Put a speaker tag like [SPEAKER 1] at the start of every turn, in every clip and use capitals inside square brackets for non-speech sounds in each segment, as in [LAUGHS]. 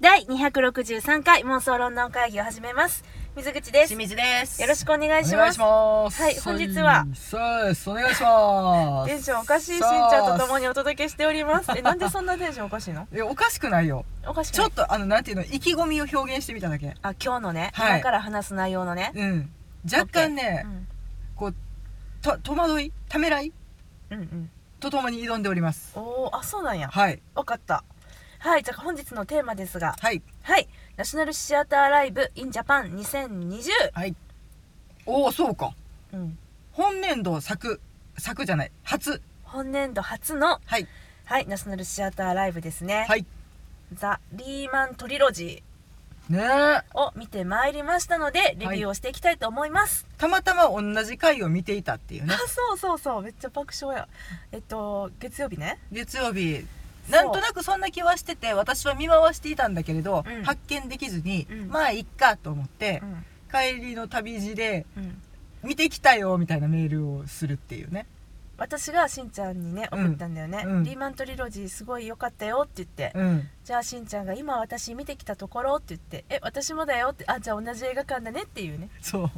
[SPEAKER 1] 第263回妄想論論会議を始めます。水口です。
[SPEAKER 2] 清
[SPEAKER 1] よ
[SPEAKER 2] 水です。
[SPEAKER 1] ろし
[SPEAKER 2] く
[SPEAKER 1] くお願
[SPEAKER 2] お
[SPEAKER 1] いします。
[SPEAKER 2] ます
[SPEAKER 1] はい本日は
[SPEAKER 2] そうです。お願いします。
[SPEAKER 1] テンションおかしいしんちゃんと共にお届けしております。 [LAUGHS] え、なんでそんなテンションおかしいの
[SPEAKER 2] に。え、おかしくないよ。
[SPEAKER 1] おかしく
[SPEAKER 2] ち
[SPEAKER 1] な
[SPEAKER 2] ょ
[SPEAKER 1] い
[SPEAKER 2] っと、あの、なんていうの、意気込みを表現してみただけ。
[SPEAKER 1] あ、今日のね、
[SPEAKER 2] はい
[SPEAKER 1] 今から話す内容のね。
[SPEAKER 2] うん。若干ね
[SPEAKER 1] う、ん
[SPEAKER 2] こう、と、戸惑い、ためらい
[SPEAKER 1] うんうん。
[SPEAKER 2] とともに挑んでおります。
[SPEAKER 1] おー、あ、そうなんや。
[SPEAKER 2] はい。
[SPEAKER 1] わかった。はい、じゃあ本日のテーマですが、
[SPEAKER 2] はい。
[SPEAKER 1] はい、ナショナルシアターライブ in Japan 2020。
[SPEAKER 2] はい。おお、そうか。
[SPEAKER 1] うん。
[SPEAKER 2] 本年度作、作じゃない、初。
[SPEAKER 1] 本年度初の、
[SPEAKER 2] はい。
[SPEAKER 1] はい、ナショナルシアターライブですね。
[SPEAKER 2] はい。
[SPEAKER 1] ザ・リーマントリロジ
[SPEAKER 2] ねえ。
[SPEAKER 1] ーを見てまいりましたので、レビューをしていきたいと思います。
[SPEAKER 2] たまたま同じ回を見ていたっていうね
[SPEAKER 1] [LAUGHS] あ、。そうそうそう、めっちゃ爆笑や。えっと、月曜日ね。
[SPEAKER 2] 月曜日
[SPEAKER 1] そう
[SPEAKER 2] なんとなくそんな気はしてて私は見回していたんだけれど、
[SPEAKER 1] うん
[SPEAKER 2] 発見できずに、
[SPEAKER 1] うん
[SPEAKER 2] まあいっかと思って
[SPEAKER 1] う、ん。
[SPEAKER 2] 帰りの旅路で
[SPEAKER 1] うん。
[SPEAKER 2] 見てきたよみたいなメールをするっていうね
[SPEAKER 1] 私がしんちゃんにね
[SPEAKER 2] うん
[SPEAKER 1] 送ったんだよね、
[SPEAKER 2] うん
[SPEAKER 1] リーマントリロジーすごい良かったよって言って、
[SPEAKER 2] うん
[SPEAKER 1] じゃあしんちゃんが今私見てきたところって言ってえ私もだよってあじゃあ同じ映画館だねっていうね
[SPEAKER 2] そう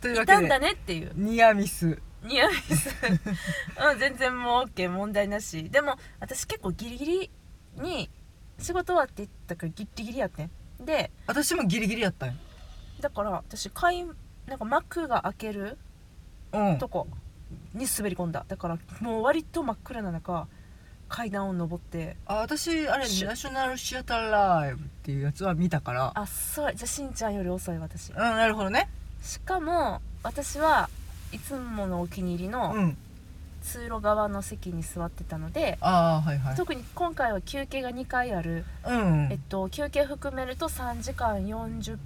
[SPEAKER 2] という
[SPEAKER 1] い
[SPEAKER 2] わ
[SPEAKER 1] た
[SPEAKER 2] け
[SPEAKER 1] んだ
[SPEAKER 2] で
[SPEAKER 1] ねっていう
[SPEAKER 2] ニアミス
[SPEAKER 1] ニアミス [LAUGHS] うん全然もう OK 問題なしでも私結構ギリギリに仕事終わって言ったからギリギリやってんで
[SPEAKER 2] 私もギリギリやったんよ
[SPEAKER 1] だから私開なんか幕が開ける
[SPEAKER 2] うん
[SPEAKER 1] とこに滑り込んだだからもう割と真っ暗な中階段を登って
[SPEAKER 2] あ私あれナシ
[SPEAKER 1] し
[SPEAKER 2] ョナルシアターライブっていうやつは見たから
[SPEAKER 1] あそうじゃあしんちゃんより遅い私
[SPEAKER 2] うんなるほどね
[SPEAKER 1] しかも私はいつものお気に入りの
[SPEAKER 2] うん
[SPEAKER 1] 通路側の席に座ってたので、
[SPEAKER 2] ああはいはい
[SPEAKER 1] 特に今回は休憩が2回ある、
[SPEAKER 2] うん
[SPEAKER 1] えっと、休憩含めると3時間40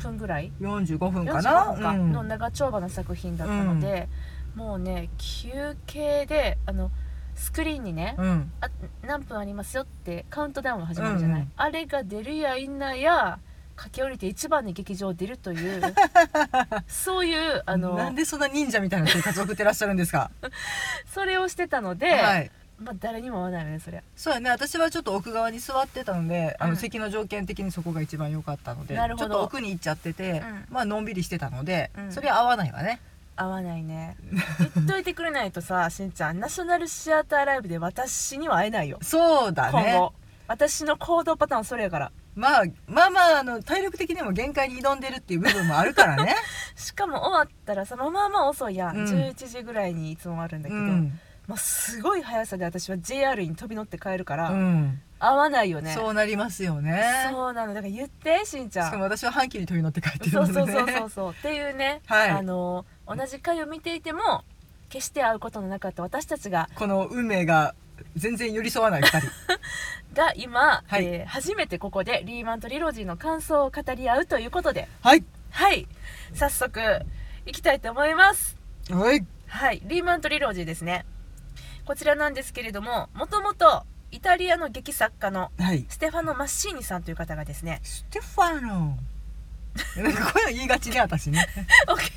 [SPEAKER 1] 分ぐらい
[SPEAKER 2] 45分かな
[SPEAKER 1] 45分か
[SPEAKER 2] うん
[SPEAKER 1] の長丁場の作品だったので、もうね休憩であのスクリーンにね、
[SPEAKER 2] うん
[SPEAKER 1] あ何分ありますよってカウントダウンが始まるじゃない、
[SPEAKER 2] うんうん
[SPEAKER 1] あれが出るやいなや駆け下りて一番の劇場を出るという
[SPEAKER 2] [LAUGHS]
[SPEAKER 1] そういうあの
[SPEAKER 2] なんでそんな忍者みたいな生活を送ってらっしゃるんですか
[SPEAKER 1] それをしてたので、
[SPEAKER 2] はい
[SPEAKER 1] まあ誰にも合わないよねそりゃ
[SPEAKER 2] そうやね私はちょっと奥側に座ってたので、あ
[SPEAKER 1] うん
[SPEAKER 2] の席の条件的にそこが一番良かったので
[SPEAKER 1] なるほど
[SPEAKER 2] ちょっと奥に行っちゃってて、
[SPEAKER 1] う
[SPEAKER 2] まあのんびりしてたので、
[SPEAKER 1] うん
[SPEAKER 2] それは合わないわね
[SPEAKER 1] 合わないね言っといてくれないと
[SPEAKER 2] [LAUGHS]
[SPEAKER 1] さしんちゃんナショナルシアターライブで私には会えないよ、
[SPEAKER 2] そうだ
[SPEAKER 1] 今
[SPEAKER 2] ね
[SPEAKER 1] 後私の行動パターンそれやから
[SPEAKER 2] まあまあまああの体力的にも限界に挑んでるっていう部分もあるから
[SPEAKER 1] [LAUGHS]
[SPEAKER 2] ね、
[SPEAKER 1] しかも終わったらさまあまあまあ遅いやん、
[SPEAKER 2] うん
[SPEAKER 1] 11時ぐらいにいつもあるんだ
[SPEAKER 2] う
[SPEAKER 1] けど、
[SPEAKER 2] ん
[SPEAKER 1] まあ、すごい速さで私は JR に飛び乗って帰るから、
[SPEAKER 2] うん
[SPEAKER 1] 合わないよね
[SPEAKER 2] そうなりますよね
[SPEAKER 1] そうなのだから言ってしんち
[SPEAKER 2] し
[SPEAKER 1] ゃん
[SPEAKER 2] かも私は半旗に飛び乗って帰ってる
[SPEAKER 1] そう
[SPEAKER 2] ので、ね、
[SPEAKER 1] そうそうそうそうっていうね、
[SPEAKER 2] はい
[SPEAKER 1] あの同じ回を見ていても決して会うことのなかった私たちが
[SPEAKER 2] この運命が全然寄り添わない2人
[SPEAKER 1] [LAUGHS] が今、
[SPEAKER 2] はい
[SPEAKER 1] えー初めてここでリーマントリロジーの感想を語り合うということで
[SPEAKER 2] はい
[SPEAKER 1] はい早速いきたいと思います
[SPEAKER 2] はい
[SPEAKER 1] はいリーマントリロジーですねこちらなんですけれどももともとイタリアの劇作家の
[SPEAKER 2] はい
[SPEAKER 1] ステファノ・マッシーニさんという方がですね
[SPEAKER 2] ステファノ [LAUGHS] なんかこういうの言いがちね私ね
[SPEAKER 1] OK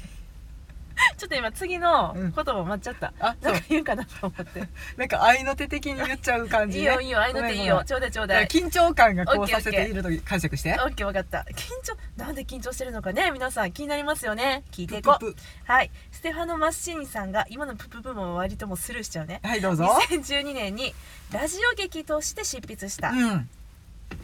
[SPEAKER 1] ちょっと今次の言葉を待っちゃった、
[SPEAKER 2] あそう
[SPEAKER 1] なんか言うかなと思
[SPEAKER 2] [LAUGHS]
[SPEAKER 1] って
[SPEAKER 2] なんか愛の手的に言っちゃう感
[SPEAKER 1] い
[SPEAKER 2] じ、ね、
[SPEAKER 1] いよいいよ愛の手いい
[SPEAKER 2] ごめんごめ
[SPEAKER 1] よ
[SPEAKER 2] ん
[SPEAKER 1] ちょうだいちょう
[SPEAKER 2] だか
[SPEAKER 1] だ
[SPEAKER 2] ら
[SPEAKER 1] い
[SPEAKER 2] 緊張感がこ
[SPEAKER 1] オッ
[SPEAKER 2] う
[SPEAKER 1] ケー
[SPEAKER 2] させていると解釈して
[SPEAKER 1] オッケーわかった緊張なんで緊張してるのかね皆さん気になりますよね聞いてい
[SPEAKER 2] プ
[SPEAKER 1] こう
[SPEAKER 2] ププ
[SPEAKER 1] はいステファノ・マッシーニさんが今のプププも割ともうスルーしちゃうね
[SPEAKER 2] はいどうぞ
[SPEAKER 1] 2012年にラジオ劇として執筆した
[SPEAKER 2] うん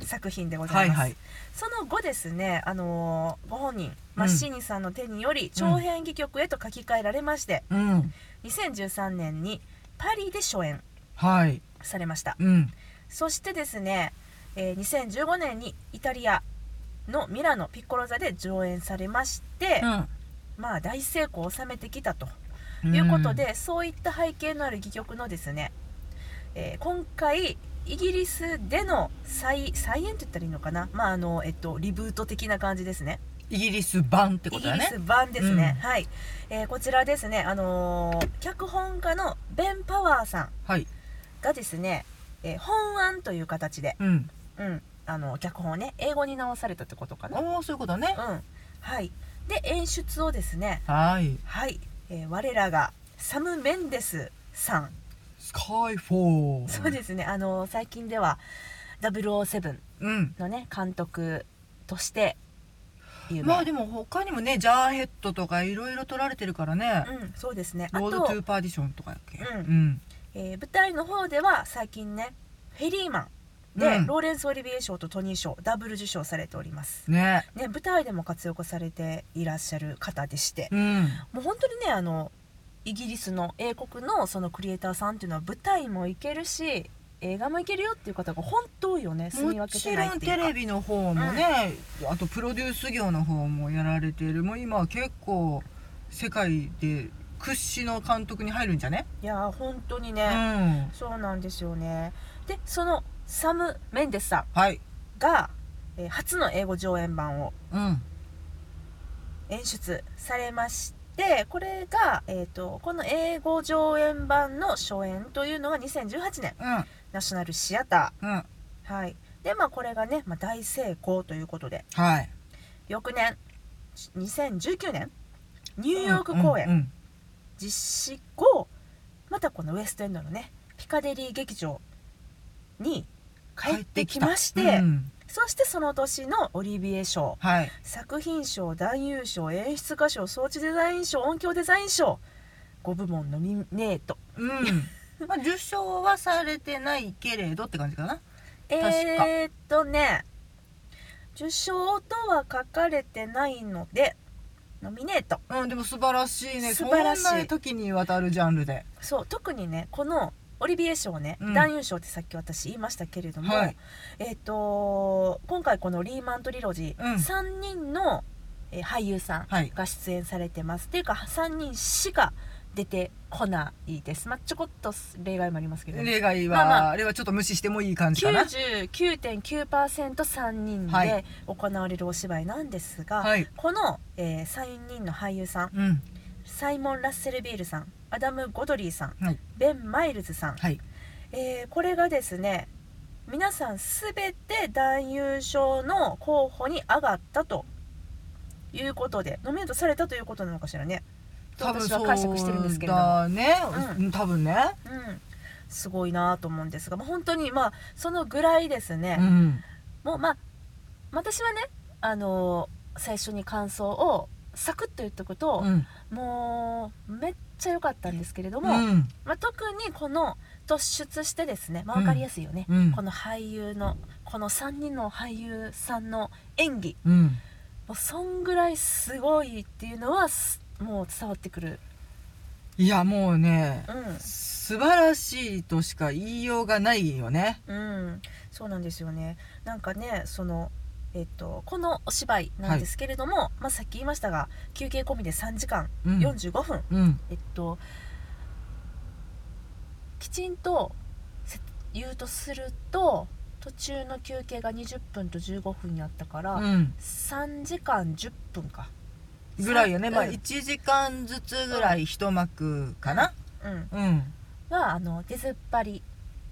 [SPEAKER 1] 作品でござ
[SPEAKER 2] はいい
[SPEAKER 1] ます、
[SPEAKER 2] はい
[SPEAKER 1] その後ですね、あのーご本人マッシーニさんの手により長編戯曲へと書き換えられまして、
[SPEAKER 2] うん
[SPEAKER 1] 2013年にパリで初演
[SPEAKER 2] はい
[SPEAKER 1] されました
[SPEAKER 2] うん
[SPEAKER 1] そしてですね、えー2015年にイタリアのミラノピッコロ座で上演されまして、まあ大成功を収めてきたと
[SPEAKER 2] うん
[SPEAKER 1] いうことで、そういった背景のある戯曲のですね、えー今回イギリスでの再再演と言ったらいいのかな、まああのえっと、リブート的な感じですね
[SPEAKER 2] イギリス版ってこ
[SPEAKER 1] イ
[SPEAKER 2] と
[SPEAKER 1] ギ
[SPEAKER 2] だ
[SPEAKER 1] リ
[SPEAKER 2] ね
[SPEAKER 1] ス版ですね、
[SPEAKER 2] うん
[SPEAKER 1] はい、えーこちらですね、あのー脚本家のベン・パワーさん
[SPEAKER 2] はい
[SPEAKER 1] がですね、えー本案という形で、
[SPEAKER 2] うん
[SPEAKER 1] うん、あの脚本をね英語に直されたってことかな、うん
[SPEAKER 2] おおそういうことね
[SPEAKER 1] はい、で演出をですね、
[SPEAKER 2] はい
[SPEAKER 1] はいえー我らがサム・メンデスさん
[SPEAKER 2] スカイフォール
[SPEAKER 1] そうですね、あの最近では007
[SPEAKER 2] うん
[SPEAKER 1] のね監督として有名、
[SPEAKER 2] まあでも他にもねジャーヘッドとかいろいろ撮られてるからね、
[SPEAKER 1] うん、そうですねあ
[SPEAKER 2] ロード
[SPEAKER 1] と
[SPEAKER 2] トゥーパーディションとかやっけ
[SPEAKER 1] うん
[SPEAKER 2] ん
[SPEAKER 1] えー舞台の方では最近ねフェリーマンで、
[SPEAKER 2] うん
[SPEAKER 1] ローレンス・オリビエ賞とトニー賞ダブル受賞されております、
[SPEAKER 2] ね
[SPEAKER 1] ね、舞台でも活躍されていらっしゃる方でして、
[SPEAKER 2] うん
[SPEAKER 1] もう本当にねあのイギリスの英国のそのクリエイターさんっていうのは舞台もいけるし映画もいけるよっていう方が本当多いよね住み
[SPEAKER 2] も
[SPEAKER 1] 分け
[SPEAKER 2] ち
[SPEAKER 1] てない
[SPEAKER 2] ろ
[SPEAKER 1] っ
[SPEAKER 2] ん
[SPEAKER 1] てい
[SPEAKER 2] テ
[SPEAKER 1] うか
[SPEAKER 2] レビの方もね、あとプロデュース業の方もやられてるもう今は結構世界で屈指の監督に入るんじゃね
[SPEAKER 1] いやー本当に
[SPEAKER 2] う
[SPEAKER 1] ね、
[SPEAKER 2] ん
[SPEAKER 1] そうなんですよねでそのサム・メンデスさん
[SPEAKER 2] はい
[SPEAKER 1] が、えー初の英語上演版を
[SPEAKER 2] うん
[SPEAKER 1] 演出されましてこれが、えー、とこの英語上演版の初演というのが2018年
[SPEAKER 2] うん
[SPEAKER 1] ナショナルシアタ
[SPEAKER 2] うん
[SPEAKER 1] ーはいでまあこれがね、まあ、大成功ということで
[SPEAKER 2] はい
[SPEAKER 1] 翌年2019年ニューヨーク公演
[SPEAKER 2] 演
[SPEAKER 1] 実施後またこのウエストエンドのねピカデリー劇場に帰ってきましてそしてその年のオリビエ賞
[SPEAKER 2] はい
[SPEAKER 1] 作品賞男優賞演出家賞装置デザイン賞音響デザイン賞5部門ノミネート [LAUGHS]
[SPEAKER 2] うんまあ受賞はされてないけれどって感じかな確か
[SPEAKER 1] えー、っとね受賞とは書かれてないのでノミネート
[SPEAKER 2] うんでも素晴らしいね
[SPEAKER 1] 素晴らしい
[SPEAKER 2] そんな時にわたるジャンルで
[SPEAKER 1] そう特にねこのオリビエ賞ね、
[SPEAKER 2] うん
[SPEAKER 1] 男優賞ってさっき私言いましたけれども、
[SPEAKER 2] はい
[SPEAKER 1] えっ、と今回このリーマントリロジー、
[SPEAKER 2] うん
[SPEAKER 1] 3人の、えー俳優さん
[SPEAKER 2] はい
[SPEAKER 1] が出演されてます、っていうか3人しか出てこないですまあちょこっと例外もありますけど、ね、
[SPEAKER 2] 例外は、
[SPEAKER 1] まあまあ
[SPEAKER 2] あれはちょっと無視してもいい感じかな
[SPEAKER 1] 99.9%3 人
[SPEAKER 2] は
[SPEAKER 1] で行われるお芝居なんですが、
[SPEAKER 2] はい
[SPEAKER 1] この、え3人の俳優さん
[SPEAKER 2] うん
[SPEAKER 1] サイモン・ラッセルビールさんアダム・ゴドリーさん、
[SPEAKER 2] はい
[SPEAKER 1] ベン・マイルズさん、
[SPEAKER 2] はい
[SPEAKER 1] えーこれがですね皆さんすべて男優賞の候補に上がったということでノミネートされたということなのかしらねと私は解釈してるんですけれど
[SPEAKER 2] 多
[SPEAKER 1] も、
[SPEAKER 2] 分そうだね、多分ね、
[SPEAKER 1] うん、すごいなと思うんですが、まあ、本当にまあそのぐらいですね、
[SPEAKER 2] ん、
[SPEAKER 1] もうまあ私はね、あのー最初に感想をサクッと言っとくと、
[SPEAKER 2] ん、
[SPEAKER 1] もうめっちゃ良かったんですけれども、
[SPEAKER 2] うん
[SPEAKER 1] まあ、特にこの突出してですね、まあ、
[SPEAKER 2] うん
[SPEAKER 1] 分かりやすいよね、
[SPEAKER 2] うん
[SPEAKER 1] この俳優のこの3人の俳優さんの演技
[SPEAKER 2] うん、
[SPEAKER 1] もうそんぐらいすごいっていうのはすもう伝わってくる、
[SPEAKER 2] いやもうね
[SPEAKER 1] う
[SPEAKER 2] 素晴らしいとしか言いようがないよね
[SPEAKER 1] んうん、そうなんですよねなんかねその、えっと、このお芝居なんですけれども、まあ、さっき言いましたが休憩込みで3時間
[SPEAKER 2] うん
[SPEAKER 1] 45分、
[SPEAKER 2] うん
[SPEAKER 1] えっときちんとせ言うとすると途中の休憩が20分と15分やったから、
[SPEAKER 2] うん
[SPEAKER 1] 3時間10分か
[SPEAKER 2] ぐらいよね、
[SPEAKER 1] うん
[SPEAKER 2] まあ1時間ずつぐらい一幕かな
[SPEAKER 1] うん
[SPEAKER 2] うん、
[SPEAKER 1] はあの出ずっぱり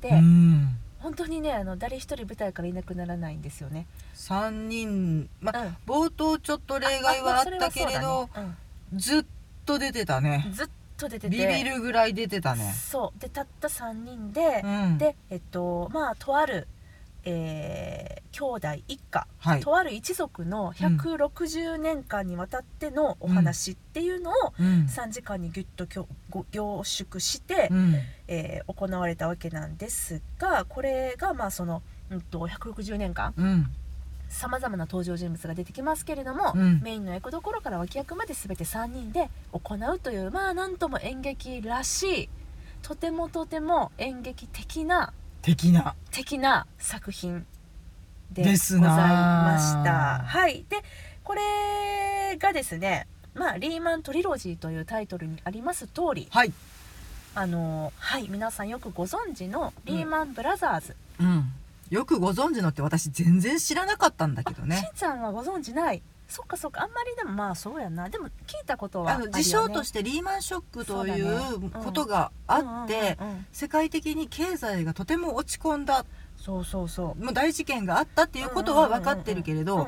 [SPEAKER 1] で、
[SPEAKER 2] うん、
[SPEAKER 1] 本当にねあの誰一人舞台からいなくならないんですよね、
[SPEAKER 2] 3人まあ
[SPEAKER 1] うん
[SPEAKER 2] 冒頭ちょっと例外はあったけれ
[SPEAKER 1] あ
[SPEAKER 2] ど、
[SPEAKER 1] まあそれはそうだね
[SPEAKER 2] ずっと出てた
[SPEAKER 1] う
[SPEAKER 2] ね
[SPEAKER 1] んずっと出てて
[SPEAKER 2] ビビるぐらい出てたね
[SPEAKER 1] そうでたった3人で、
[SPEAKER 2] うん
[SPEAKER 1] でえっとまあとある、えー兄弟一家
[SPEAKER 2] はい
[SPEAKER 1] とある一族の160年間にわたってのお話っていうのを
[SPEAKER 2] うん
[SPEAKER 1] 3時間にぎゅっとぎょご凝縮して
[SPEAKER 2] う、ん
[SPEAKER 1] えー行われたわけなんですがこれがまあその、うん、と160年間
[SPEAKER 2] うん
[SPEAKER 1] さまざまな登場人物が出てきますけれども、
[SPEAKER 2] うん
[SPEAKER 1] メインの役どころから脇役まで全て3人で行うというまあなんとも演劇らしいとてもとても演劇的な
[SPEAKER 2] 的な
[SPEAKER 1] 的な作品でございま
[SPEAKER 2] ですなあ
[SPEAKER 1] した。はい、でこれがですね、まあ、リーマントリロジーというタイトルにあります通り
[SPEAKER 2] はい
[SPEAKER 1] あの、はい、皆さんよくご存知のリーマンブラザーズ、
[SPEAKER 2] うん、よくご存知のって私全然知らなかったんだけど
[SPEAKER 1] しん [LAUGHS]
[SPEAKER 2] ね
[SPEAKER 1] ちゃんはご存知ないそっかそっかあんまりでもまあそうやなでも聞いたことは
[SPEAKER 2] あ
[SPEAKER 1] ある
[SPEAKER 2] の
[SPEAKER 1] よ、ね、
[SPEAKER 2] 事象としてリーマンショックとい
[SPEAKER 1] そうだねう
[SPEAKER 2] うんことがあって、
[SPEAKER 1] うんうんうんうん
[SPEAKER 2] 世界的に経済がとても落ち込んだ
[SPEAKER 1] そうそうそう
[SPEAKER 2] もう大事件があったっていうことは分かってるけれど、
[SPEAKER 1] うん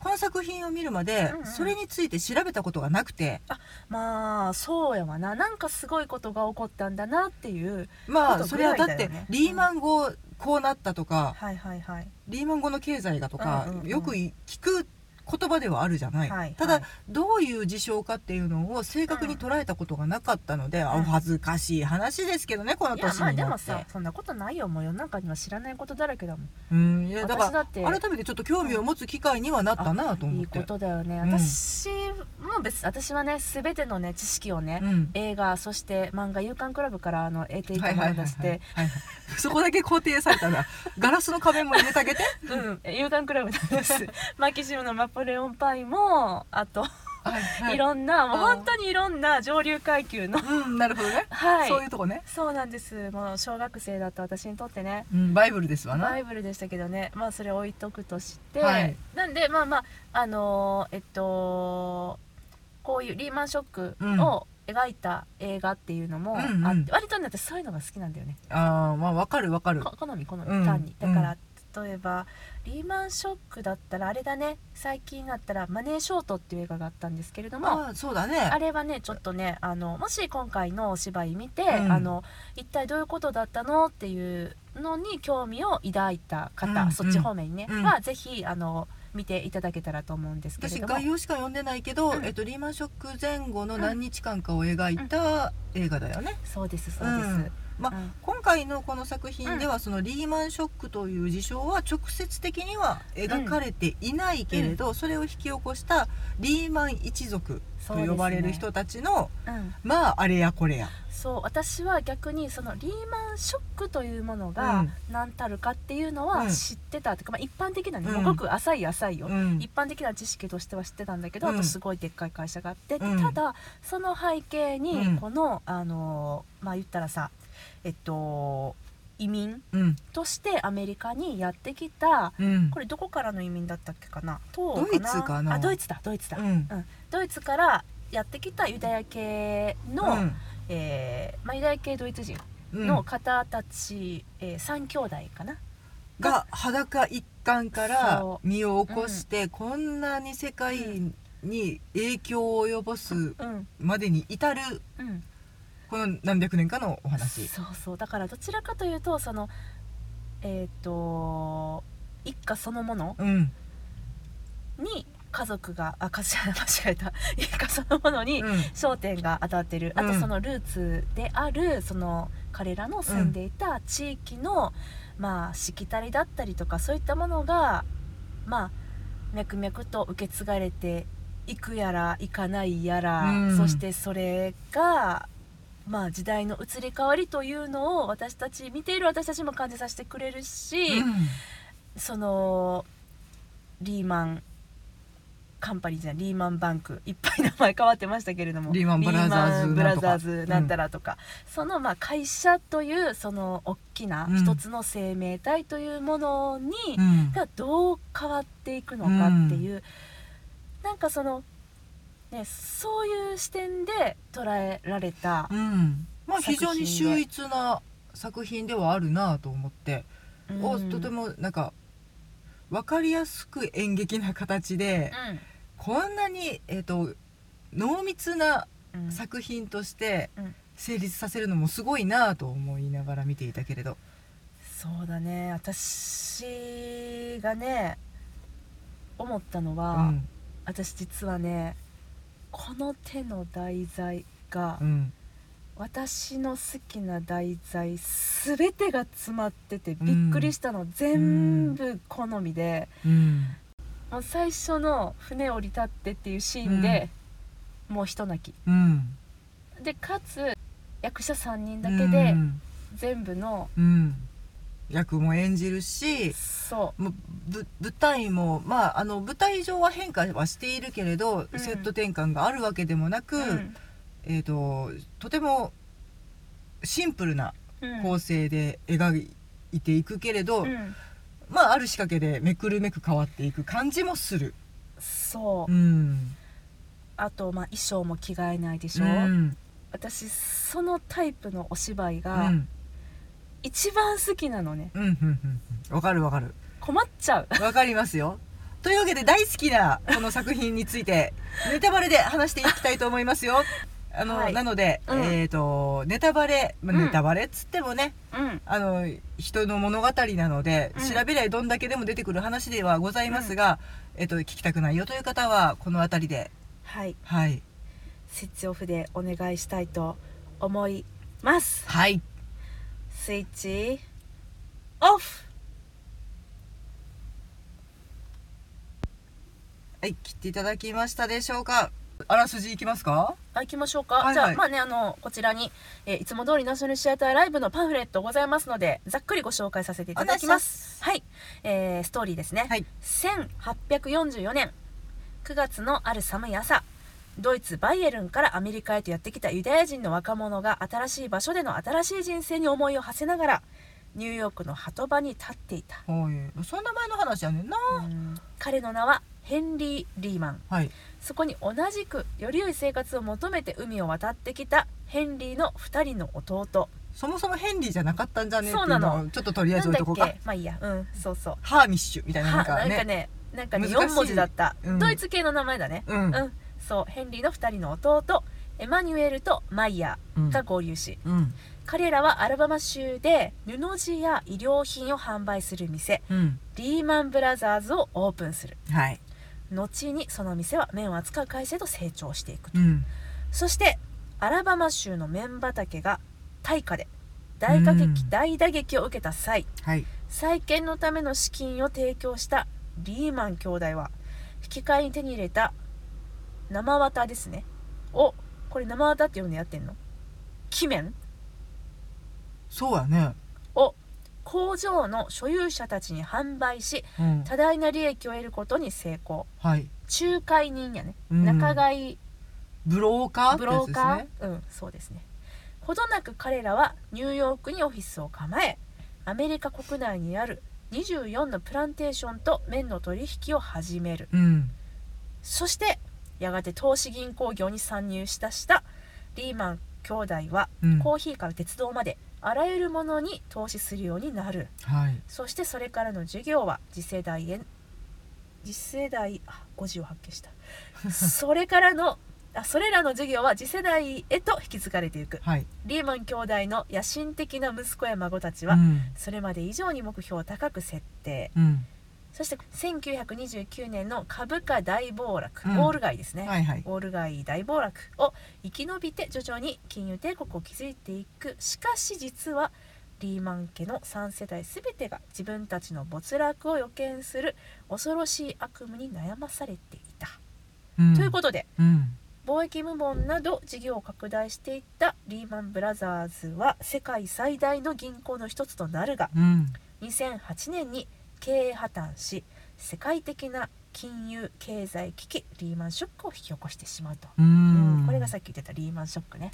[SPEAKER 2] この作品を見るまで
[SPEAKER 1] うんうん
[SPEAKER 2] それについて調べたことがなくて、
[SPEAKER 1] まあそうやわななんかすごいことが起こったんだなっていう
[SPEAKER 2] まあ
[SPEAKER 1] こと
[SPEAKER 2] そ
[SPEAKER 1] ぐ
[SPEAKER 2] れ
[SPEAKER 1] ら
[SPEAKER 2] はい
[SPEAKER 1] だ
[SPEAKER 2] だ
[SPEAKER 1] よね
[SPEAKER 2] ってリーマン後こうなったとか
[SPEAKER 1] はいはいはい
[SPEAKER 2] リーマン後の経済がとか、
[SPEAKER 1] うんうんうん
[SPEAKER 2] よくい聞く言葉ではあるじゃない、
[SPEAKER 1] はい
[SPEAKER 2] た
[SPEAKER 1] は
[SPEAKER 2] だ
[SPEAKER 1] い
[SPEAKER 2] どういう事象かっていうのを正確に捉えたことがなかったので、あ
[SPEAKER 1] うん
[SPEAKER 2] お恥ずかしい話ですけどねこの
[SPEAKER 1] いや
[SPEAKER 2] 年に
[SPEAKER 1] ま
[SPEAKER 2] な
[SPEAKER 1] あ
[SPEAKER 2] って
[SPEAKER 1] でもさそんなことないよもう世の中には知らないことだらけだもん
[SPEAKER 2] うんいやだ
[SPEAKER 1] 私
[SPEAKER 2] か
[SPEAKER 1] だって
[SPEAKER 2] ら改めてちょっと興味を持つ機会にはなったなと
[SPEAKER 1] い
[SPEAKER 2] 思っ
[SPEAKER 1] い
[SPEAKER 2] て、
[SPEAKER 1] ことだよね、
[SPEAKER 2] うん
[SPEAKER 1] 私も別私はね全てのね知識をね、
[SPEAKER 2] うん
[SPEAKER 1] 映画そして漫画「夕刊クラブ」からあの得ていたものでして、
[SPEAKER 2] はいはいそこだけ肯定された
[SPEAKER 1] [LAUGHS]
[SPEAKER 2] らガラスの仮面も入れてあげて
[SPEAKER 1] うん、夕刊クラブなん
[SPEAKER 2] [LAUGHS]
[SPEAKER 1] です。マキシムのナポレオンパイも、あと、
[SPEAKER 2] は
[SPEAKER 1] [LAUGHS]
[SPEAKER 2] い、
[SPEAKER 1] い、ろんな、もう
[SPEAKER 2] あー
[SPEAKER 1] 本当にいろんな上流階級の。
[SPEAKER 2] うんなるほどね、
[SPEAKER 1] はい。
[SPEAKER 2] そういうとこね、
[SPEAKER 1] そうなんです。もう小学生だった私にとってね。
[SPEAKER 2] うん、バイブルですわな
[SPEAKER 1] バイブルでしたけどね、まあそれ置いとくとして、
[SPEAKER 2] はい
[SPEAKER 1] なんでまあまああのーえっとこういうリーマンショック
[SPEAKER 2] うん
[SPEAKER 1] を描いた映画っていうのもあって、
[SPEAKER 2] うんうん
[SPEAKER 1] 割とね私そういうのが好きなんだよね。
[SPEAKER 2] ああまあわかるわかる
[SPEAKER 1] こ好み好み、
[SPEAKER 2] うん
[SPEAKER 1] 単に
[SPEAKER 2] う
[SPEAKER 1] だ
[SPEAKER 2] ん
[SPEAKER 1] から、例えばリーマンショックだったらあれだね最近だったら「マネーショート」っていう映画があったんですけれど [LAUGHS] もあ
[SPEAKER 2] ああそうだね
[SPEAKER 1] れはねちょっとねあのもし今回のお芝居見て、
[SPEAKER 2] うん
[SPEAKER 1] あの一体どういうことだったのっていうのに興味を抱いた方、
[SPEAKER 2] うん
[SPEAKER 1] そっち方面にね、
[SPEAKER 2] うん
[SPEAKER 1] はぜひあの見ていただけたらと思うんですけれ
[SPEAKER 2] 私
[SPEAKER 1] ども
[SPEAKER 2] 概要しか読んでないけど、
[SPEAKER 1] うん
[SPEAKER 2] えっと、リーマンショック前後の何日間かを描いた映画だよね。
[SPEAKER 1] そうですそうです、
[SPEAKER 2] うんま
[SPEAKER 1] うん
[SPEAKER 2] 今回のこの作品ではそのリーマンショックという事象は直接的には描かれていないけれど、それを引き起こしたリーマン一族
[SPEAKER 1] そ
[SPEAKER 2] と
[SPEAKER 1] うですね
[SPEAKER 2] 呼ばれる人たちの、
[SPEAKER 1] うん
[SPEAKER 2] まああれやこれや。
[SPEAKER 1] そう私は逆にそのリーマンショックというものが何たるかっていうの
[SPEAKER 2] う
[SPEAKER 1] は
[SPEAKER 2] ん
[SPEAKER 1] 知ってた、てかまあ、一般的なね、
[SPEAKER 2] うん
[SPEAKER 1] もうごく浅い浅いよ、
[SPEAKER 2] うん
[SPEAKER 1] 一般的な知識としては知ってたんだけど、
[SPEAKER 2] うん
[SPEAKER 1] あとすごいでっかい会社があって、
[SPEAKER 2] うん
[SPEAKER 1] ただその背景
[SPEAKER 2] う
[SPEAKER 1] に
[SPEAKER 2] ん
[SPEAKER 1] この、あのーまあ言ったらさえっと移民
[SPEAKER 2] うん
[SPEAKER 1] としてアメリカにやってきた
[SPEAKER 2] うん
[SPEAKER 1] これどこからの移民だったっけかな東
[SPEAKER 2] ドイツかな
[SPEAKER 1] あドイツだドイツだ、
[SPEAKER 2] うん
[SPEAKER 1] ドイツからやってきたユダヤ系の、えーまあ、ユダヤ系ドイツ人
[SPEAKER 2] うん
[SPEAKER 1] の方たち、えー、3兄弟かな、
[SPEAKER 2] が裸一貫から
[SPEAKER 1] そ
[SPEAKER 2] 身を起こして、こんなに世界に影響を及ぼす
[SPEAKER 1] うん
[SPEAKER 2] までに至る
[SPEAKER 1] うん、
[SPEAKER 2] この何百年かのお話。
[SPEAKER 1] そうそうだからどちらかというとそのえっ、と一家そのもの
[SPEAKER 2] うん、
[SPEAKER 1] に家族があ家族間違えた一家そのものに
[SPEAKER 2] うん
[SPEAKER 1] 焦点が当たってる、あと
[SPEAKER 2] うん
[SPEAKER 1] そのルーツであるその彼らの住んでいた地域の、まあしきたりだったりとかそういったものがまあ脈々と受け継がれていくやらいかないやら、
[SPEAKER 2] うん
[SPEAKER 1] そしてそれがまあ時代の移り変わりというのを私たち見ている私たちも感じさせてくれるし、
[SPEAKER 2] うん
[SPEAKER 1] そのリーマンカンパニーじゃないリーマンバンクいっぱい名前変わってましたけれども
[SPEAKER 2] リーマンブラザーズ
[SPEAKER 1] リマンブラザーズな
[SPEAKER 2] なんん
[SPEAKER 1] た
[SPEAKER 2] と
[SPEAKER 1] らとか、そのまあ会社というその大きな
[SPEAKER 2] うん
[SPEAKER 1] 一つの生命体というものに、
[SPEAKER 2] うん
[SPEAKER 1] がどう変わっていくのかっていう、なんかその、ね、そういう視点で捉えられた
[SPEAKER 2] う、んまあ
[SPEAKER 1] 作品で
[SPEAKER 2] 非常に秀逸な作品ではあるなと思って、
[SPEAKER 1] うん
[SPEAKER 2] をとてもなんか分かりやすく演劇な形で、こんなに、えー、と濃密な
[SPEAKER 1] うんうん
[SPEAKER 2] 作品として
[SPEAKER 1] うん
[SPEAKER 2] 成立させるのもすごいなと思いながら見ていたけれど、
[SPEAKER 1] そうだね私がね思ったの
[SPEAKER 2] う
[SPEAKER 1] は、
[SPEAKER 2] ん
[SPEAKER 1] 私実はねこの手の題材が
[SPEAKER 2] うん、
[SPEAKER 1] 私の好きな題材全てが詰まっててびっくりしたの、全部好みで、
[SPEAKER 2] うん、
[SPEAKER 1] もう最初の船を降り立ってっていうシーンで、もう一泣き
[SPEAKER 2] うん
[SPEAKER 1] でかつ役者3人だけで
[SPEAKER 2] うん
[SPEAKER 1] 全部の、
[SPEAKER 2] うん、役も演じるし
[SPEAKER 1] そ
[SPEAKER 2] もうぶ舞台も、まあ、あの舞台上は変化はしているけれど、
[SPEAKER 1] うん
[SPEAKER 2] セット転換があるわけでもなく、
[SPEAKER 1] う、
[SPEAKER 2] えー、ととてもシンプルな
[SPEAKER 1] うん
[SPEAKER 2] 構成で描いていくけれど、
[SPEAKER 1] うん
[SPEAKER 2] まあ、ある仕掛けでめくるめく変わっていく感じもする。
[SPEAKER 1] そう、
[SPEAKER 2] うん、
[SPEAKER 1] あと、まあ、衣装も着替えないでしょ、
[SPEAKER 2] うん
[SPEAKER 1] 私そのタイプのお芝居
[SPEAKER 2] うん
[SPEAKER 1] が一番好きなのね
[SPEAKER 2] うんうんうんうんわかるわかる
[SPEAKER 1] 困っちゃう
[SPEAKER 2] わかりますよというわけで大好きなこの作品についてネタバレで話していきたいと思いますよあの、
[SPEAKER 1] はい
[SPEAKER 2] なので、
[SPEAKER 1] うん
[SPEAKER 2] えっ、とネタバレ、まあ
[SPEAKER 1] うん
[SPEAKER 2] ネタバレっつってもね、
[SPEAKER 1] うん
[SPEAKER 2] あの人の物語なので、
[SPEAKER 1] うん
[SPEAKER 2] 調べりゃどんだけでも出てくる話ではございますが、えっ、と聞きたくないよという方はこの辺りで、
[SPEAKER 1] はい
[SPEAKER 2] はい、
[SPEAKER 1] スイッチオフでお願いしたいと思います
[SPEAKER 2] はい、
[SPEAKER 1] スイッチオフ
[SPEAKER 2] はい、切っていただきましたでしょうか。あらすじいきますか。
[SPEAKER 1] あ行きましょうか、
[SPEAKER 2] はいはい
[SPEAKER 1] じゃあまあねあのこちらに、えーいつも通りナショナルシアターライブのパンフレットございますのでざっくりご紹介させていただきます
[SPEAKER 2] す。
[SPEAKER 1] はい、えーストーリーですね、
[SPEAKER 2] はい
[SPEAKER 1] 1844年9月のある寒い朝ドイツバイエルンからアメリカへとやってきたユダヤ人の若者が新しい場所での新しい人生に思いを馳せながらニューヨークの鳩場に立っていた
[SPEAKER 2] はい、そんな前の話やねんな。
[SPEAKER 1] 彼の名はヘンリー・リーマン
[SPEAKER 2] はい、
[SPEAKER 1] そこに同じくより良い生活を求めて海を渡ってきたヘンリーの2人の弟
[SPEAKER 2] そもそもヘンリーじゃなかったんじゃねってい
[SPEAKER 1] そううな
[SPEAKER 2] のをちょっととりあえ
[SPEAKER 1] な
[SPEAKER 2] ず
[SPEAKER 1] ん
[SPEAKER 2] 置い
[SPEAKER 1] だ
[SPEAKER 2] とこ
[SPEAKER 1] っ
[SPEAKER 2] うか
[SPEAKER 1] けまあいいやうんそうそう
[SPEAKER 2] ハーミッシュみたいなな
[SPEAKER 1] は
[SPEAKER 2] んか
[SPEAKER 1] なんか
[SPEAKER 2] ね
[SPEAKER 1] ねなんかね
[SPEAKER 2] 難しい
[SPEAKER 1] 4文字だった、
[SPEAKER 2] うん
[SPEAKER 1] ドイツ系の名前だね
[SPEAKER 2] うん
[SPEAKER 1] うんそうヘンリーの2人の弟エマニュエルとマイヤ
[SPEAKER 2] うん
[SPEAKER 1] ーが合流し、
[SPEAKER 2] うん
[SPEAKER 1] 彼らはアルバマ州で布地や衣料品を販売する店
[SPEAKER 2] うん
[SPEAKER 1] リーマンブラザーズをオープンする
[SPEAKER 2] はい
[SPEAKER 1] 後にその店は麺を扱う会社へと成長していくと、
[SPEAKER 2] うん
[SPEAKER 1] そしてアラバマ州の麺畑が大火で大打撃,、
[SPEAKER 2] うん
[SPEAKER 1] 大打撃を受けた際
[SPEAKER 2] はい
[SPEAKER 1] 再建のための資金を提供したリーマン兄弟は引き換えに手に入れた生綿ですねをこれ生綿って呼んでやってんの木綿
[SPEAKER 2] そうやね
[SPEAKER 1] を工場の所有者たちに販売し
[SPEAKER 2] うん
[SPEAKER 1] 多大な利益を得ることに成功
[SPEAKER 2] はい
[SPEAKER 1] 仲介人やね、
[SPEAKER 2] うん
[SPEAKER 1] 仲買い
[SPEAKER 2] ブローカーって
[SPEAKER 1] ブ
[SPEAKER 2] や
[SPEAKER 1] ロー
[SPEAKER 2] つで
[SPEAKER 1] カ
[SPEAKER 2] す
[SPEAKER 1] ー、
[SPEAKER 2] ね
[SPEAKER 1] うんそうですねほどなく彼らはニューヨークにオフィスを構えアメリカ国内にある24のプランテーションと綿の取引を始める
[SPEAKER 2] うん
[SPEAKER 1] そしてやがて投資銀行業に参入したしたリーマン兄弟は
[SPEAKER 2] うん
[SPEAKER 1] コーヒーから鉄道まであらゆるものに投資するようになる
[SPEAKER 2] はい
[SPEAKER 1] そしてそれからの授業は次世代へ次世代あ5時を発見
[SPEAKER 2] [LAUGHS]
[SPEAKER 1] したそれからのあそれらの授業は次世代へと引き継がれていく
[SPEAKER 2] はい
[SPEAKER 1] リーマン兄弟の野心的な息子や孫たち
[SPEAKER 2] う
[SPEAKER 1] は
[SPEAKER 2] ん
[SPEAKER 1] それまで以上に目標を高く設定
[SPEAKER 2] うん
[SPEAKER 1] そして1929年の株価大暴落、
[SPEAKER 2] うん
[SPEAKER 1] ウォール街ですね、
[SPEAKER 2] はいはい
[SPEAKER 1] ウォール街大暴落を生き延びて徐々に金融帝国を築いていくしかし実はリーマン家の3世代全てが自分たちの没落を予見する恐ろしい悪夢に悩まされていた、
[SPEAKER 2] うん
[SPEAKER 1] ということで
[SPEAKER 2] うん
[SPEAKER 1] 貿易部門など事業を拡大していったリーマンブラザーズは世界最大の銀行の一つとなるが
[SPEAKER 2] うん
[SPEAKER 1] 2008年に経営破綻し世界的な金融経済危機リーマンショックを引き起こしてしまうと、
[SPEAKER 2] う
[SPEAKER 1] うん
[SPEAKER 2] ん
[SPEAKER 1] これがさっき言ってたリーマンショックね、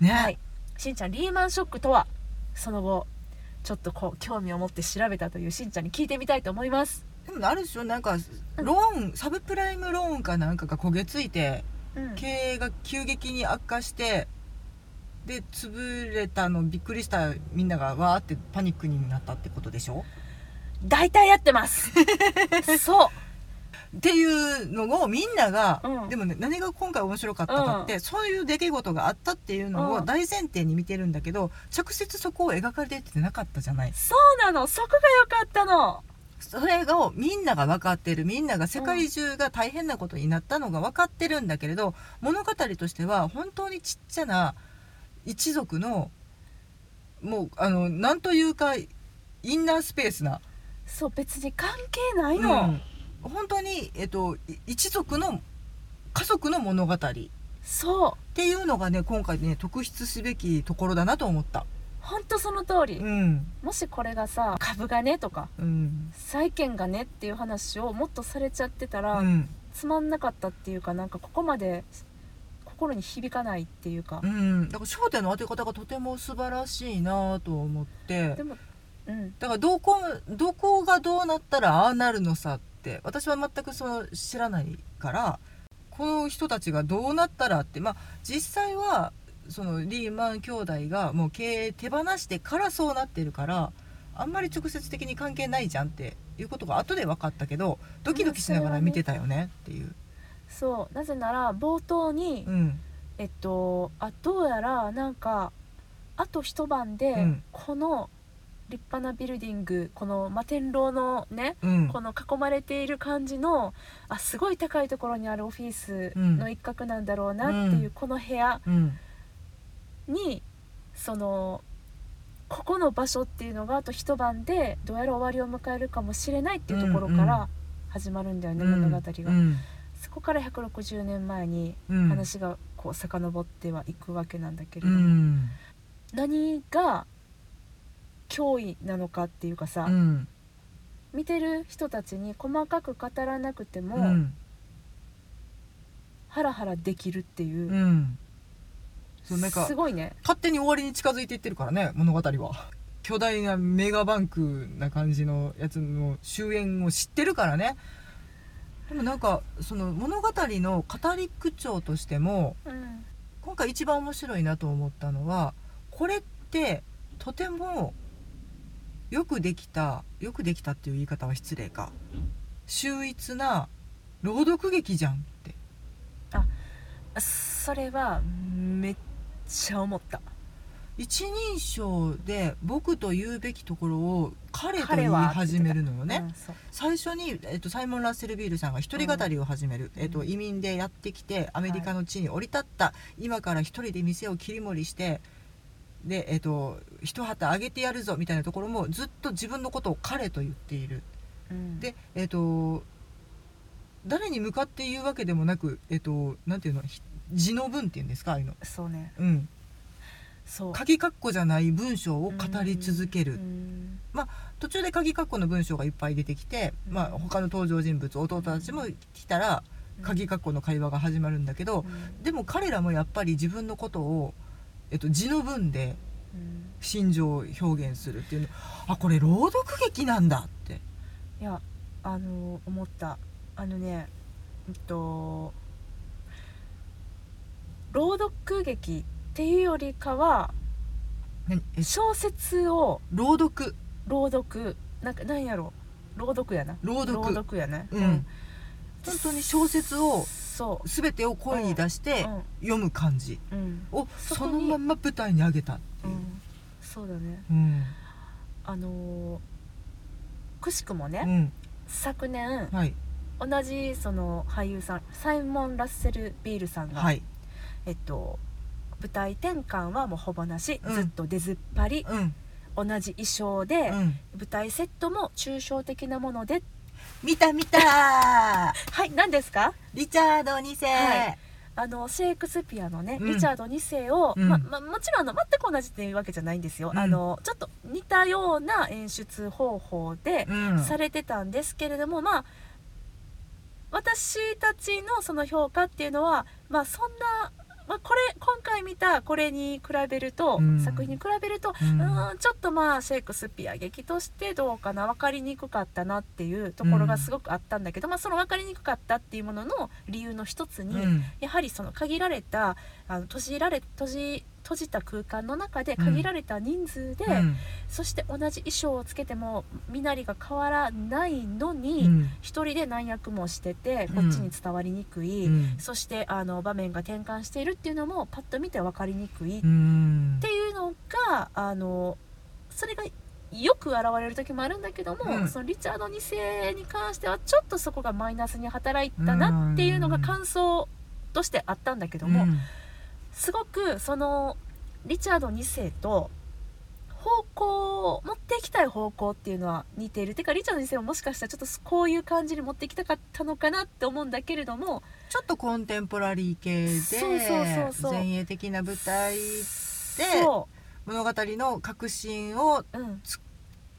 [SPEAKER 1] は
[SPEAKER 2] ね
[SPEAKER 1] い、しんちゃんリーマンショックとはその後ちょっとこう興味を持って調べたというしんちゃんに聞いてみたいと思います、
[SPEAKER 2] でもあるでしょなんか
[SPEAKER 1] うん
[SPEAKER 2] ローンサブプライムローンかなんかが焦げついて
[SPEAKER 1] うん
[SPEAKER 2] 経営が急激に悪化してで潰れたのびっくりしたみんながわーってパニックになったってことでしょ
[SPEAKER 1] 大体やってます
[SPEAKER 2] [LAUGHS]
[SPEAKER 1] そう
[SPEAKER 2] っていうのをみんなが、
[SPEAKER 1] うん
[SPEAKER 2] でもね何が今回面白かったかって、そういう出来事があったっていうの
[SPEAKER 1] う
[SPEAKER 2] を
[SPEAKER 1] ん
[SPEAKER 2] 大前提に見てるんだけど、直接そこを描かれてなかったじゃない
[SPEAKER 1] そうなのそこが良かったの
[SPEAKER 2] それをみんなが分かってるみんなが世界中が大変なことになったのが分かってるんだけれど、物語としては本当にちっちゃな一族のもうあのなんというかインナースペースな
[SPEAKER 1] そう別に関係ないの、
[SPEAKER 2] うん本当に、えっと、い一族の家族の物語っ
[SPEAKER 1] そう
[SPEAKER 2] ていうのがね今回ね特筆すべきところだなと思った
[SPEAKER 1] ほんとその通り、
[SPEAKER 2] うん
[SPEAKER 1] もしこれがさ株がねとか
[SPEAKER 2] うん
[SPEAKER 1] 債券がねっていう話をもっとされちゃってたら、
[SPEAKER 2] うん
[SPEAKER 1] つまんなかったっていうかなんかここまで心に響かないっていうか
[SPEAKER 2] う、んだから焦点の当て方がとても素晴らしいなと思って
[SPEAKER 1] でもうん
[SPEAKER 2] だからどこどこがどうなったらああなるのさって私は全くその知らないからこの人たちがどうなったらってまあ実際はそのリーマン兄弟がもう経営手放してからそうなってるからあんまり直接的に関係ないじゃんっていうことが後で分かったけどドキドキしながら見てたよねっていう。
[SPEAKER 1] そうなぜなら冒頭に
[SPEAKER 2] うん、
[SPEAKER 1] えっとあどうやらなんかあと一晩で
[SPEAKER 2] うん
[SPEAKER 1] この立派なビルディングこの摩天楼のね
[SPEAKER 2] うん
[SPEAKER 1] この囲まれている感じのあすごい高いところにあるオフィスの一角なんだろうなっていううこの部屋
[SPEAKER 2] うん
[SPEAKER 1] にそのここの場所っていうのがあと一晩でどうやら終わりを迎えるかもしれないっていうところか
[SPEAKER 2] うんう
[SPEAKER 1] ら始まるんだよね、物語が、
[SPEAKER 2] うん
[SPEAKER 1] そこから160年前に
[SPEAKER 2] うん
[SPEAKER 1] 話がこう遡ってはいくわけなんだけれ
[SPEAKER 2] う
[SPEAKER 1] ども、
[SPEAKER 2] ん
[SPEAKER 1] 何が脅威なのかっていうかさ、
[SPEAKER 2] うん
[SPEAKER 1] 見てる人たちに細かく語らなくても、
[SPEAKER 2] うん
[SPEAKER 1] ハラハラできるっていうう、
[SPEAKER 2] んそうなんか
[SPEAKER 1] すごいね
[SPEAKER 2] 勝手に終わりに近づいていってるからね物語は巨大なメガバンクな感じのやつの終焉を知ってるからねでもなんかその物語の語り口調としても
[SPEAKER 1] うん
[SPEAKER 2] 今回一番面白いなと思ったのはこれってとてもよくできたよくできたっていう言い方は失礼か秀逸な朗読劇じゃんって
[SPEAKER 1] それはめっちゃ思った
[SPEAKER 2] 一人称で僕と言うべきところを彼と言
[SPEAKER 1] 彼
[SPEAKER 2] い
[SPEAKER 1] はって言ってた
[SPEAKER 2] 始めるのよね、
[SPEAKER 1] うんそう
[SPEAKER 2] 最初に、えっと、サイモン・ラッセル・ビールさんが一人語りを始める、
[SPEAKER 1] うん
[SPEAKER 2] えっと、移民でやってきてアメリカの地に降り立った、今から一人で店を切り盛りしてで、えっと、一旗あげてやるぞみたいなところもずっと自分のことを彼と言っている
[SPEAKER 1] うん
[SPEAKER 2] で、えっと、誰に向かって言うわけでもなく、えっと、なんていうのひ字の文っていうんですかああいうの、
[SPEAKER 1] そうね
[SPEAKER 2] うん、
[SPEAKER 1] そう
[SPEAKER 2] 鍵括弧じゃない文章を語り続ける
[SPEAKER 1] うん
[SPEAKER 2] 途中で鍵括弧の文章がいっぱい出てきて、
[SPEAKER 1] うん
[SPEAKER 2] まあ、他の登場人物弟たちも来たら鍵括弧の会話が始まるんだけど
[SPEAKER 1] う、ん
[SPEAKER 2] でも彼らもやっぱり自分のことを、えっと、字の文で
[SPEAKER 1] うん
[SPEAKER 2] 心情を表現するっていうのあこれ朗読劇なんだって。
[SPEAKER 1] いやあの思ったあのねうんと朗読劇っていうよりかは
[SPEAKER 2] 何え
[SPEAKER 1] 小説を
[SPEAKER 2] 朗読
[SPEAKER 1] 朗読なんかなんやろ朗読やな
[SPEAKER 2] 朗読
[SPEAKER 1] 朗読やね
[SPEAKER 2] うん本当に小説を
[SPEAKER 1] そ
[SPEAKER 2] 全てを声に出して
[SPEAKER 1] うん
[SPEAKER 2] 読む感じ
[SPEAKER 1] ううん、
[SPEAKER 2] を
[SPEAKER 1] そ
[SPEAKER 2] そ
[SPEAKER 1] こに
[SPEAKER 2] のまんま舞台に上げたって
[SPEAKER 1] う
[SPEAKER 2] いう。
[SPEAKER 1] ん、そうだね
[SPEAKER 2] うん
[SPEAKER 1] あのーくしくも
[SPEAKER 2] う
[SPEAKER 1] ね
[SPEAKER 2] ん
[SPEAKER 1] 昨年
[SPEAKER 2] はい
[SPEAKER 1] 同じその俳優さんサイモン・ラッセル・ビールさんが、
[SPEAKER 2] はい
[SPEAKER 1] えっと、舞台転換はもうほぼなし、
[SPEAKER 2] うん
[SPEAKER 1] ずっと出ずっぱり、
[SPEAKER 2] うん
[SPEAKER 1] 同じ衣装で、
[SPEAKER 2] うん
[SPEAKER 1] 舞台セットも抽象的なもので
[SPEAKER 2] 見た見た
[SPEAKER 1] はい何ですか
[SPEAKER 2] リチャード2世、
[SPEAKER 1] はいあのシェイクスピアのね、
[SPEAKER 2] うん
[SPEAKER 1] リチャード2世を、
[SPEAKER 2] うん
[SPEAKER 1] まま、もちろんあの全く同じっていうわけじゃないんですよ、
[SPEAKER 2] うん
[SPEAKER 1] あのちょっと似たような演出方法で
[SPEAKER 2] うん
[SPEAKER 1] されてたんですけれども、まあ私たちのその評価っていうのはまあそんな、まあ、これ今回見たこれに比べると、
[SPEAKER 2] うん
[SPEAKER 1] 作品に比べると、
[SPEAKER 2] う
[SPEAKER 1] うんーんちょっとまあシェイクスピア劇としてどうかな分かりにくかったなっていうところがすごくあったんだけど、まあ、その分かりにくかったっていうものの理由の一つに、
[SPEAKER 2] うん
[SPEAKER 1] やはりその限られたあの閉じられ閉じ閉じた空間の中で
[SPEAKER 2] うん
[SPEAKER 1] 限られた人数で、
[SPEAKER 2] うん
[SPEAKER 1] そして同じ衣装をつけても身なりが変わらないのに、
[SPEAKER 2] うん
[SPEAKER 1] 一人で何役もしてて
[SPEAKER 2] う
[SPEAKER 1] こ
[SPEAKER 2] ん
[SPEAKER 1] っちに伝わりにくい、
[SPEAKER 2] うん
[SPEAKER 1] そしてあの場面が転換しているっていうのもパッと見て分かりにくいっ
[SPEAKER 2] うん
[SPEAKER 1] ていうのがあのそれがよく現れる時もあるんだけども、
[SPEAKER 2] うん
[SPEAKER 1] そのリチャード2世に関してはちょっとそこがマイナスに働いたなっていうのが感想としてあったんだけども、
[SPEAKER 2] うん
[SPEAKER 1] すごくそのリチャード2世と方向を持っていきたい方向っていうのは似ているてかリチャード2世ももしかしたらちょっとこういう感じに持っていきたかったのかなって思うんだけれども
[SPEAKER 2] ちょっとコンテンポラリー系
[SPEAKER 1] そうそうそうそ
[SPEAKER 2] で
[SPEAKER 1] う
[SPEAKER 2] 前衛的な舞台
[SPEAKER 1] そ
[SPEAKER 2] 物語の核心を
[SPEAKER 1] う、うん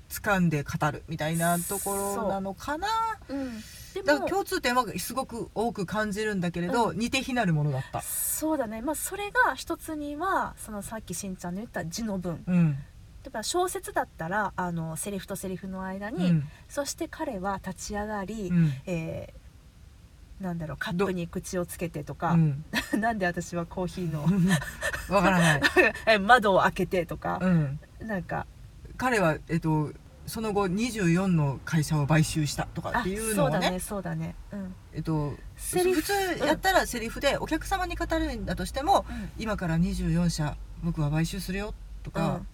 [SPEAKER 2] 掴んで語るみたいなところなのかな
[SPEAKER 1] うん、で
[SPEAKER 2] だか
[SPEAKER 1] も
[SPEAKER 2] ら共通点はすごく多く感じるんだけれど、似て非なるものだった。
[SPEAKER 1] そうだねまあそれが一つにはそのさっきしんちゃんの言った字の文
[SPEAKER 2] うん
[SPEAKER 1] だから小説だったらあのセリフとセリフの間
[SPEAKER 2] う
[SPEAKER 1] に、
[SPEAKER 2] ん
[SPEAKER 1] そして彼は立ち上がり、
[SPEAKER 2] うん
[SPEAKER 1] えーなんだろうカップに口をつけてとか
[SPEAKER 2] う、ん
[SPEAKER 1] [LAUGHS] なんで私はコーヒー [LAUGHS] の [LAUGHS]
[SPEAKER 2] わからない、
[SPEAKER 1] え窓を開けてとか、
[SPEAKER 2] うん、
[SPEAKER 1] なんか
[SPEAKER 2] 彼は、えっと、その後24の会社を買収したとかっていうのを
[SPEAKER 1] あそうだ
[SPEAKER 2] ね
[SPEAKER 1] ねそうだねうん
[SPEAKER 2] えっと、
[SPEAKER 1] セリフ
[SPEAKER 2] 普通やったらセリフでお客様に語るんだとしても、
[SPEAKER 1] うん
[SPEAKER 2] 今から24社僕は買収するよと
[SPEAKER 1] う
[SPEAKER 2] か
[SPEAKER 1] ん、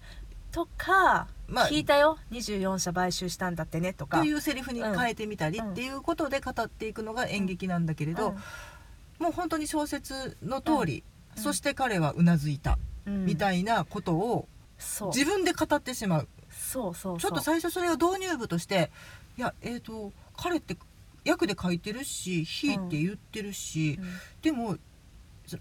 [SPEAKER 1] とか、
[SPEAKER 2] まあ
[SPEAKER 1] 聞いたよ24社買収したんだってねとか
[SPEAKER 2] というセリフに変えてみたり
[SPEAKER 1] うん
[SPEAKER 2] っていうことで語っていくのが演劇なんだけれど、
[SPEAKER 1] うん
[SPEAKER 2] もう本当に小説の通り、
[SPEAKER 1] うん
[SPEAKER 2] そして彼はうなずいた
[SPEAKER 1] うん
[SPEAKER 2] みたいなことを
[SPEAKER 1] そう
[SPEAKER 2] 自分で語ってしまう、
[SPEAKER 1] そうそう
[SPEAKER 2] ちょっと最初それを導入部としていやえっ、と彼って役で書いてるし「ひ」って言ってるし、でも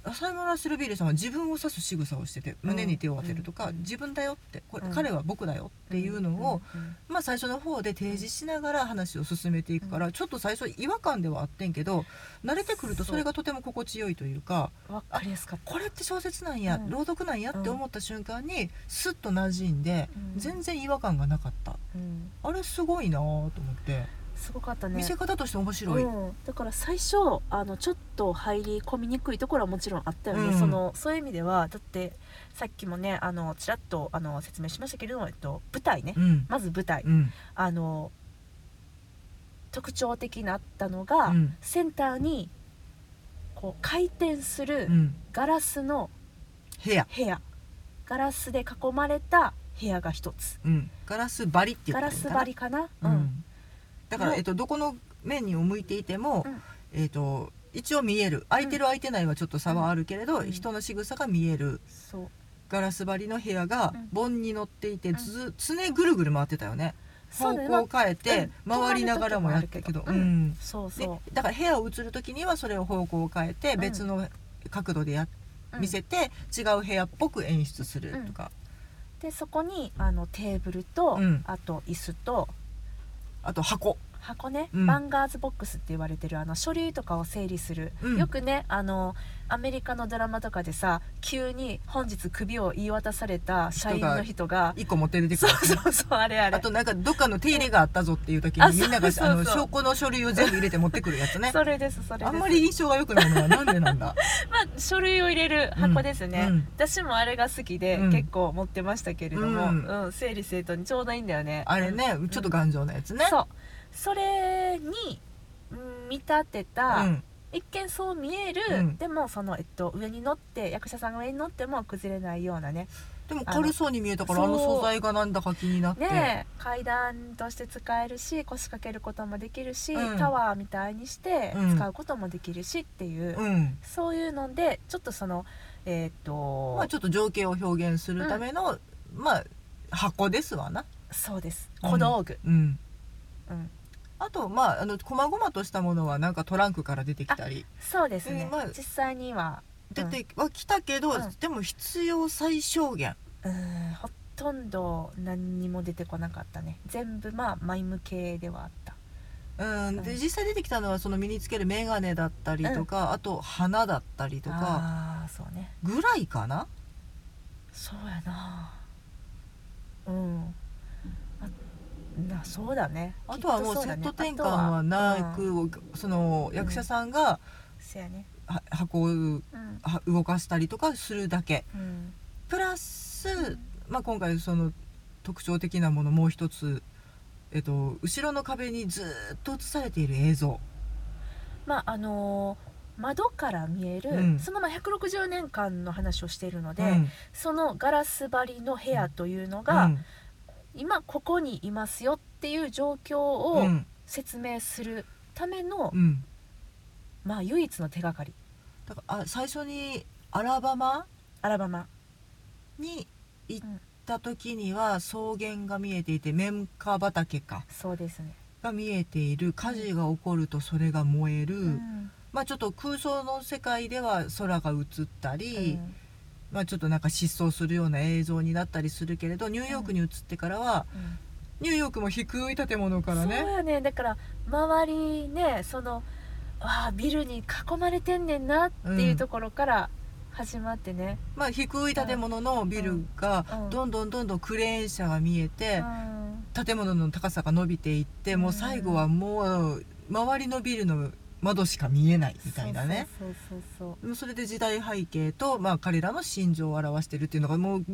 [SPEAKER 2] 浅村スルビーレさんは自分を指す仕草をしてて胸に手を当てるとか、
[SPEAKER 1] うん
[SPEAKER 2] 自分だよってこれ、
[SPEAKER 1] うん
[SPEAKER 2] 彼は僕だよっていうのを、、
[SPEAKER 1] うんうん
[SPEAKER 2] まあ、最初の方で提示しながら話を進めていくから、ちょっと最初違和感ではあってんけど慣れてくる
[SPEAKER 1] そ
[SPEAKER 2] と
[SPEAKER 1] う
[SPEAKER 2] それがとても心地よいというか
[SPEAKER 1] うんわかりやすかった
[SPEAKER 2] これって小説なんや、
[SPEAKER 1] うん
[SPEAKER 2] 朗読なんやって思った瞬間にスッと馴染んで、
[SPEAKER 1] うん
[SPEAKER 2] 全然違和感がなかった
[SPEAKER 1] うん
[SPEAKER 2] あれすごいなぁと思って、
[SPEAKER 1] すごかったね
[SPEAKER 2] 見せ方として面白い、
[SPEAKER 1] うん、だから最初あのちょっと入り込みにくいところはもちろんあったよね、
[SPEAKER 2] うん
[SPEAKER 1] そのそういう意味ではだってさっきもねあのちらっとあの説明しましたけれども、えっと、舞台ね、
[SPEAKER 2] うん
[SPEAKER 1] まず舞台、
[SPEAKER 2] うん
[SPEAKER 1] あの特徴的なったのが、
[SPEAKER 2] うん
[SPEAKER 1] センターにこう回転する
[SPEAKER 2] うん
[SPEAKER 1] ガラスの
[SPEAKER 2] 部屋、
[SPEAKER 1] 部屋ガラスで囲まれた部屋が一つ
[SPEAKER 2] うん、ガラス張りって言
[SPEAKER 1] ガラ
[SPEAKER 2] ってるん
[SPEAKER 1] ス
[SPEAKER 2] だな
[SPEAKER 1] 張りかな、
[SPEAKER 2] う
[SPEAKER 1] うん
[SPEAKER 2] ん、だから、
[SPEAKER 1] もう
[SPEAKER 2] えっと、どこの面に向いていても、
[SPEAKER 1] うん
[SPEAKER 2] えっと、一応見える空いてる空いてないはちょっと差はあるけれど、
[SPEAKER 1] うん
[SPEAKER 2] 人の仕草が見える
[SPEAKER 1] そう
[SPEAKER 2] ガラス張りの部屋が
[SPEAKER 1] うん
[SPEAKER 2] 盆に乗っていて、
[SPEAKER 1] ん
[SPEAKER 2] ず常ぐるぐる回ってたよね、
[SPEAKER 1] そうだよ
[SPEAKER 2] 方向を変えて、
[SPEAKER 1] うん
[SPEAKER 2] 回りながらもやったけ
[SPEAKER 1] 止ま
[SPEAKER 2] ど、
[SPEAKER 1] る時もあるけど
[SPEAKER 2] う
[SPEAKER 1] うんそう
[SPEAKER 2] で
[SPEAKER 1] そ
[SPEAKER 2] だから部屋を映る時にはそれを方向を変えて
[SPEAKER 1] ん
[SPEAKER 2] 別の角度でや、
[SPEAKER 1] う、うん
[SPEAKER 2] 見せて違う部屋っぽく演出するとか、
[SPEAKER 1] でそこにあのテーブルと、
[SPEAKER 2] うん
[SPEAKER 1] あと椅子と
[SPEAKER 2] あと箱、
[SPEAKER 1] 箱ね、
[SPEAKER 2] うん
[SPEAKER 1] バンガーズボックスって言われてるあの書類とかを整理する、
[SPEAKER 2] うん
[SPEAKER 1] よくねあのアメリカのドラマとかでさ急に本日首を言い渡された社員の人が
[SPEAKER 2] 一個持って出てく
[SPEAKER 1] そ
[SPEAKER 2] る
[SPEAKER 1] う
[SPEAKER 2] やつね
[SPEAKER 1] そうそうあれあれ
[SPEAKER 2] [LAUGHS] あとなんかどっかの手入れがあったぞっていう時に
[SPEAKER 1] あ
[SPEAKER 2] みんなが
[SPEAKER 1] そうそう
[SPEAKER 2] あの
[SPEAKER 1] そう
[SPEAKER 2] 証拠の書類を全部入れて持ってくるやつね。
[SPEAKER 1] それですそれです
[SPEAKER 2] あんまり印象が良くないのはなんでなんだ。
[SPEAKER 1] まあ、書類を入れる箱ですね、
[SPEAKER 2] うんうん
[SPEAKER 1] 私もあれが好きで、
[SPEAKER 2] うん
[SPEAKER 1] 結構持ってましたけれども、
[SPEAKER 2] う
[SPEAKER 1] うんん整理整頓にちょうどいいんだよね
[SPEAKER 2] あれね、ちょっと頑丈なやつね。
[SPEAKER 1] そうそれにうん見立てた、
[SPEAKER 2] うん
[SPEAKER 1] 一見そう見える、
[SPEAKER 2] うん
[SPEAKER 1] でもその、えっと、上に乗って役者さんが上に乗っても崩れないようなね
[SPEAKER 2] でも軽そうに見えたからあ
[SPEAKER 1] あの
[SPEAKER 2] の素材がなんだか気になって。
[SPEAKER 1] ねえ階段として使えるし腰掛けることもできるし、
[SPEAKER 2] うん
[SPEAKER 1] タワーみたいにして
[SPEAKER 2] うん
[SPEAKER 1] 使うこともできるしっていう、
[SPEAKER 2] うん。
[SPEAKER 1] そういうのでちょっとそのえーっと、
[SPEAKER 2] まあちょっと情景を表現するための、まあ箱ですわな。
[SPEAKER 1] そうです
[SPEAKER 2] うん
[SPEAKER 1] 小道具、
[SPEAKER 2] うん。
[SPEAKER 1] うん
[SPEAKER 2] あとまああの細々としたものはなんかトランクから出てきたり。
[SPEAKER 1] そうですね、
[SPEAKER 2] うんまあ
[SPEAKER 1] 実際には
[SPEAKER 2] 出ては来たけど、
[SPEAKER 1] うん
[SPEAKER 2] でも必要最小限。
[SPEAKER 1] うーんほとんど何にも出てこなかったね全部まあマイム系ではあった
[SPEAKER 2] うん、で
[SPEAKER 1] うん
[SPEAKER 2] 実際出てきたのはその身につける眼鏡だったりとか、あと花だったりとか
[SPEAKER 1] ああそうね
[SPEAKER 2] ぐらいかな
[SPEAKER 1] そうやなうんあなそうだね
[SPEAKER 2] あとはもう
[SPEAKER 1] きっ
[SPEAKER 2] セ
[SPEAKER 1] そだ
[SPEAKER 2] ッ
[SPEAKER 1] ね
[SPEAKER 2] ト転換はな
[SPEAKER 1] あとはうん
[SPEAKER 2] く、その役者さんが
[SPEAKER 1] せやね
[SPEAKER 2] は箱を
[SPEAKER 1] うん、
[SPEAKER 2] は動かしたりとかするだけ
[SPEAKER 1] うん、
[SPEAKER 2] プラス、まあ、今回その特徴的なものもう一つ、えっと、後ろの壁にずーっと映されている映像
[SPEAKER 1] まああのー窓から見える、
[SPEAKER 2] うん
[SPEAKER 1] そのまあ160年間の話をしているので、
[SPEAKER 2] うん
[SPEAKER 1] そのガラス張りの部屋というのが、
[SPEAKER 2] うん
[SPEAKER 1] 今ここにいますよっていう状況
[SPEAKER 2] う
[SPEAKER 1] を
[SPEAKER 2] ん
[SPEAKER 1] 説明するための、
[SPEAKER 2] うん
[SPEAKER 1] まあ唯一の手がかり
[SPEAKER 2] だからあ最初にアラバマ
[SPEAKER 1] アラバマ
[SPEAKER 2] に行った時には草原が見えていて綿花畑か
[SPEAKER 1] そうですね、
[SPEAKER 2] が見えている火事が起こるとそれが燃える、
[SPEAKER 1] うん
[SPEAKER 2] まあちょっと空想の世界では空が映った
[SPEAKER 1] う
[SPEAKER 2] り、
[SPEAKER 1] ん
[SPEAKER 2] まあちょっとなんか疾走するような映像になったりするけれどニューヨークに移ってからは、
[SPEAKER 1] うん
[SPEAKER 2] ニューヨークも低い建物か
[SPEAKER 1] そ
[SPEAKER 2] ら
[SPEAKER 1] う
[SPEAKER 2] ね
[SPEAKER 1] やねだから周りねそのああビルに囲まれてんねんなっていうところから始まってね、
[SPEAKER 2] まあ低い建物のビルが
[SPEAKER 1] うん
[SPEAKER 2] どんどんどんどんクレーン車が見え
[SPEAKER 1] う、
[SPEAKER 2] て
[SPEAKER 1] ん
[SPEAKER 2] 建物の高さが伸びていって、もう最後はもう周りのビルの窓しか見えないみたいなね。
[SPEAKER 1] そうそうそう
[SPEAKER 2] もうそれで時代背景と、まあ、彼らの心情を表してるっていうのがもう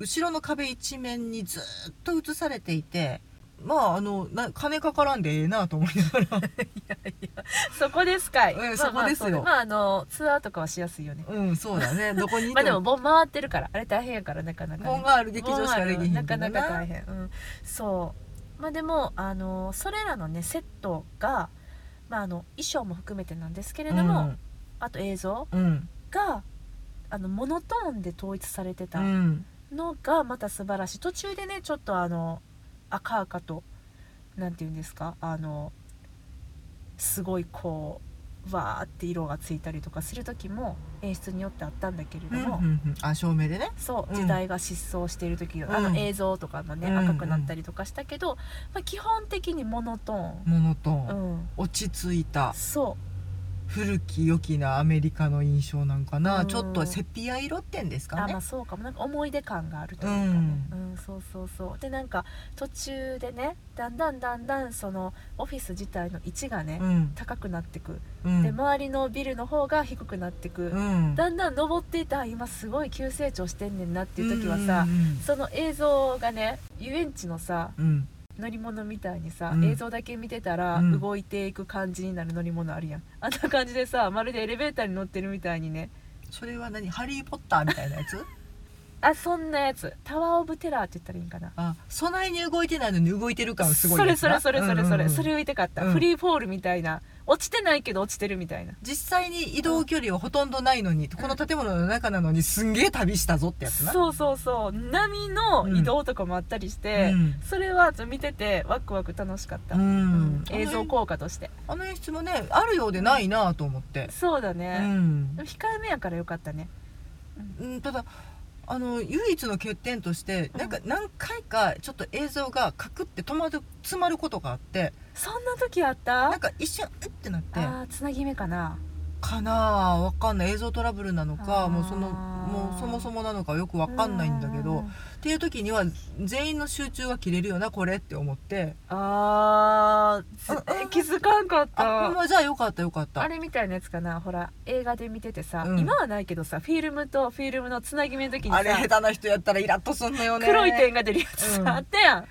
[SPEAKER 2] 後ろの壁一面にずっと映されていてまああのな金かからんでええなと思いなが
[SPEAKER 1] [LAUGHS]
[SPEAKER 2] ら
[SPEAKER 1] そこですかい、
[SPEAKER 2] うん
[SPEAKER 1] まあまあ
[SPEAKER 2] そこですよ
[SPEAKER 1] うだまああのツアーとかはしやすいよね
[SPEAKER 2] うんそうだねどこにい
[SPEAKER 1] まあ
[SPEAKER 2] て
[SPEAKER 1] でも
[SPEAKER 2] も
[SPEAKER 1] 盆回ってるからあれ大変やからなかなかね、
[SPEAKER 2] 本がある劇場しかできへんけど
[SPEAKER 1] なかなか大変、うん、そうまあでもあのそれらのねセットが、まあ、あの衣装も含めてなんですけれども、あと映像
[SPEAKER 2] うんうん
[SPEAKER 1] があのモノトーンで統一されてた
[SPEAKER 2] うん
[SPEAKER 1] のがまた素晴らしい途中でねちょっとあの赤々となんていうんですかあのすごいこうわーって色がついたりとかする時も演出によってあったんだけれ
[SPEAKER 2] う
[SPEAKER 1] ど
[SPEAKER 2] んう
[SPEAKER 1] も、
[SPEAKER 2] んうんあ照明でね
[SPEAKER 1] そう
[SPEAKER 2] うん
[SPEAKER 1] 時代が失踪している時、
[SPEAKER 2] ん
[SPEAKER 1] あの映像とかもね、
[SPEAKER 2] うん
[SPEAKER 1] 赤くなったりとかしたけど、まあ、基本的にモノトーン、
[SPEAKER 2] モノトー
[SPEAKER 1] う
[SPEAKER 2] ン、
[SPEAKER 1] ん
[SPEAKER 2] 落ち着いた
[SPEAKER 1] そ
[SPEAKER 2] 古き良きなアメリカの印象なんかな、
[SPEAKER 1] うん
[SPEAKER 2] ちょっとセピア色ってんです
[SPEAKER 1] う
[SPEAKER 2] か
[SPEAKER 1] あ
[SPEAKER 2] ね
[SPEAKER 1] まあそうかもなんか思い出感があるというかね、うんそうそうそうでなんか途中でねだんだんだんだんそのオフィス自体の位置がね、
[SPEAKER 2] うん
[SPEAKER 1] 高くなってく、
[SPEAKER 2] うん
[SPEAKER 1] で周りのビルの方が低くなってく、
[SPEAKER 2] うん
[SPEAKER 1] だんだん登っていた今すごい急成長してんねんなっていう時は
[SPEAKER 2] う
[SPEAKER 1] さ、
[SPEAKER 2] ん
[SPEAKER 1] その映像がね遊園地のさ
[SPEAKER 2] うん
[SPEAKER 1] 乗り物みたいにさ、
[SPEAKER 2] うん
[SPEAKER 1] 映像だけ見てたら
[SPEAKER 2] うん
[SPEAKER 1] 動いていく感じになる乗り物あるやん、あんな感じでさまるでエレベーターに乗ってるみたいにね
[SPEAKER 2] それは何ハリー・ポッターみたいなやつ
[SPEAKER 1] あそんなやつタワー・オブ・テラーって言ったらいいんかな
[SPEAKER 2] あ備えに動いてないのに動いてる感すごい
[SPEAKER 1] そ
[SPEAKER 2] や
[SPEAKER 1] れ
[SPEAKER 2] つ
[SPEAKER 1] それ
[SPEAKER 2] な
[SPEAKER 1] それそれそれ、
[SPEAKER 2] うんうんうん
[SPEAKER 1] それを言いたかった、
[SPEAKER 2] うん
[SPEAKER 1] フリーフォールみたいな落ちてないけど落ちてるみたいな
[SPEAKER 2] 実際に移動距離はほとんどないのに、この建物の中なのにすんげえ旅したぞってやつな
[SPEAKER 1] そうそうそう波の移動とかもあったりして、
[SPEAKER 2] うん
[SPEAKER 1] それはちょっと見ててワクワク楽しかった、
[SPEAKER 2] うん
[SPEAKER 1] うん映
[SPEAKER 2] あ
[SPEAKER 1] 像
[SPEAKER 2] の
[SPEAKER 1] 効果として
[SPEAKER 2] あの演出もねあるようでないなと思って、
[SPEAKER 1] そうだ
[SPEAKER 2] う
[SPEAKER 1] ね、
[SPEAKER 2] ん
[SPEAKER 1] でも控えめやからよかったね
[SPEAKER 2] うん、ただあの唯一の欠点として
[SPEAKER 1] うん
[SPEAKER 2] なんか何回かちょっと映像がカクって止まる詰まることがあって
[SPEAKER 1] そんな時あった
[SPEAKER 2] なんか一瞬うってなって
[SPEAKER 1] あーつなぎ目かな
[SPEAKER 2] かなあわかんない映像トラブルなの
[SPEAKER 1] あー
[SPEAKER 2] かもうそのもうそもそもなのかよくわかんないんだけ
[SPEAKER 1] う
[SPEAKER 2] ど
[SPEAKER 1] ん
[SPEAKER 2] っていう時には全員の集中が切れるよなこれって思って
[SPEAKER 1] あー
[SPEAKER 2] うんうん
[SPEAKER 1] ぜ気づかんかっ
[SPEAKER 2] あほん
[SPEAKER 1] た
[SPEAKER 2] まじゃあよかったよかっ
[SPEAKER 1] あ
[SPEAKER 2] た
[SPEAKER 1] れみたいなやつかなほら映画で見ててさ、
[SPEAKER 2] うん
[SPEAKER 1] 今はないけどさフィルムとフィルムのつなぎ目の時にさ
[SPEAKER 2] あれ下手な人やったらイラッとすんのよね
[SPEAKER 1] 黒い点が出るやつさ、
[SPEAKER 2] うん
[SPEAKER 1] あったやん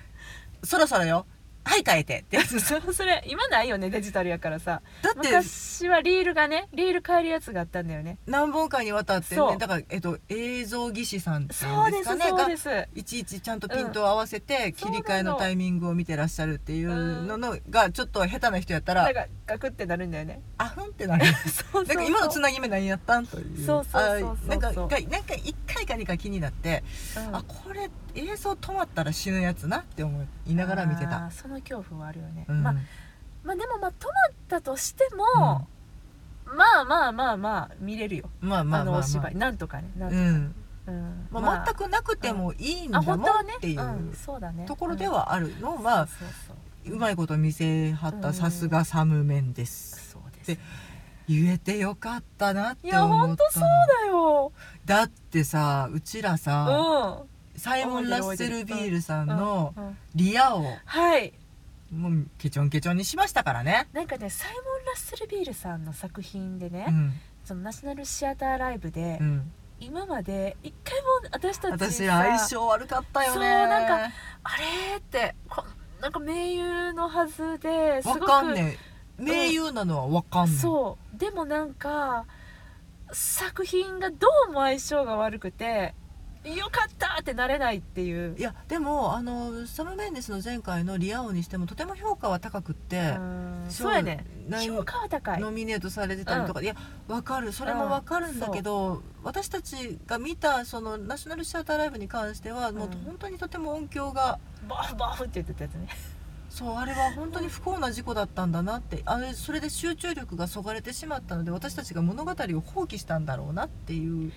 [SPEAKER 2] そろそろよはい変えてってやつだ
[SPEAKER 1] そそれ今ないよねデジタルやからさ
[SPEAKER 2] って
[SPEAKER 1] 昔はリールがねリール変えるやつがあったんだよね
[SPEAKER 2] 何本かにわたって
[SPEAKER 1] そ
[SPEAKER 2] ね
[SPEAKER 1] う
[SPEAKER 2] だから、えっと、映像技師さんってい
[SPEAKER 1] そううん
[SPEAKER 2] で
[SPEAKER 1] です
[SPEAKER 2] か
[SPEAKER 1] す
[SPEAKER 2] ね
[SPEAKER 1] そう
[SPEAKER 2] が
[SPEAKER 1] です
[SPEAKER 2] いちいちちゃんとピントを合わせて
[SPEAKER 1] そうな
[SPEAKER 2] 切
[SPEAKER 1] の
[SPEAKER 2] り替えのタイミングを見てらっしゃるっていうののがちょっと下手な人やったら
[SPEAKER 1] なんかガクってなるんだよね
[SPEAKER 2] [LAUGHS] あふんってなる
[SPEAKER 1] そうそう
[SPEAKER 2] なんか今のつなぎ目何やったんという
[SPEAKER 1] そうそうそうそう
[SPEAKER 2] あなんかがなんか1回か2回気になって、
[SPEAKER 1] うん
[SPEAKER 2] あこれ映像止まったら死ぬやつなって思いながら見て
[SPEAKER 1] あ
[SPEAKER 2] た
[SPEAKER 1] ーその恐怖はあるよね、
[SPEAKER 2] うん
[SPEAKER 1] まあまあでもまあ止まったとしても、まあまあまあまあ見れるよ、
[SPEAKER 2] まあまあまあ、ま
[SPEAKER 1] あのお芝居なんとかねなん
[SPEAKER 2] う
[SPEAKER 1] とか、
[SPEAKER 2] ん
[SPEAKER 1] うん
[SPEAKER 2] まあ
[SPEAKER 1] まあ
[SPEAKER 2] 全くなくてもいいんだ
[SPEAKER 1] あ
[SPEAKER 2] も
[SPEAKER 1] 本
[SPEAKER 2] ん
[SPEAKER 1] 当はね
[SPEAKER 2] っていう
[SPEAKER 1] うん、そうだね
[SPEAKER 2] ところで、はあるの
[SPEAKER 1] う
[SPEAKER 2] まあ
[SPEAKER 1] んそうそう
[SPEAKER 2] うまいこと見せはっ
[SPEAKER 1] うん
[SPEAKER 2] たさすがサムメンです
[SPEAKER 1] そうですね
[SPEAKER 2] で言えてよかったなっ
[SPEAKER 1] い
[SPEAKER 2] て
[SPEAKER 1] や
[SPEAKER 2] 思
[SPEAKER 1] 本
[SPEAKER 2] っ
[SPEAKER 1] 当
[SPEAKER 2] た
[SPEAKER 1] そ
[SPEAKER 2] そう
[SPEAKER 1] だ
[SPEAKER 2] う
[SPEAKER 1] よ
[SPEAKER 2] だってさうちら
[SPEAKER 1] う
[SPEAKER 2] さ、
[SPEAKER 1] ん
[SPEAKER 2] サイモン・ラッセル・ビールさんの
[SPEAKER 1] うん
[SPEAKER 2] 「リア」を
[SPEAKER 1] はい
[SPEAKER 2] もうケチョンケチョンにしましたからね、
[SPEAKER 1] なんかねサイモン・ラッセル・ビールさんの作品でね、
[SPEAKER 2] うん
[SPEAKER 1] そのナショナルシアターライブで、
[SPEAKER 2] うん、今
[SPEAKER 1] 今まで一回も私たち
[SPEAKER 2] 私
[SPEAKER 1] さ
[SPEAKER 2] ら相性悪かったよね
[SPEAKER 1] そうなんあれってこなんか盟友のはずですご
[SPEAKER 2] わ
[SPEAKER 1] く
[SPEAKER 2] かんねえ名優なのはわかんねえ、
[SPEAKER 1] そうでもなんか作品がどうも相性が悪くてよかったってなれないっていう
[SPEAKER 2] いやでもあのサム・メンデスの前回の「リア王」にしてもとても評価は高くって
[SPEAKER 1] う、んそうやね
[SPEAKER 2] なん
[SPEAKER 1] 評価は高い
[SPEAKER 2] ノミネートされてたりとか、いやわかるそれもわかるんだけど、私たちが見たそのナショナルシアターライブに関しては、もう本当にとても音響が
[SPEAKER 1] バフバフって言ってたやつね
[SPEAKER 2] そうあれは本当に不幸な事故だったんだなってあれそれで集中力がそがれてしまったので私たちが物語を放棄したんだろうなっていう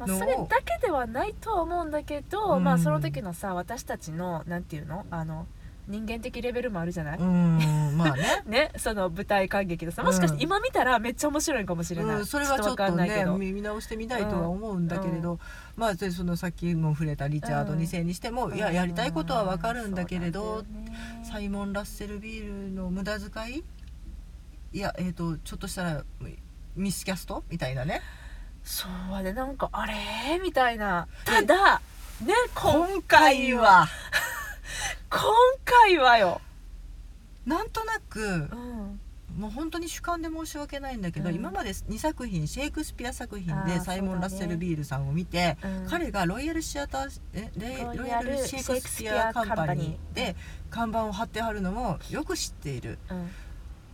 [SPEAKER 1] まあ、
[SPEAKER 2] のを
[SPEAKER 1] それだけではないとは思うんだけど、
[SPEAKER 2] うん
[SPEAKER 1] まあその時のさ私たちのなんていうのあの人間的レベルもあるじゃない、
[SPEAKER 2] うーんま
[SPEAKER 1] [LAUGHS]
[SPEAKER 2] あね
[SPEAKER 1] ねその舞台観劇でさもしかして今見たらめっちゃ面白いかもしれない、
[SPEAKER 2] うん、それはちょっ
[SPEAKER 1] わ
[SPEAKER 2] と
[SPEAKER 1] かんないけ
[SPEAKER 2] ね
[SPEAKER 1] ど
[SPEAKER 2] 見見直してみたいとは思うんだけれど、まあでそのさっきも触れたリチャード
[SPEAKER 1] うん
[SPEAKER 2] 2世にしても、いややりたいことはわかるんだけれど、サ
[SPEAKER 1] 最
[SPEAKER 2] イモン・ラッセルビールの無駄遣いいやえっ、とちょっとしたらミスキャストみたいなね
[SPEAKER 1] そうやねなんかあれみたいなただね今
[SPEAKER 2] 今回は
[SPEAKER 1] 今回はよ、
[SPEAKER 2] なんとなく
[SPEAKER 1] うん、
[SPEAKER 2] もう本当に主観で申し訳ないんだけど、
[SPEAKER 1] うん
[SPEAKER 2] 今まで2作品シェイクスピア作品
[SPEAKER 1] あ
[SPEAKER 2] で
[SPEAKER 1] ー
[SPEAKER 2] サイモ
[SPEAKER 1] そ
[SPEAKER 2] ン・
[SPEAKER 1] うだ
[SPEAKER 2] ラッ
[SPEAKER 1] ね
[SPEAKER 2] セル・ビールさんを見て、
[SPEAKER 1] うん
[SPEAKER 2] 彼がロイヤルシアターえレイロ
[SPEAKER 1] ロ
[SPEAKER 2] イ
[SPEAKER 1] イ
[SPEAKER 2] ヤ
[SPEAKER 1] ヤ
[SPEAKER 2] ル
[SPEAKER 1] ル
[SPEAKER 2] シェイクスピアカンパ
[SPEAKER 1] シェイクスピアカ
[SPEAKER 2] ニー
[SPEAKER 1] ンパニー
[SPEAKER 2] で看板を張ってはるのもよく知っている
[SPEAKER 1] うん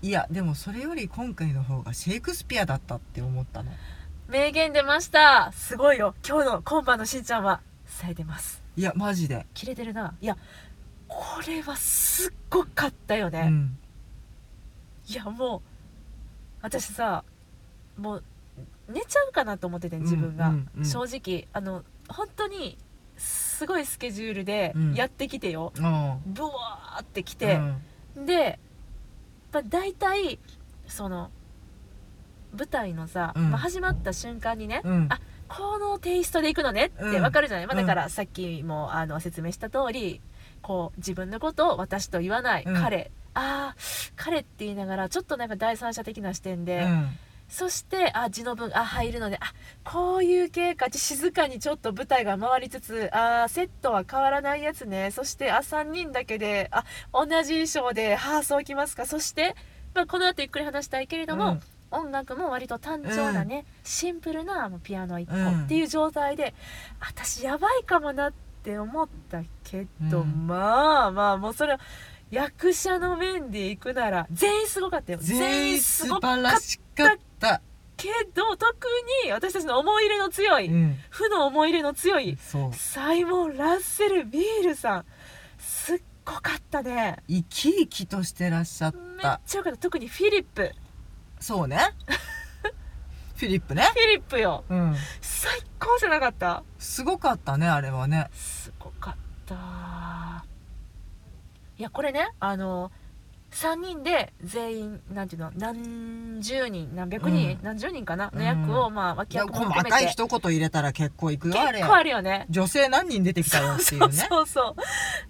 [SPEAKER 2] いやでもそれより今回の方がシェイクスピアだったって思ったの
[SPEAKER 1] 名言出ましたすごいよ今日の今晩のしんちゃんは冴えてます
[SPEAKER 2] いやマジで、
[SPEAKER 1] 切れてるないやこれはすっごかったよ
[SPEAKER 2] う
[SPEAKER 1] ね、
[SPEAKER 2] ん、
[SPEAKER 1] いやもう私さもう寝ちゃうかなと思ってて自分が、
[SPEAKER 2] うんうんうん
[SPEAKER 1] 正直あの本当にすごいスケジュールで
[SPEAKER 2] うん
[SPEAKER 1] やってきてよ、
[SPEAKER 2] うん
[SPEAKER 1] ブワーってき
[SPEAKER 2] う
[SPEAKER 1] て、
[SPEAKER 2] ん
[SPEAKER 1] で、まあ、大体その舞台のさ、
[SPEAKER 2] うん
[SPEAKER 1] まあ、始まった瞬間にね、
[SPEAKER 2] うん
[SPEAKER 1] あこのテイストでいくのねって
[SPEAKER 2] うん
[SPEAKER 1] わかるじゃない、まあ、
[SPEAKER 2] う
[SPEAKER 1] だ
[SPEAKER 2] ん
[SPEAKER 1] からさっきもあの説明した通りこう自分のことを私と言わない、
[SPEAKER 2] うん
[SPEAKER 1] 彼あー彼って言いながらちょっとなんか第三者的な視点で、
[SPEAKER 2] うん
[SPEAKER 1] そしてあ字の文あ入るのであこういう経過静かにちょっと舞台が回りつつあーセットは変わらないやつねそしてあ3人だけであ同じ衣装ではあそうきますかそして、まあ、この後ゆっくり話したいけれども、
[SPEAKER 2] うん
[SPEAKER 1] 音楽も割と単調なね、シンプルなもうピアノ一
[SPEAKER 2] うん
[SPEAKER 1] 個っていう状態で、私やばいかもなって思ったけど、
[SPEAKER 2] うん
[SPEAKER 1] まあまあもうそれは役者の面で行くなら全員すごかったよ
[SPEAKER 2] 全員
[SPEAKER 1] す
[SPEAKER 2] 素
[SPEAKER 1] ご
[SPEAKER 2] 晴らしかった、
[SPEAKER 1] けど特に私たちの思い入れの強い、
[SPEAKER 2] うん、
[SPEAKER 1] 負の思い入れの強い
[SPEAKER 2] そう
[SPEAKER 1] サイモン・ラッセル・ビールさんすっごかったね
[SPEAKER 2] 生き生きとしてらっしゃっ
[SPEAKER 1] めったちゃよかった特にフィリップ
[SPEAKER 2] そ
[SPEAKER 1] [LAUGHS]
[SPEAKER 2] うねフィリップね
[SPEAKER 1] フィリップよ
[SPEAKER 2] うん
[SPEAKER 1] 最高じゃなかった
[SPEAKER 2] すごかったねあれはね
[SPEAKER 1] すごかったいやこれねあの3人で全員なんていうの何十人何百人、
[SPEAKER 2] うん
[SPEAKER 1] 何十人かな
[SPEAKER 2] うん
[SPEAKER 1] の役を、まあ脇
[SPEAKER 2] いや
[SPEAKER 1] 役も
[SPEAKER 2] 細
[SPEAKER 1] 含め
[SPEAKER 2] かい
[SPEAKER 1] て
[SPEAKER 2] 一言入れたら結構いく
[SPEAKER 1] 結
[SPEAKER 2] よあれ
[SPEAKER 1] 構あるよね
[SPEAKER 2] 女性何人出てきたよっていう
[SPEAKER 1] [LAUGHS] そう
[SPEAKER 2] ね
[SPEAKER 1] そうそ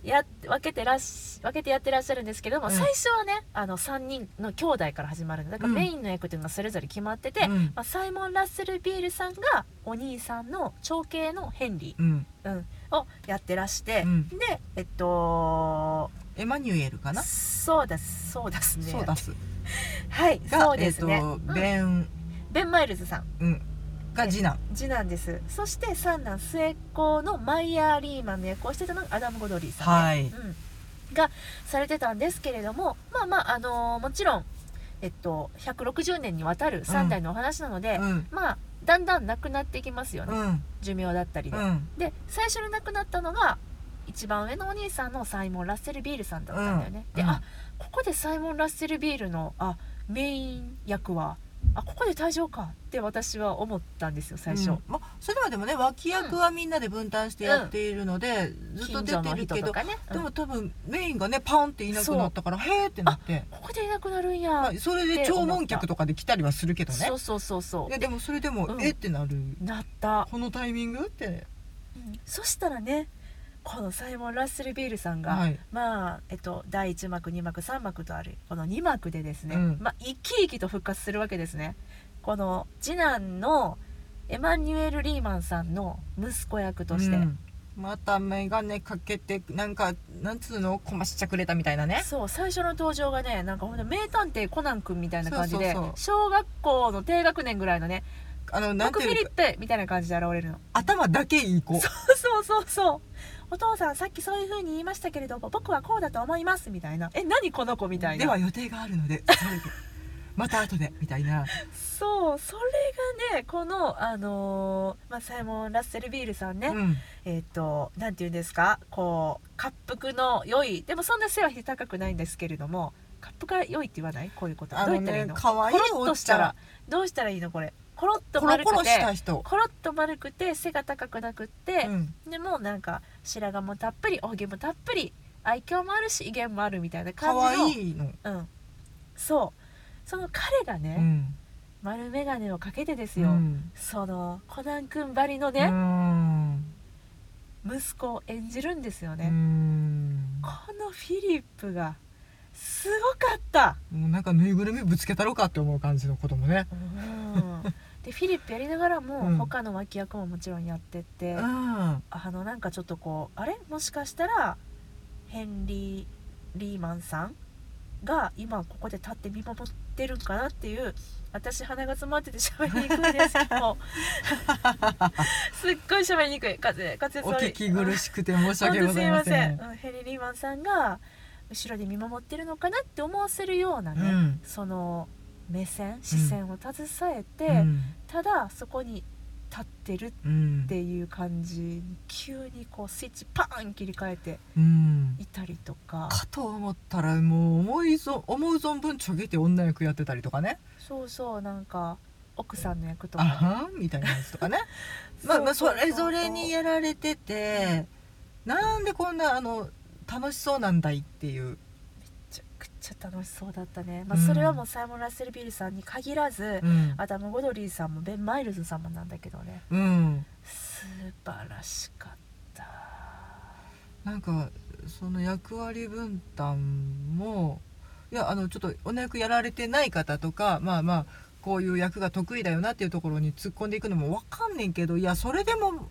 [SPEAKER 1] うや分けてらっし分けてやってらっしゃるんですけども、
[SPEAKER 2] うん
[SPEAKER 1] 最初はねあの3人の兄弟から始まるのだから
[SPEAKER 2] うん
[SPEAKER 1] メインの役っていうのがそれぞれ決まってて、
[SPEAKER 2] うん
[SPEAKER 1] まあ、サイモン・ラッセル・ビールさんがお兄さんの長兄のヘンリ
[SPEAKER 2] うん
[SPEAKER 1] ー、うん、をやってらして、
[SPEAKER 2] うん
[SPEAKER 1] でえっと
[SPEAKER 2] エマニュエルかな
[SPEAKER 1] そうですそうですね
[SPEAKER 2] そうだす
[SPEAKER 1] はい
[SPEAKER 2] が
[SPEAKER 1] そうですね、
[SPEAKER 2] えっ
[SPEAKER 1] う
[SPEAKER 2] と
[SPEAKER 1] ん
[SPEAKER 2] ベン
[SPEAKER 1] ベン・マイルズさん
[SPEAKER 2] うんが次男
[SPEAKER 1] 次男ですそして三男末っ子のマイヤー・リーマンの役をしてたのがアダム・ゴドリーさんで、
[SPEAKER 2] はい
[SPEAKER 1] うん、がされてたんですけれどもまあまあ、あのーもちろん、えっと、160年にわたる3代のお話なので、
[SPEAKER 2] うん
[SPEAKER 1] まあだんだんなくなっていきますよ
[SPEAKER 2] う
[SPEAKER 1] ね、
[SPEAKER 2] ん
[SPEAKER 1] 寿命だったりで、
[SPEAKER 2] うん
[SPEAKER 1] で最初に亡くなったのが一番上のお兄さんのサイモン・ラッセル・ビールさんだったんだよね、
[SPEAKER 2] うん
[SPEAKER 1] で、
[SPEAKER 2] うん
[SPEAKER 1] あここでサイモン・ラッセル・ビールのあメイン役はあここで退場かって私は思ったんですよ最初、
[SPEAKER 2] うんまあそれはでもね脇役はみんなで分担してやっているのでずっ
[SPEAKER 1] 近
[SPEAKER 2] と出
[SPEAKER 1] 所
[SPEAKER 2] て
[SPEAKER 1] の
[SPEAKER 2] る
[SPEAKER 1] 人
[SPEAKER 2] けど
[SPEAKER 1] とかね、
[SPEAKER 2] で
[SPEAKER 1] うん
[SPEAKER 2] も多分メインがねパンっていなくなったからへーってなって
[SPEAKER 1] ここでいなくなるんや、
[SPEAKER 2] まあそれで
[SPEAKER 1] って思
[SPEAKER 2] 弔
[SPEAKER 1] った
[SPEAKER 2] 問客とかで来たりはするけどね
[SPEAKER 1] そうそうそうそ
[SPEAKER 2] いやでもそれでも、
[SPEAKER 1] うん
[SPEAKER 2] えってなる
[SPEAKER 1] うなった、
[SPEAKER 2] このタイミングって
[SPEAKER 1] そしたらねこのサイモン・ラッセル・ビールさんが、
[SPEAKER 2] はい
[SPEAKER 1] まあえっと第1幕2幕3幕とあるこの2幕でですね、
[SPEAKER 2] うん
[SPEAKER 1] まあ、生き生きと復活するわけですねこの次男のエマニュエル・リーマンさんの息子役として、
[SPEAKER 2] うんまた眼鏡かけてなんかなんつうのこましちゃくれたみたいなね
[SPEAKER 1] そう最初の登場がねなんかほんと名探偵コナン君みたいな感じで
[SPEAKER 2] そうそう
[SPEAKER 1] 小学校の低学年ぐらいのね
[SPEAKER 2] あのなん
[SPEAKER 1] 僕
[SPEAKER 2] て
[SPEAKER 1] フィ
[SPEAKER 2] い
[SPEAKER 1] リ
[SPEAKER 2] うか
[SPEAKER 1] ップみたいな感じで現れるの [LAUGHS]
[SPEAKER 2] 頭だけいい子
[SPEAKER 1] そうそうそうお父さんさっきそういう風に言いましたけれども僕はこうだと思いますみたいなえ何この子みたいな
[SPEAKER 2] では予定があるのでそれでまた後でみたいな
[SPEAKER 1] そうそれがねこのあのーまあ、サイモン・ラッセル・ビールさんね、
[SPEAKER 2] うん
[SPEAKER 1] [LAUGHS] えっ、となんて言うんですかこう恰幅の良いでもそんな背は高くないんですけれども恰幅が良いって言わないこういうこと
[SPEAKER 2] あ
[SPEAKER 1] どう
[SPEAKER 2] の
[SPEAKER 1] 言ったらいい
[SPEAKER 2] ね
[SPEAKER 1] の
[SPEAKER 2] 可愛
[SPEAKER 1] コ
[SPEAKER 2] い
[SPEAKER 1] ロッ
[SPEAKER 2] お
[SPEAKER 1] と
[SPEAKER 2] っ
[SPEAKER 1] し
[SPEAKER 2] ちゃ
[SPEAKER 1] た
[SPEAKER 2] ん
[SPEAKER 1] らどうしたらいいのこれコロッと
[SPEAKER 2] コロ
[SPEAKER 1] 丸
[SPEAKER 2] コ
[SPEAKER 1] く
[SPEAKER 2] ロ
[SPEAKER 1] て
[SPEAKER 2] した人
[SPEAKER 1] コロッと丸くて背が高くなくって、
[SPEAKER 2] うん
[SPEAKER 1] でもうなんか白髪もたっぷりおひげもたっぷり愛嬌もあるし威厳もあるみたいな感じの
[SPEAKER 2] 可愛いの
[SPEAKER 1] うん、そうその彼が
[SPEAKER 2] う
[SPEAKER 1] ね、
[SPEAKER 2] ん
[SPEAKER 1] 丸眼鏡をかけてです
[SPEAKER 2] う
[SPEAKER 1] よ、
[SPEAKER 2] ん
[SPEAKER 1] そのコナン君ばりの
[SPEAKER 2] う
[SPEAKER 1] ね、
[SPEAKER 2] ん
[SPEAKER 1] 息子を演じるんですよ
[SPEAKER 2] う
[SPEAKER 1] ね、
[SPEAKER 2] ん
[SPEAKER 1] このフィリップがすごかった、
[SPEAKER 2] もうなんかぬいぐるみぶつけたろかって思う感じの子供ね
[SPEAKER 1] うん、でフィリップやりながらも、
[SPEAKER 2] うん
[SPEAKER 1] 他の脇役ももちろんやってって、
[SPEAKER 2] うん
[SPEAKER 1] あのなんかちょっとこうあれもしかしたらヘンリー・リーマンさんが今ここで立って見守ってるんかなっていう私鼻が詰まってて喋りにくいですけ
[SPEAKER 2] [LAUGHS]
[SPEAKER 1] どすっごい喋りにくい風滑舌
[SPEAKER 2] お
[SPEAKER 1] 悪い
[SPEAKER 2] 聞き苦しくて申し訳ございま
[SPEAKER 1] 本当
[SPEAKER 2] せ
[SPEAKER 1] すいま
[SPEAKER 2] ん。
[SPEAKER 1] せん、うん、ヘンリー・リーマンさんが後ろで見守ってるのかなって思わせるようなね、
[SPEAKER 2] うん
[SPEAKER 1] その目線視線を携えて、
[SPEAKER 2] うん
[SPEAKER 1] ただそこに立ってる
[SPEAKER 2] うん
[SPEAKER 1] っていう感じに急にこうスイッチパーン切り替えて
[SPEAKER 2] うん
[SPEAKER 1] いたりとか
[SPEAKER 2] かと思ったらもう思いぞ思う存分ちょげて女役やってたりとかね
[SPEAKER 1] そうそうなんか奥さんの役と
[SPEAKER 2] あ
[SPEAKER 1] か
[SPEAKER 2] はんみたいなやつとか [LAUGHS] ねまあまあそれぞれに
[SPEAKER 1] や
[SPEAKER 2] やられててなんでこんなあの楽しそうなんだいっていう
[SPEAKER 1] めちゃくちゃ楽しそうだったね、まあ、
[SPEAKER 2] うん
[SPEAKER 1] それはもうサイモン・ラッセル・ビールさんに限らず、
[SPEAKER 2] うん、
[SPEAKER 1] アダム・ゴドリーさんもベン・マイルズさんもなんだけどね
[SPEAKER 2] うん、
[SPEAKER 1] 素晴らしかった
[SPEAKER 2] なんかその役割分担もいやあのちょっと女役やられてない方とかまあまあこういう役が得意だよなっていうところに突っ込んでいくのもわかんねんけどいやそれでも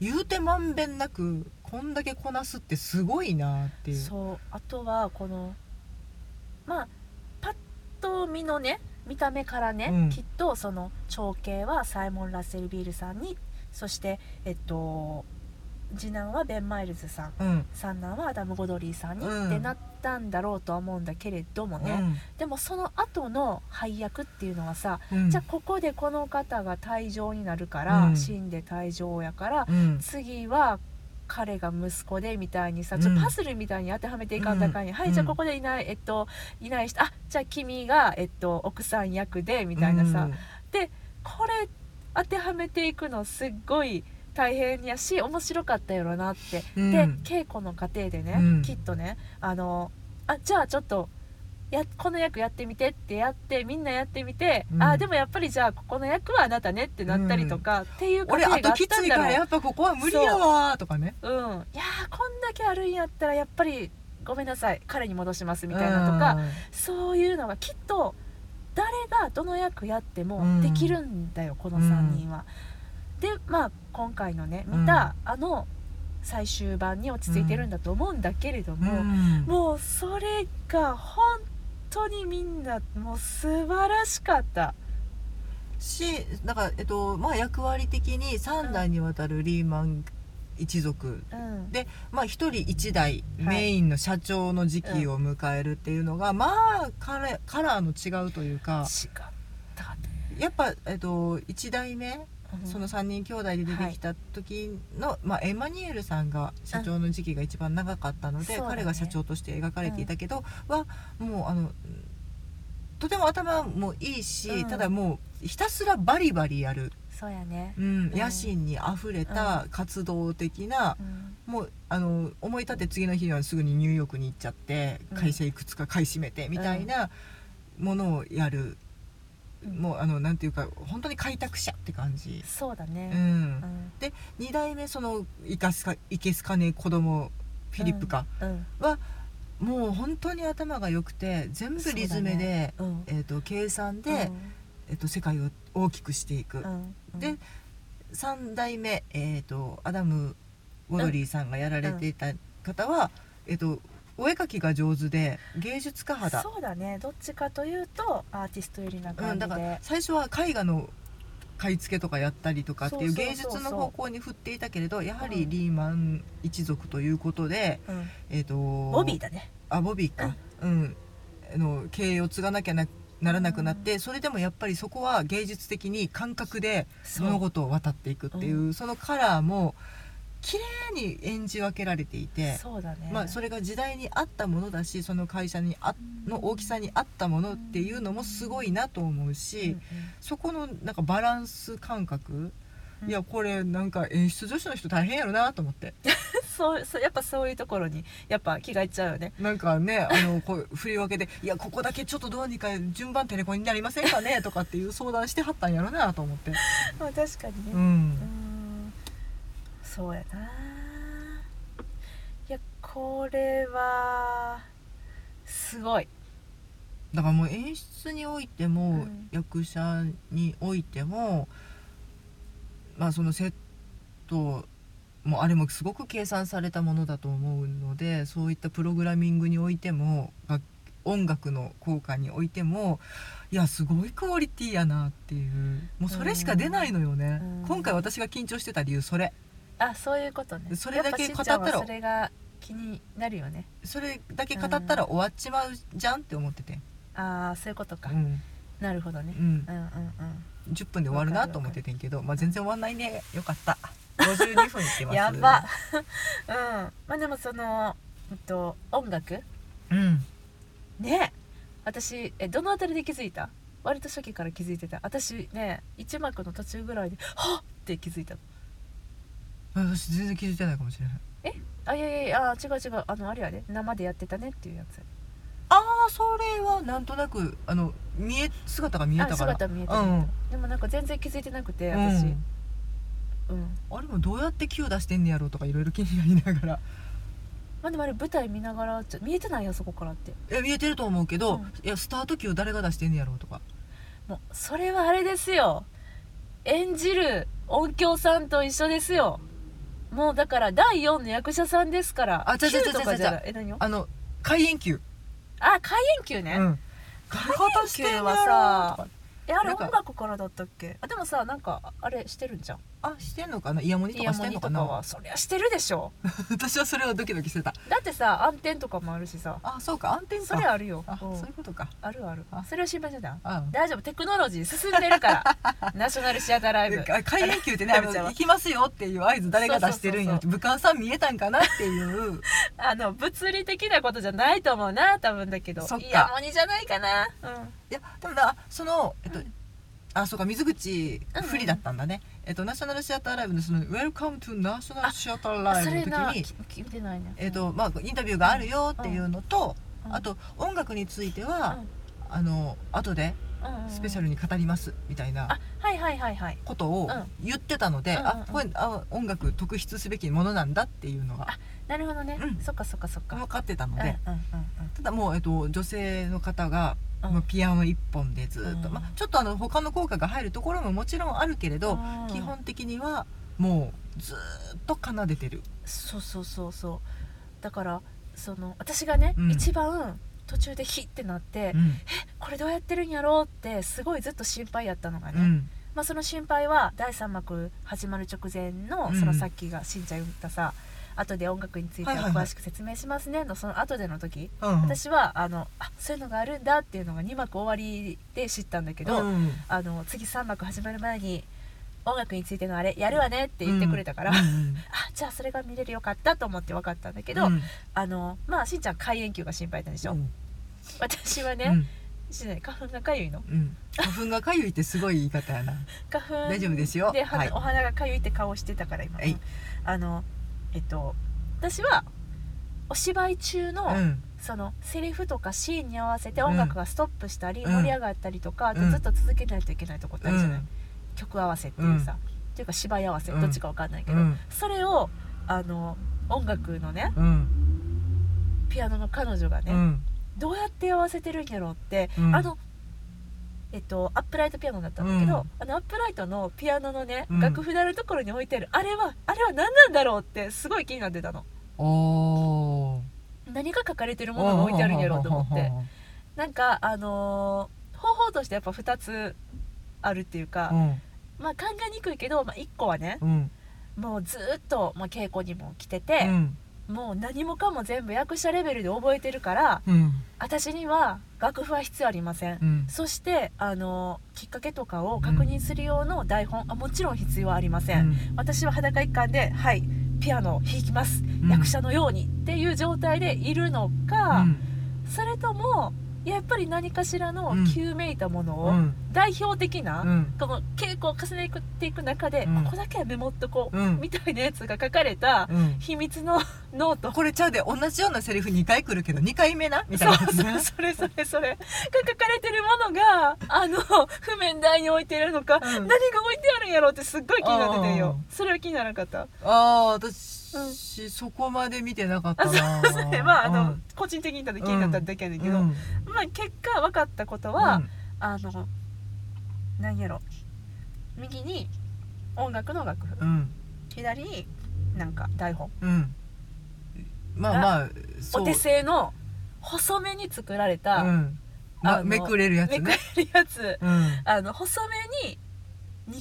[SPEAKER 2] 言うてまんべんなくこんだけこなすってすごいなっていう。
[SPEAKER 1] そうあとはこのまあパッと見のね見た目からね、
[SPEAKER 2] うん
[SPEAKER 1] きっとその長兄はサイモン・ラッセル・ビールさんにそしてえっと次男はベン・マイルズさん
[SPEAKER 2] うん
[SPEAKER 1] 三男はアダム・ゴドリーさんに、
[SPEAKER 2] うん
[SPEAKER 1] ってなったんだろうとは思うんだけれどもね、でもその後の配役っていうのはさ、
[SPEAKER 2] うん
[SPEAKER 1] じゃあここでこの方が退場になるから、
[SPEAKER 2] うん
[SPEAKER 1] 死んで退場やから
[SPEAKER 2] う、ん
[SPEAKER 1] 次は彼が息子でみたいにさ
[SPEAKER 2] うん
[SPEAKER 1] ちょっとパズルみたいに当てはめていかんだかんに、はいじゃあここでいない、えっといない人あじゃあ君が、えっと、奥さん役でみたいなさ、これ当てはめていくのすっごい大変やし面白かったやろなって
[SPEAKER 2] うん、
[SPEAKER 1] で稽古の過程でね、
[SPEAKER 2] うん
[SPEAKER 1] きっとねあのあじゃあちょっとやこの役やってみてってやってみんなやってみて、
[SPEAKER 2] うん
[SPEAKER 1] あでもやっぱりじゃあここの役はあなたねってなったりとか、っていう過
[SPEAKER 2] 俺
[SPEAKER 1] 程があ
[SPEAKER 2] あ
[SPEAKER 1] った
[SPEAKER 2] と
[SPEAKER 1] ん
[SPEAKER 2] きつい
[SPEAKER 1] だ
[SPEAKER 2] から
[SPEAKER 1] ろう
[SPEAKER 2] やっぱここは無理やわーとかね
[SPEAKER 1] うん、いやーこんだけあるんやったらやっぱりごめんなさい彼に戻しますみたいなとか、そういうのがきっと誰がどの役やって
[SPEAKER 2] うん
[SPEAKER 1] もできるんだよ、この3人は。でまあ今回のね見た、あの最終版に落ち着いてるんだと思うんだけれど
[SPEAKER 2] うん
[SPEAKER 1] も、
[SPEAKER 2] うん
[SPEAKER 1] もうそれが本当にみんなもう素晴らしかった。
[SPEAKER 2] しだから、えっとまあ、役割的に3代にわたるリーマン一族、
[SPEAKER 1] うん
[SPEAKER 2] で、まあ、1人1代
[SPEAKER 1] はい
[SPEAKER 2] メインの社長の時期を迎えるっていうのが、まあカラカラーの違うという
[SPEAKER 1] 違
[SPEAKER 2] か
[SPEAKER 1] ったね、
[SPEAKER 2] やっぱ、えっと、1代目
[SPEAKER 1] うん
[SPEAKER 2] その3人兄弟で出てきた時の、まあ、エマニュエルさんが社長の時期が一番長かったので、
[SPEAKER 1] うんそうだね
[SPEAKER 2] 彼が社長として描かれていたけど、はもうあのとても頭もいいし、
[SPEAKER 1] うん
[SPEAKER 2] ただもうひたすらバリバリやる、
[SPEAKER 1] そうやね、
[SPEAKER 2] うん
[SPEAKER 1] うん
[SPEAKER 2] 野心にあふれた活動的な、
[SPEAKER 1] うん
[SPEAKER 2] もうあの思い立って次の日にはすぐにニューヨークに行っちゃって
[SPEAKER 1] うん
[SPEAKER 2] 会社いくつか買い占めてみたいなものをやる、もうあのなんていうか本当に開拓者って感じ。
[SPEAKER 1] そうだ
[SPEAKER 2] う
[SPEAKER 1] ね、
[SPEAKER 2] ん
[SPEAKER 1] うん
[SPEAKER 2] で2代目そのいかすかいけすかねえ子供フィリップか、
[SPEAKER 1] うん
[SPEAKER 2] もう本当に頭が良くて全部リズム
[SPEAKER 1] そうだ
[SPEAKER 2] で、
[SPEAKER 1] ねうん
[SPEAKER 2] えー、と計算で、えー、と世界を大きくしていく、
[SPEAKER 1] うんうん
[SPEAKER 2] で3代目、えー、とアダム・ウォドリーさんがやられていた方は、えー、とお絵描きが上手で芸術家肌
[SPEAKER 1] そうだねどっちかというとアーティスト寄りな
[SPEAKER 2] う
[SPEAKER 1] 感
[SPEAKER 2] ん、
[SPEAKER 1] じ
[SPEAKER 2] だ
[SPEAKER 1] で、
[SPEAKER 2] から最初は絵画の買い付けとかやったりとかっていう
[SPEAKER 1] そうそうそ
[SPEAKER 2] 芸
[SPEAKER 1] うそう
[SPEAKER 2] 術の方向に振っていたけれどやは
[SPEAKER 1] う
[SPEAKER 2] り
[SPEAKER 1] ん
[SPEAKER 2] リーマン一族ということで、
[SPEAKER 1] うん
[SPEAKER 2] えー、と
[SPEAKER 1] ボビーだね
[SPEAKER 2] あボビーか、うんあの経営を継がなきゃなならなくなって、それでもやっぱりそこは芸術的に感覚で
[SPEAKER 1] そう
[SPEAKER 2] 物事を渡っていくっていうそ,、のカラーも綺麗に演じ分けられていて、
[SPEAKER 1] そうだね
[SPEAKER 2] まあ、それが時代に合ったものだしその会社にあの大きさに合ったものっていうのもすごいなと思うし、
[SPEAKER 1] うん [LAUGHS]
[SPEAKER 2] そこのなんかバランス感覚、
[SPEAKER 1] うん
[SPEAKER 2] いやこれなんか演出女子の人大変やろなと思って。
[SPEAKER 1] そうそうやっぱそういうところにやっぱ気がいっちゃうよね
[SPEAKER 2] なんかねあのこう振り分けで「いやここだけちょっとどうにか順番テレコになりませんかね」とかっていう相談してはったんやろな
[SPEAKER 1] [LAUGHS]
[SPEAKER 2] と思って
[SPEAKER 1] まあ確かにねう
[SPEAKER 2] う
[SPEAKER 1] ー
[SPEAKER 2] ん
[SPEAKER 1] んそうやな。いや、これは。すごい。
[SPEAKER 2] だからもう演出においても、
[SPEAKER 1] うん
[SPEAKER 2] 役者においてもまあそのセットもうあれもすごく計算されたものだと思うのでそういったプログラミングにおいても楽音楽の効果においてもいやすごいクオリティやなっていうもうそれしか出ないのよね
[SPEAKER 1] うん
[SPEAKER 2] 今回私が緊張してた理由それ
[SPEAKER 1] あそういうことね
[SPEAKER 2] それだけ
[SPEAKER 1] やぱしんちゃんは
[SPEAKER 2] 語ったろ
[SPEAKER 1] それが気になるよね
[SPEAKER 2] それだけ語ったら終わっちまうじゃんって思ってて、
[SPEAKER 1] ああそういうことか、
[SPEAKER 2] うん
[SPEAKER 1] なるほどね
[SPEAKER 2] う、ん
[SPEAKER 1] う、ん、うんうん
[SPEAKER 2] 10分で終わるなと思っててんけど、まあ、全然終わんないねよか [LAUGHS] った52分いってます
[SPEAKER 1] やば [LAUGHS] うんまあでもその、えっと、音楽
[SPEAKER 2] うん
[SPEAKER 1] ね私えどのあたりで気づいた割と初期から気づいてた私ね一幕の途中ぐらいで「はっ!」って気づいたの
[SPEAKER 2] 私全然気づいてないかもしれない
[SPEAKER 1] あいやいやいやあ違う違うあのあれやね生でやってたねっていうやつ
[SPEAKER 2] ああそれはなんとなくあの見え姿が見え
[SPEAKER 1] あ
[SPEAKER 2] たから
[SPEAKER 1] 姿見えて
[SPEAKER 2] う
[SPEAKER 1] る、
[SPEAKER 2] ん、
[SPEAKER 1] でもなんか全然気づいてなくて
[SPEAKER 2] うん
[SPEAKER 1] 私うん
[SPEAKER 2] あれもどうやって9出してんねやろうとかいろいろ気になりながら
[SPEAKER 1] まあでもあれ舞台見ながらちょ見えてないよそこからって
[SPEAKER 2] いや見えてると思うけど、
[SPEAKER 1] うん
[SPEAKER 2] いやスタート9誰が出してんねやろうとか
[SPEAKER 1] もうそれはあれですよ演じる音響さんと一緒ですよもうだから第4の役者さんですから
[SPEAKER 2] あ違う違う違う違う
[SPEAKER 1] 9とかじゃないえ何を
[SPEAKER 2] あの開演球、
[SPEAKER 1] あ開演級ね、
[SPEAKER 2] うん誰が出してんねやろうとか
[SPEAKER 1] えあれ
[SPEAKER 2] なんか
[SPEAKER 1] 音楽からだったっけあでもさなんかあれしてるんじゃん
[SPEAKER 2] あしてんのかなイヤモニと
[SPEAKER 1] イ
[SPEAKER 2] か
[SPEAKER 1] ヤ
[SPEAKER 2] し
[SPEAKER 1] モ
[SPEAKER 2] てん
[SPEAKER 1] ニ
[SPEAKER 2] の
[SPEAKER 1] とか
[SPEAKER 2] かな
[SPEAKER 1] はそりゃしてるでしょ
[SPEAKER 2] [LAUGHS] 私はそれはドキドキしてた
[SPEAKER 1] だってさ暗転とかもあるしさ
[SPEAKER 2] あそうか暗転か
[SPEAKER 1] それあるよ
[SPEAKER 2] あ、
[SPEAKER 1] うん
[SPEAKER 2] そういうことか
[SPEAKER 1] あるある
[SPEAKER 2] あ
[SPEAKER 1] それを心配してた
[SPEAKER 2] あ
[SPEAKER 1] 大丈夫テクノロジー進んでるから
[SPEAKER 2] [LAUGHS]
[SPEAKER 1] ナショナルシアターライブ
[SPEAKER 2] あ開演球ってねあの
[SPEAKER 1] あれ
[SPEAKER 2] 行きますよっていう合図誰が出してるんや
[SPEAKER 1] そう
[SPEAKER 2] って武漢さん見えたんかなっていう
[SPEAKER 1] あの物理的なことじゃないと思うな多分だけど
[SPEAKER 2] そっか
[SPEAKER 1] イヤモニじゃないかなうん
[SPEAKER 2] いやでもなそのえっと、
[SPEAKER 1] うん
[SPEAKER 2] あそうか水口
[SPEAKER 1] うんうん
[SPEAKER 2] 不利だったんだね、えっとナショナルシアターライブのその「Welcome to National Theatre Live
[SPEAKER 1] そ」れ
[SPEAKER 2] の
[SPEAKER 1] な
[SPEAKER 2] 時に
[SPEAKER 1] き聞いてないね
[SPEAKER 2] えっとまあインタビューがあるよっていうのと、
[SPEAKER 1] うん
[SPEAKER 2] あと音楽については、
[SPEAKER 1] うん
[SPEAKER 2] あの後で
[SPEAKER 1] うんうんうん
[SPEAKER 2] スペシャルに語りますみたいな
[SPEAKER 1] あはいはいはいはい
[SPEAKER 2] ことを
[SPEAKER 1] うん
[SPEAKER 2] 言ってたので、
[SPEAKER 1] うんうん
[SPEAKER 2] あこれあ音楽特筆すべきものなんだっていうのが
[SPEAKER 1] なるほどね
[SPEAKER 2] うん
[SPEAKER 1] そっかそっかそっか
[SPEAKER 2] 分かってたの
[SPEAKER 1] うんうん
[SPEAKER 2] で、ただもう、えっと、女性の方が
[SPEAKER 1] うん
[SPEAKER 2] まあピアノ一本でずっと、
[SPEAKER 1] うん
[SPEAKER 2] まあ、ちょっとあの他の効果が入るところももちろんあるけれど、
[SPEAKER 1] うん
[SPEAKER 2] 基本的にはもうずーっと奏でてる、
[SPEAKER 1] そうそうそうそうだからその私がね、
[SPEAKER 2] うん
[SPEAKER 1] 一番途中でヒッてなって、
[SPEAKER 2] うん
[SPEAKER 1] これどうやってるんやろうってすごいずっと心配やったのがね、
[SPEAKER 2] うん
[SPEAKER 1] まあ、その心配は第3幕始まる直前の
[SPEAKER 2] うん
[SPEAKER 1] そのさっきがしんちゃん言ったさ、後で音楽については
[SPEAKER 2] はいはいはい
[SPEAKER 1] 詳しく説明しますねのその後での時、
[SPEAKER 2] うん、
[SPEAKER 1] 私はあのあそういうのがあるんだっていうのが2幕終わりで知ったんだけど、
[SPEAKER 2] うん
[SPEAKER 1] あの次3幕始まる前に音楽についてのあれやるわねって言ってくれたから、
[SPEAKER 2] うんう
[SPEAKER 1] あ
[SPEAKER 2] ん
[SPEAKER 1] じゃあそれが見れるよかったと思って分かったんだけど、
[SPEAKER 2] うん
[SPEAKER 1] あのまあしんちゃん開炎球が心配だったんでしょ、
[SPEAKER 2] うん
[SPEAKER 1] 私はね、
[SPEAKER 2] うん
[SPEAKER 1] しない花粉がかゆいの
[SPEAKER 2] うん花粉がかゆいってすごい言い方やな
[SPEAKER 1] 花粉
[SPEAKER 2] 大丈夫ですよ
[SPEAKER 1] で、は
[SPEAKER 2] はい
[SPEAKER 1] お花がかゆいって顔してたから今、
[SPEAKER 2] はい
[SPEAKER 1] あのえっと私はお芝居中の、
[SPEAKER 2] うん
[SPEAKER 1] そのセリフとかシーンに合わせて音楽がストップしたり、
[SPEAKER 2] うん
[SPEAKER 1] 盛り上がったりとか、あと
[SPEAKER 2] うん
[SPEAKER 1] ずっと続けないといけないとこってあるじゃない、
[SPEAKER 2] うん
[SPEAKER 1] 曲合わせっていうさ、っていうか芝居合わせ
[SPEAKER 2] うん
[SPEAKER 1] どっちかわかんないけ
[SPEAKER 2] う
[SPEAKER 1] ど、
[SPEAKER 2] ん
[SPEAKER 1] それをあの音楽のね
[SPEAKER 2] うん
[SPEAKER 1] ピアノの彼女がね、
[SPEAKER 2] うん
[SPEAKER 1] どうやって合わせてるんやろうって、
[SPEAKER 2] うん
[SPEAKER 1] あのえっと、アップライトピアノだったんだけど、
[SPEAKER 2] うん
[SPEAKER 1] あのアップライトのピアノのね、
[SPEAKER 2] うん
[SPEAKER 1] 楽譜であるところに置いてあるあれはあれは何なんだろうってすごい気になってたの
[SPEAKER 2] おー
[SPEAKER 1] 何が書かれてるものが置いてあるんやろうと思ってなんかあのー方法としてやっぱ2つあるっていうか、まあ考えにくいけど、まあ、1個はね
[SPEAKER 2] うんうん
[SPEAKER 1] もうずーっと、まあ、稽古にも来てて
[SPEAKER 2] う、ん
[SPEAKER 1] もう何もかも全部役者レベルで覚えてるから
[SPEAKER 2] うん
[SPEAKER 1] 私には楽譜は必要ありません
[SPEAKER 2] うん
[SPEAKER 1] そしてあのきっかけとかを確認する用の台本、あもちろん必要はありません、私は裸一貫ではいピアノを弾きます、
[SPEAKER 2] うん
[SPEAKER 1] 役者のようにっていう状態でいるのか、
[SPEAKER 2] うん
[SPEAKER 1] それともやっぱり何かしらの
[SPEAKER 2] うん
[SPEAKER 1] 究めいたものを、
[SPEAKER 2] うん
[SPEAKER 1] 代表的な、
[SPEAKER 2] うん
[SPEAKER 1] この稽古を重ねていく中で、
[SPEAKER 2] うん
[SPEAKER 1] ここだけはメモっとこう、
[SPEAKER 2] うん
[SPEAKER 1] みたいなやつが書かれた
[SPEAKER 2] うん
[SPEAKER 1] 秘密のノート
[SPEAKER 2] これちゃうで同じようなセリフ2回来るけど2回目なみたいなや
[SPEAKER 1] そう
[SPEAKER 2] つ
[SPEAKER 1] そう
[SPEAKER 2] ね
[SPEAKER 1] それそれそれが書かれてるものがあの譜面台に置いてるのか、
[SPEAKER 2] うん
[SPEAKER 1] 何が置いてあるんやろうってすっごい気になっててんよ
[SPEAKER 2] あ
[SPEAKER 1] それは気にならなかった
[SPEAKER 2] ああ私、そこまで見てなかったな
[SPEAKER 1] それまああの、
[SPEAKER 2] うん
[SPEAKER 1] 個人的に言ったら気になっただけやねんけど、
[SPEAKER 2] うん
[SPEAKER 1] まあ結果分かったことは、あの何やろ右に音楽の楽譜
[SPEAKER 2] うん
[SPEAKER 1] 左になんか台本
[SPEAKER 2] うんまあまあそ
[SPEAKER 1] お
[SPEAKER 2] う
[SPEAKER 1] 手製の細めに作られた、
[SPEAKER 2] うんま
[SPEAKER 1] あの
[SPEAKER 2] めくれるやつ
[SPEAKER 1] めく
[SPEAKER 2] ね、
[SPEAKER 1] れるやつ
[SPEAKER 2] うん、
[SPEAKER 1] あの細めに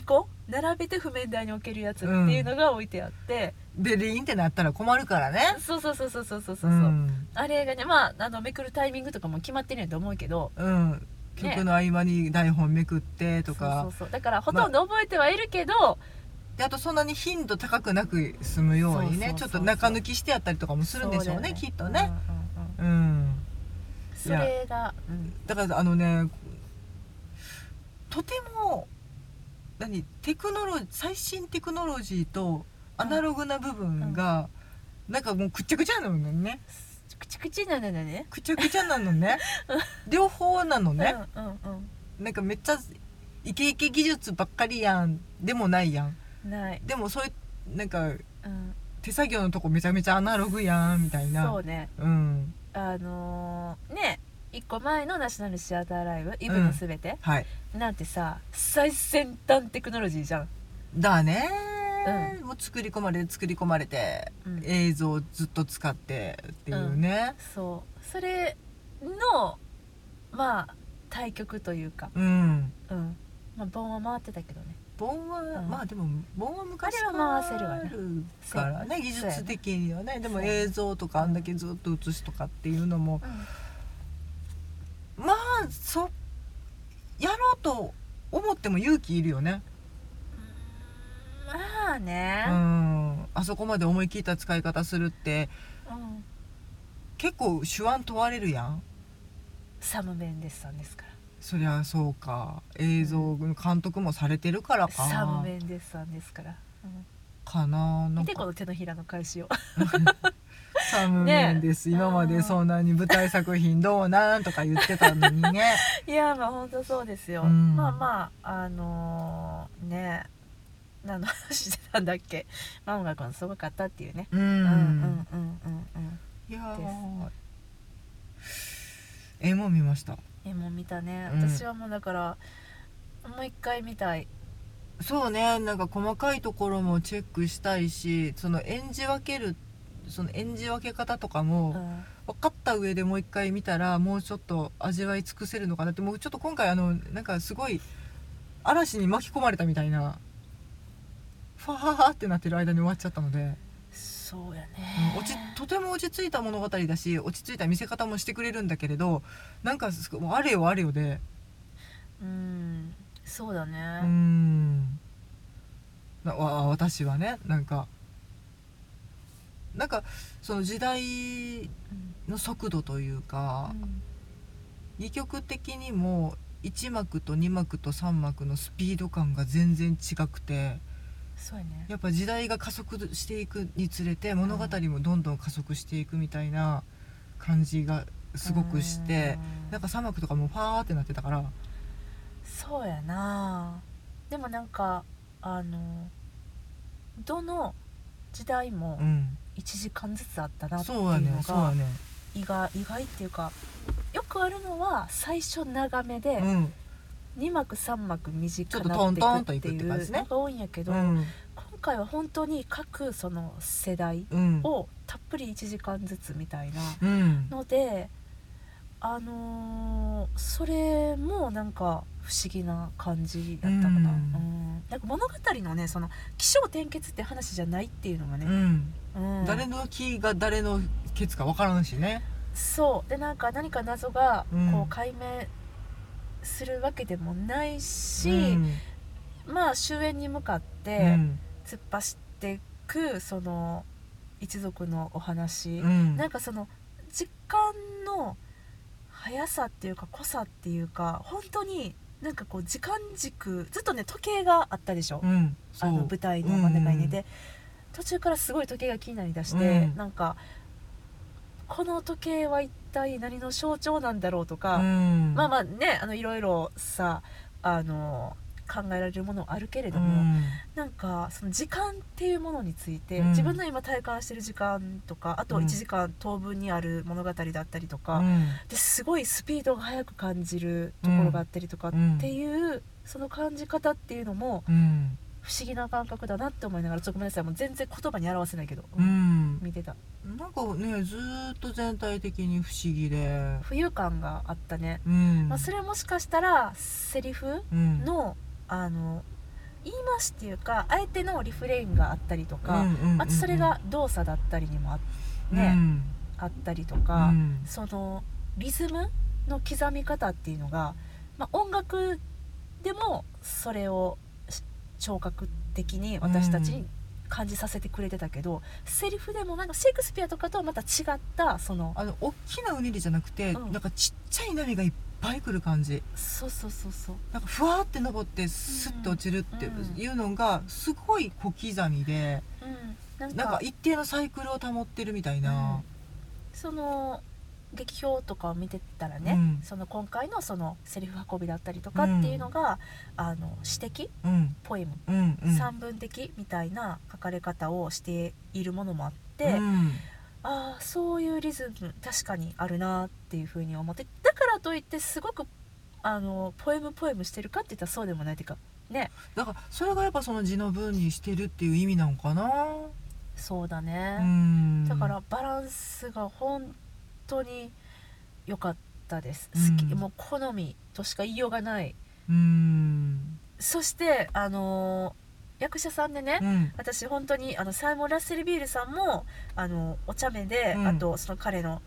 [SPEAKER 1] 2個並べて譜面台に置けるやつっていうのが置いてあって、
[SPEAKER 2] でリーンってなったら困るからね
[SPEAKER 1] そうそうそうそうそうそうそう、
[SPEAKER 2] うん
[SPEAKER 1] あれがねまああのめくるタイミングとかも決まってるんやと思うけど
[SPEAKER 2] うん、曲の合間に台本めくってとか、
[SPEAKER 1] そうそうそうだからほとんど覚えてはいるけど、
[SPEAKER 2] であとそんなに頻度高くなく済むよう
[SPEAKER 1] そう
[SPEAKER 2] にね
[SPEAKER 1] そうそうそう
[SPEAKER 2] ちょっと中抜きしてやったりとかもするんでしょうねきっとね、、
[SPEAKER 1] うんうんうん
[SPEAKER 2] うん、
[SPEAKER 1] それが、うん
[SPEAKER 2] だからあのねとても何テクノロジー最新テクノロジーとアナログな部分が、なんかもうくっちゃくちゃなのね
[SPEAKER 1] くちくちなんだよね
[SPEAKER 2] くちゃくちゃな
[SPEAKER 1] [LAUGHS]
[SPEAKER 2] のね両方なのね、
[SPEAKER 1] うんうん
[SPEAKER 2] なんかめっちゃイケイケ技術ばっかりやんでもないやん
[SPEAKER 1] うんない、
[SPEAKER 2] でもそういうなんか
[SPEAKER 1] うん、
[SPEAKER 2] 手作業のとこめちゃめちゃアナログやんみたいな
[SPEAKER 1] そうね
[SPEAKER 2] うん
[SPEAKER 1] あのーね一個前のナショナルシアターライブ「イブのすべて
[SPEAKER 2] はい」
[SPEAKER 1] なんてさ最先端テクノロジーじゃん、
[SPEAKER 2] だねー、もう作り込まれ作り込まれて
[SPEAKER 1] うん
[SPEAKER 2] 映像をずっと使ってっていうね
[SPEAKER 1] そうそれのまあ対局というか、
[SPEAKER 2] うん、
[SPEAKER 1] うんまあ、盆は回ってたけどね
[SPEAKER 2] 盆は、
[SPEAKER 1] うん
[SPEAKER 2] まあでも盆は昔
[SPEAKER 1] あれは回せるわね
[SPEAKER 2] あるからね技
[SPEAKER 1] そうや
[SPEAKER 2] 術的にはねでも
[SPEAKER 1] そうやね
[SPEAKER 2] 映像とかあんだけずっと映すとかっていうのもまあそやろうと思っても勇気いるよね、
[SPEAKER 1] まあ
[SPEAKER 2] う
[SPEAKER 1] ね、
[SPEAKER 2] ん、あそこまで思い切った使い方するって
[SPEAKER 1] うん、
[SPEAKER 2] 結構手腕問われるやん
[SPEAKER 1] サム・ベンデスさんですから
[SPEAKER 2] そりゃそうか映像の監督もされてるからか
[SPEAKER 1] サム・
[SPEAKER 2] な、
[SPEAKER 1] ベンデスさんですから、うん
[SPEAKER 2] かなな
[SPEAKER 1] 見
[SPEAKER 2] ん
[SPEAKER 1] てこ
[SPEAKER 2] か
[SPEAKER 1] の手のひらの返しを [LAUGHS]
[SPEAKER 2] サムメンです、
[SPEAKER 1] ねえ
[SPEAKER 2] 今までそんなに舞台作品どうなんとか言ってたのにね
[SPEAKER 1] いやまあ本当そうですよ、
[SPEAKER 2] うん
[SPEAKER 1] まあまああのーね何の話してたんだっけまあ音楽のすごかったっていうね、
[SPEAKER 2] うん
[SPEAKER 1] うん、うんうんうんうん
[SPEAKER 2] いやー絵も見ました
[SPEAKER 1] えもう見たね、
[SPEAKER 2] うん
[SPEAKER 1] 私はもうだからもう一回見たい
[SPEAKER 2] そうねなんか細かいところもチェックしたいしその演じ分けるその演じ分け方とかも、
[SPEAKER 1] うん
[SPEAKER 2] 分かった上でもう一回見たらもうちょっと味わい尽くせるのかなってもうちょっと今回あのなんかすごい嵐に巻き込まれたみたいなファハハってなってる間に終わっちゃったので、
[SPEAKER 1] そうやね
[SPEAKER 2] うん落ちとても落ち着いた物語だし落ち着いた見せ方もしてくれるんだけれどなんかすごいもうあれよあれよで
[SPEAKER 1] うんそうだ
[SPEAKER 2] う
[SPEAKER 1] ね
[SPEAKER 2] ー、んなわ私はねなんかなんかその時代
[SPEAKER 1] うん
[SPEAKER 2] の速度というか、二曲的にも1幕と2幕と3幕のスピード感が全然違くて
[SPEAKER 1] そうやね
[SPEAKER 2] やっぱ時代が加速していくにつれて物語もどんどん加速していくみたいな感じがすごくして
[SPEAKER 1] うん
[SPEAKER 2] なんか3幕とかもうファーってなってたから
[SPEAKER 1] そうやなでもなんかあのどの時代も
[SPEAKER 2] うん
[SPEAKER 1] 1時間ずつあったなっていう
[SPEAKER 2] そうやね
[SPEAKER 1] の
[SPEAKER 2] そうや
[SPEAKER 1] が
[SPEAKER 2] ね
[SPEAKER 1] 意外意外っていうかよくあるのは最初長めで
[SPEAKER 2] うん
[SPEAKER 1] 2幕3幕短く
[SPEAKER 2] ちょっと
[SPEAKER 1] な
[SPEAKER 2] ト
[SPEAKER 1] っ
[SPEAKER 2] ン
[SPEAKER 1] て
[SPEAKER 2] トンと
[SPEAKER 1] い
[SPEAKER 2] い
[SPEAKER 1] く
[SPEAKER 2] く
[SPEAKER 1] っ
[SPEAKER 2] ってて
[SPEAKER 1] い
[SPEAKER 2] 感じ
[SPEAKER 1] う
[SPEAKER 2] ね
[SPEAKER 1] のが多いんやけど
[SPEAKER 2] う
[SPEAKER 1] 今
[SPEAKER 2] ん
[SPEAKER 1] 回は本当に各その世代
[SPEAKER 2] うん
[SPEAKER 1] をたっぷり1時間ずつみたいな
[SPEAKER 2] うん
[SPEAKER 1] のであのーそれもなんか不思議な感じだったかな,、う
[SPEAKER 2] うんん
[SPEAKER 1] なんか物語のねその起承転結って話じゃないっていうのが
[SPEAKER 2] う
[SPEAKER 1] ね、
[SPEAKER 2] ん
[SPEAKER 1] うん
[SPEAKER 2] 誰の気が誰のケツか分からんしね
[SPEAKER 1] そうでなんか何か謎が
[SPEAKER 2] うん
[SPEAKER 1] こう解明するわけでもないし、
[SPEAKER 2] うん
[SPEAKER 1] まあ終焉に向かっ
[SPEAKER 2] う
[SPEAKER 1] て
[SPEAKER 2] ん
[SPEAKER 1] 突っ走ってくその一族のお話、
[SPEAKER 2] うん
[SPEAKER 1] なんかその時間の速さっていうか濃さっていうか本当になんかこう時間軸ずっとね時計があったでしょ、
[SPEAKER 2] うん
[SPEAKER 1] あの
[SPEAKER 2] そう
[SPEAKER 1] 舞台の真ん中にね、
[SPEAKER 2] うん
[SPEAKER 1] で途中からすごい時計が気になりだして、
[SPEAKER 2] うん
[SPEAKER 1] なんかこの時計は一体何の象徴なんだろうとか、
[SPEAKER 2] うん
[SPEAKER 1] まあまあねあのいろいろさあの考えられるものあるけれども、
[SPEAKER 2] うん
[SPEAKER 1] なんかその時間っていうものについて、
[SPEAKER 2] うん
[SPEAKER 1] 自分の今体感してる時間とかあと
[SPEAKER 2] うん
[SPEAKER 1] 1時間当分にある物語だったりとか、
[SPEAKER 2] うん
[SPEAKER 1] ですごいスピードが速く感じるところがあったりとか
[SPEAKER 2] うん
[SPEAKER 1] っていう、その感じ方っていうのも
[SPEAKER 2] うん
[SPEAKER 1] 不思議な感覚だなって思いながらちょっとごめんなさいもう全然言葉に表せないけど、
[SPEAKER 2] うん
[SPEAKER 1] 見てた
[SPEAKER 2] なんかねずーっと全体的に不思議で、
[SPEAKER 1] 浮遊感があったね、
[SPEAKER 2] うん
[SPEAKER 1] まあ、それもしかしたらセリフ
[SPEAKER 2] うん
[SPEAKER 1] のあの言い回しっていうか相手のリフレインがあったりと
[SPEAKER 2] うん
[SPEAKER 1] か、
[SPEAKER 2] うんうんうん
[SPEAKER 1] あとそれが動作だったりにもあ,、ね
[SPEAKER 2] うん
[SPEAKER 1] あったりと
[SPEAKER 2] う
[SPEAKER 1] か、
[SPEAKER 2] ん
[SPEAKER 1] そのリズムの刻み方っていうのが、まあ、音楽でもそれをし聴覚的に私たちに感じさせてくれてたけど、セリフでもなんかシェイクスピアとかとはまた違ったその
[SPEAKER 2] あの大きなうねりじゃなくて、
[SPEAKER 1] うん
[SPEAKER 2] なんかちっちゃい波がいっぱい来る感じ
[SPEAKER 1] そうそうそうそう
[SPEAKER 2] なんかふわーって登ってスッと落ちるって
[SPEAKER 1] うん
[SPEAKER 2] いうのがすごい小刻みで、
[SPEAKER 1] うんなん
[SPEAKER 2] なん
[SPEAKER 1] か
[SPEAKER 2] か一定のサイクルを保ってるみたいな、
[SPEAKER 1] その劇表とかを見てたらね、
[SPEAKER 2] うん
[SPEAKER 1] その今回のそのセリフ運びだったりとかっていうのが、あの詩的
[SPEAKER 2] うん
[SPEAKER 1] ポエム、
[SPEAKER 2] うんうん、
[SPEAKER 1] 散文的みたいな書かれ方をしているものもあって、
[SPEAKER 2] うん
[SPEAKER 1] ああそういうリズム確かにあるなっていうふうに思ってだからといってすごくあのポエムポエムしてるかって言ったらそうでもないっていうかね
[SPEAKER 2] だからそれがやっぱその字の文にしてるっていう意味なのかな、
[SPEAKER 1] そうだ
[SPEAKER 2] う
[SPEAKER 1] ね。
[SPEAKER 2] ん、
[SPEAKER 1] だからバランスが本当に良かったです
[SPEAKER 2] うん
[SPEAKER 1] 好き、もう好みとしか言いようがない
[SPEAKER 2] うん、
[SPEAKER 1] そしてあのー役者さんでね、
[SPEAKER 2] うん
[SPEAKER 1] 私本当にあのサイモン・ラッセル・ビールさんもあのお茶目で、
[SPEAKER 2] うん
[SPEAKER 1] あとその彼の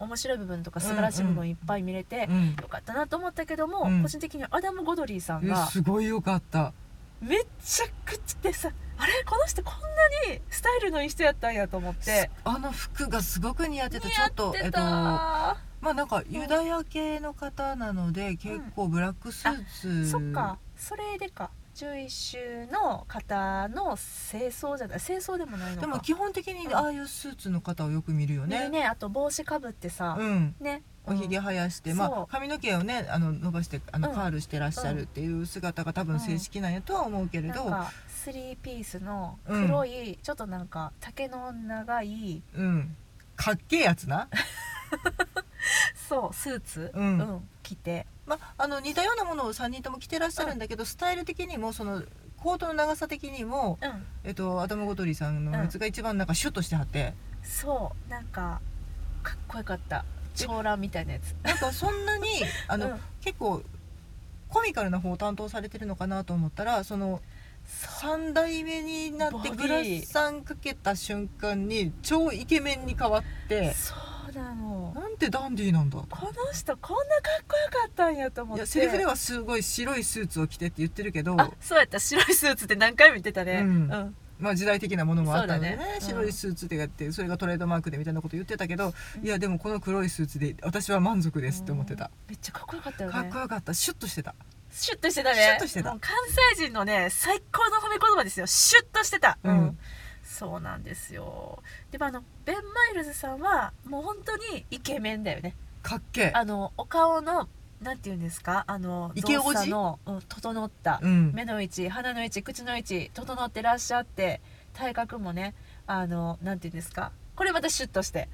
[SPEAKER 1] お面白い部分とか素晴らしい部分いっぱい見れて、
[SPEAKER 2] うん
[SPEAKER 1] よかったなと思ったけども、
[SPEAKER 2] うん
[SPEAKER 1] 個人的にはアダム・ゴドリーさん
[SPEAKER 2] え
[SPEAKER 1] が
[SPEAKER 2] すごいよかった
[SPEAKER 1] めちゃくちゃでさあれこの人こんなにスタイルのいい人やったんやと思って
[SPEAKER 2] あの服がすごく似合ってた
[SPEAKER 1] 似
[SPEAKER 2] ちょ
[SPEAKER 1] 合
[SPEAKER 2] っと
[SPEAKER 1] って
[SPEAKER 2] えっと
[SPEAKER 1] た
[SPEAKER 2] ま
[SPEAKER 1] ー
[SPEAKER 2] あなんかユダヤ系の方なので結構ブラックスーツ、
[SPEAKER 1] そっかそれでか11州の方の清掃じゃない清掃でもないのか
[SPEAKER 2] でも基本的にああいうスーツの方をよく見るよ
[SPEAKER 1] ね
[SPEAKER 2] ね。
[SPEAKER 1] ねあと帽子かぶってさ、
[SPEAKER 2] うん
[SPEAKER 1] ね
[SPEAKER 2] おひげ
[SPEAKER 1] うん
[SPEAKER 2] 生やして、
[SPEAKER 1] うん
[SPEAKER 2] ま
[SPEAKER 1] そ
[SPEAKER 2] あ
[SPEAKER 1] う
[SPEAKER 2] 髪の毛をねあの伸ばしてあの
[SPEAKER 1] うん
[SPEAKER 2] カールしてらっしゃるっていう姿が多分正式なんやとは思うけれ
[SPEAKER 1] なん
[SPEAKER 2] ど、
[SPEAKER 1] かスリーピースの黒い、ちょっとなんか丈の長い
[SPEAKER 2] うん、かっけえやつな。
[SPEAKER 1] そうスーツ、
[SPEAKER 2] うん
[SPEAKER 1] 着て
[SPEAKER 2] まああの似たようなものを3人とも着てらっしゃるんだけど、スタイル的にもそのコートの長さ的にも、
[SPEAKER 1] うん
[SPEAKER 2] えっと、アダム・ゴトリーさんのやつが一番なんかシュッとしてはって、
[SPEAKER 1] そうなんかかっこよかった長蘭みたいなやつ
[SPEAKER 2] なんかそん
[SPEAKER 1] [LAUGHS]
[SPEAKER 2] なにあの、
[SPEAKER 1] うん
[SPEAKER 2] 結構コミカルな方を担当されてるのかなと思ったらその3代目になって
[SPEAKER 1] ボディ
[SPEAKER 2] グラサンかけた瞬間に超イケメンに変わって
[SPEAKER 1] そうなの
[SPEAKER 2] なんてダンディーなんだと
[SPEAKER 1] この人こんなかっこよかったんやと思っ
[SPEAKER 2] い
[SPEAKER 1] て
[SPEAKER 2] やセリフではすごい白いスーツを着てって言ってるけど
[SPEAKER 1] あそうやった白いスーツって何回も言ってたね
[SPEAKER 2] うん
[SPEAKER 1] うん
[SPEAKER 2] まあ、時代的なものもあったのでね
[SPEAKER 1] そうだねうん
[SPEAKER 2] 白いスーツでやってそれがトレードマークでみたいなこと言ってたけど、いやでもこの黒いスーツで私は満足ですって思ってた、
[SPEAKER 1] めっちゃかっこよかったよね
[SPEAKER 2] かっこよかったシュッとしてた
[SPEAKER 1] シュッとしてたね
[SPEAKER 2] シュッとしてた
[SPEAKER 1] もう関西人のね最高の褒め言葉ですよシュッとしてた
[SPEAKER 2] うん
[SPEAKER 1] そうなんですよでもあのベン・マイルズさんはもう本当にイケメンだよね
[SPEAKER 2] かっけえ
[SPEAKER 1] あのお顔のなんて言うんですかあの
[SPEAKER 2] イケオジ
[SPEAKER 1] 造作の、うん、整った、
[SPEAKER 2] うん
[SPEAKER 1] 目の位置鼻の位置口の位置整ってらっしゃって体格もねあのなんて言うんですかこれまたシュッとして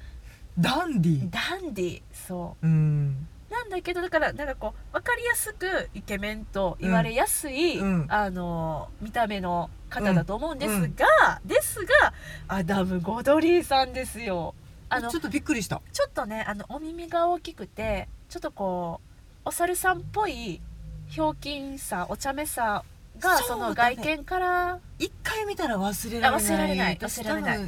[SPEAKER 2] ダンディー
[SPEAKER 1] ダンディそう
[SPEAKER 2] うん
[SPEAKER 1] なんだけどだからなんかこう分かりやすくイケメンと言われやすい、
[SPEAKER 2] うんうん
[SPEAKER 1] あの見た目の方だと思うんですが、ですがアダム・ゴドリーさんですよ。あの
[SPEAKER 2] ち
[SPEAKER 1] ちょ
[SPEAKER 2] ょっとびっくりした
[SPEAKER 1] っとねあのお耳が大きくてちょっとこうお猿さんっぽいひょうきんさお茶目さが
[SPEAKER 2] そ
[SPEAKER 1] そう
[SPEAKER 2] だね
[SPEAKER 1] の外見から
[SPEAKER 2] 一回見たら忘れられ
[SPEAKER 1] あ
[SPEAKER 2] ない
[SPEAKER 1] 忘れられない
[SPEAKER 2] 私
[SPEAKER 1] 忘れられない
[SPEAKER 2] 多分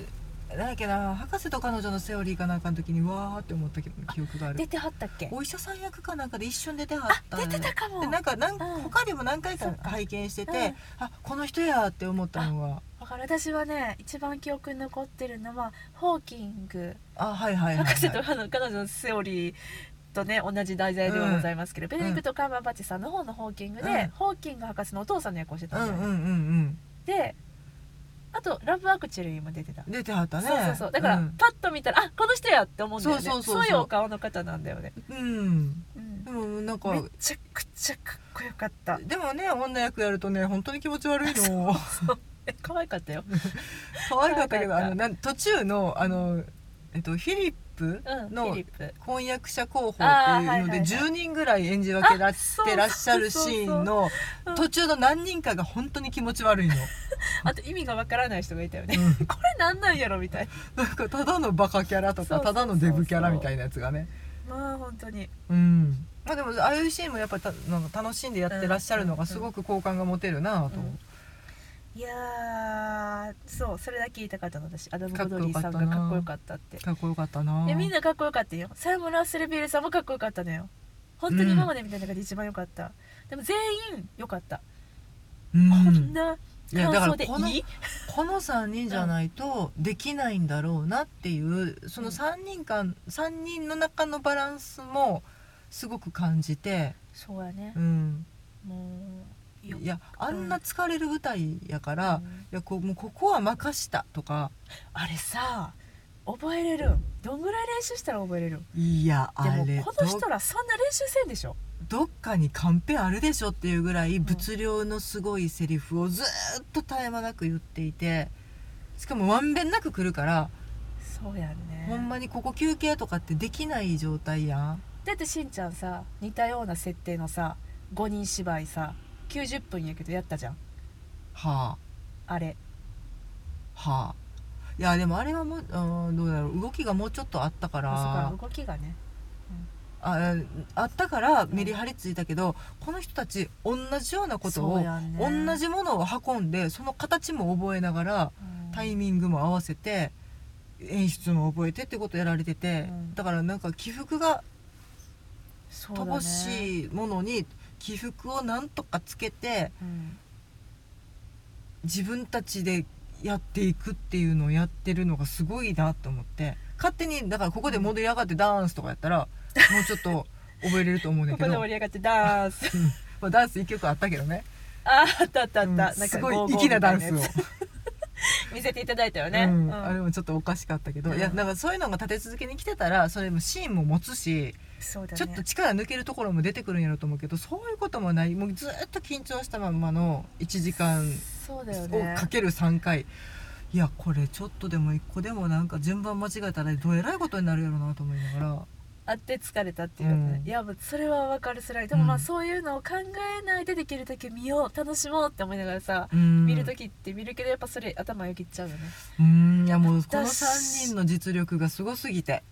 [SPEAKER 2] なんだっけな博士と彼女のセオリーかなんかの時にわーって思った記憶がある
[SPEAKER 1] 出てはったっけ
[SPEAKER 2] お医者さん役かなんかで一瞬出てはっ
[SPEAKER 1] あ
[SPEAKER 2] たの
[SPEAKER 1] 出
[SPEAKER 2] よ
[SPEAKER 1] てたかも
[SPEAKER 2] でなんかなん
[SPEAKER 1] うん
[SPEAKER 2] 他でも何回
[SPEAKER 1] そ
[SPEAKER 2] か
[SPEAKER 1] うか
[SPEAKER 2] 拝見してて、
[SPEAKER 1] うん
[SPEAKER 2] あこの人やって思ったのは
[SPEAKER 1] だから私はね一番記憶に残ってるのはホーキング
[SPEAKER 2] あはいはいはい、はい、
[SPEAKER 1] 博士と彼女のセオリーとね同じ題材ではございますけど、ベネディクト・カンバーバッチさんの方のホーキングで、
[SPEAKER 2] うん
[SPEAKER 1] ホーキング博士のお父さんの役をしてた
[SPEAKER 2] うんん
[SPEAKER 1] だよね
[SPEAKER 2] うんうん
[SPEAKER 1] であと「ラブ・アクチュリー」も出てた、
[SPEAKER 2] うん出てはったね
[SPEAKER 1] そうそうそうだから、
[SPEAKER 2] うん、
[SPEAKER 1] パッと見たら「あこの人や!」って思うんだよね
[SPEAKER 2] そうそうそうそう
[SPEAKER 1] いうお顔の方なんだよね、
[SPEAKER 2] うん
[SPEAKER 1] うん
[SPEAKER 2] でもなんか
[SPEAKER 1] めちゃくちゃかっこよかった
[SPEAKER 2] でもね女役やるとね本当に気持ち悪いの
[SPEAKER 1] え可愛かったよ
[SPEAKER 2] 可愛かったけど
[SPEAKER 1] 可愛かった
[SPEAKER 2] あのなん途中のあのえっとフィリップ
[SPEAKER 1] うん、フ
[SPEAKER 2] の
[SPEAKER 1] ィリップ
[SPEAKER 2] 婚約者候補って
[SPEAKER 1] あーはいいはいは
[SPEAKER 2] うので
[SPEAKER 1] い
[SPEAKER 2] 10人ぐらい演じ分けらっ
[SPEAKER 1] そう
[SPEAKER 2] てらっしゃるシーンの
[SPEAKER 1] そうそうそう
[SPEAKER 2] 途中の何人かが本当に気持ち悪いの。
[SPEAKER 1] あと意味がわからない人がいたよね
[SPEAKER 2] う
[SPEAKER 1] [LAUGHS]
[SPEAKER 2] ん
[SPEAKER 1] これなんなんやろみたい
[SPEAKER 2] なんかただのバカキャラと
[SPEAKER 1] そう
[SPEAKER 2] か
[SPEAKER 1] そうそ
[SPEAKER 2] た
[SPEAKER 1] う
[SPEAKER 2] だのデブキャラみたいなやつがね
[SPEAKER 1] なまあ本当に
[SPEAKER 2] うんまあでもああいうシーンもやっぱりたなんか楽しんでやってらっしゃるのがすごく好感が持てるなぁと、
[SPEAKER 1] うんいやーそうそれだけ言いたかったの私アダム・
[SPEAKER 2] か
[SPEAKER 1] ゴ
[SPEAKER 2] っこ
[SPEAKER 1] ド
[SPEAKER 2] よ
[SPEAKER 1] リー
[SPEAKER 2] かっ
[SPEAKER 1] さ
[SPEAKER 2] た
[SPEAKER 1] ん
[SPEAKER 2] な
[SPEAKER 1] がかっこよかったって
[SPEAKER 2] かっこよかったなぁ
[SPEAKER 1] でみんなかっこよかったよサイモン・ラッセル・ビールさんもかっこよかったのよ本当に今までみたいな中で一番良かった、でも全員良かった、
[SPEAKER 2] うん
[SPEAKER 1] こんない
[SPEAKER 2] や
[SPEAKER 1] 感
[SPEAKER 2] だから
[SPEAKER 1] 想でいい
[SPEAKER 2] このこの3人じゃないとできないんだろうなっていうその
[SPEAKER 1] うん
[SPEAKER 2] 3人間三人の中のバランスもすごく感じて、
[SPEAKER 1] そうやね
[SPEAKER 2] う、ん、
[SPEAKER 1] もう
[SPEAKER 2] いやあんな疲れる舞台やから、
[SPEAKER 1] う
[SPEAKER 2] い
[SPEAKER 1] ん
[SPEAKER 2] やこうもうここは任したとか
[SPEAKER 1] あれさ覚えれるんどんぐらい練習したら覚えれるん
[SPEAKER 2] いやあ
[SPEAKER 1] で
[SPEAKER 2] れ
[SPEAKER 1] もこの
[SPEAKER 2] ど
[SPEAKER 1] 人らそんな練習せんでしょ
[SPEAKER 2] どっかにカンペあるでしょっていうぐらい物量のすごいセリフをずーっと絶え間なく言っていてしかもまんべんなく来るから、
[SPEAKER 1] そうやんね
[SPEAKER 2] ほんまにここ休憩とかってできない状態やん
[SPEAKER 1] だってしんちゃんさ似たような設定のさ5人芝居さ90分やけどやったじゃん
[SPEAKER 2] は
[SPEAKER 1] あれ
[SPEAKER 2] あはあいやでもあれはもううんどうだろう動きがもうちょっとあったか
[SPEAKER 1] あ
[SPEAKER 2] ら
[SPEAKER 1] そこから動きがね
[SPEAKER 2] あうんあったからメリハリついたけど、この人たち同じようなこと
[SPEAKER 1] そ
[SPEAKER 2] を
[SPEAKER 1] うやんね
[SPEAKER 2] 同じものを運んでその形も覚えながらタイミングも合わせて演出も覚えてってことやられてて、
[SPEAKER 1] うん
[SPEAKER 2] だからなんか起伏が乏
[SPEAKER 1] い、
[SPEAKER 2] しいものに起伏をなんとかつけて
[SPEAKER 1] うん
[SPEAKER 2] 自分たちでやっていくっていうのをやってるのがすごいなと思って勝手にだからここで戻り上がってダンスとかやったら、もうちょっと覚えれると思うんだ
[SPEAKER 1] こ
[SPEAKER 2] け
[SPEAKER 1] こ
[SPEAKER 2] ど
[SPEAKER 1] で盛り上がってダン
[SPEAKER 2] [LAUGHS]
[SPEAKER 1] ス
[SPEAKER 2] まあダンス1曲あったけどね、
[SPEAKER 1] ああったあったあった、
[SPEAKER 2] うん
[SPEAKER 1] なんか
[SPEAKER 2] すごい
[SPEAKER 1] ゴーゴー
[SPEAKER 2] 粋なダンスを
[SPEAKER 1] みたい。やつ見せていただいたよね、
[SPEAKER 2] うん
[SPEAKER 1] うん
[SPEAKER 2] あれもちょっとおかしかったけど、
[SPEAKER 1] うん
[SPEAKER 2] いやなんかそういうのが立て続けに来てたらそれもシーンも持つし、
[SPEAKER 1] そうだね
[SPEAKER 2] ちょっと力抜けるところも出てくるんやろうと思うけどそういうこともないもうずっと緊張したまんまの1時間
[SPEAKER 1] そうだよね
[SPEAKER 2] をかける3回、いやこれちょっとでも1個でもなんか順番間違えたらどえらいことになるやろうなと思いながら
[SPEAKER 1] あって疲れたっていうかね、
[SPEAKER 2] うん
[SPEAKER 1] いやもうそれは分かるすらいでもま
[SPEAKER 2] う
[SPEAKER 1] あ
[SPEAKER 2] ん
[SPEAKER 1] そういうのを考えないでできるだけ見よう楽しもうって思いながらさ、
[SPEAKER 2] うん
[SPEAKER 1] 見る時って見るけどやっぱそれ頭よぎっちゃうよね
[SPEAKER 2] うんいやもうこの
[SPEAKER 1] 私
[SPEAKER 2] 3人の実力がすごすぎて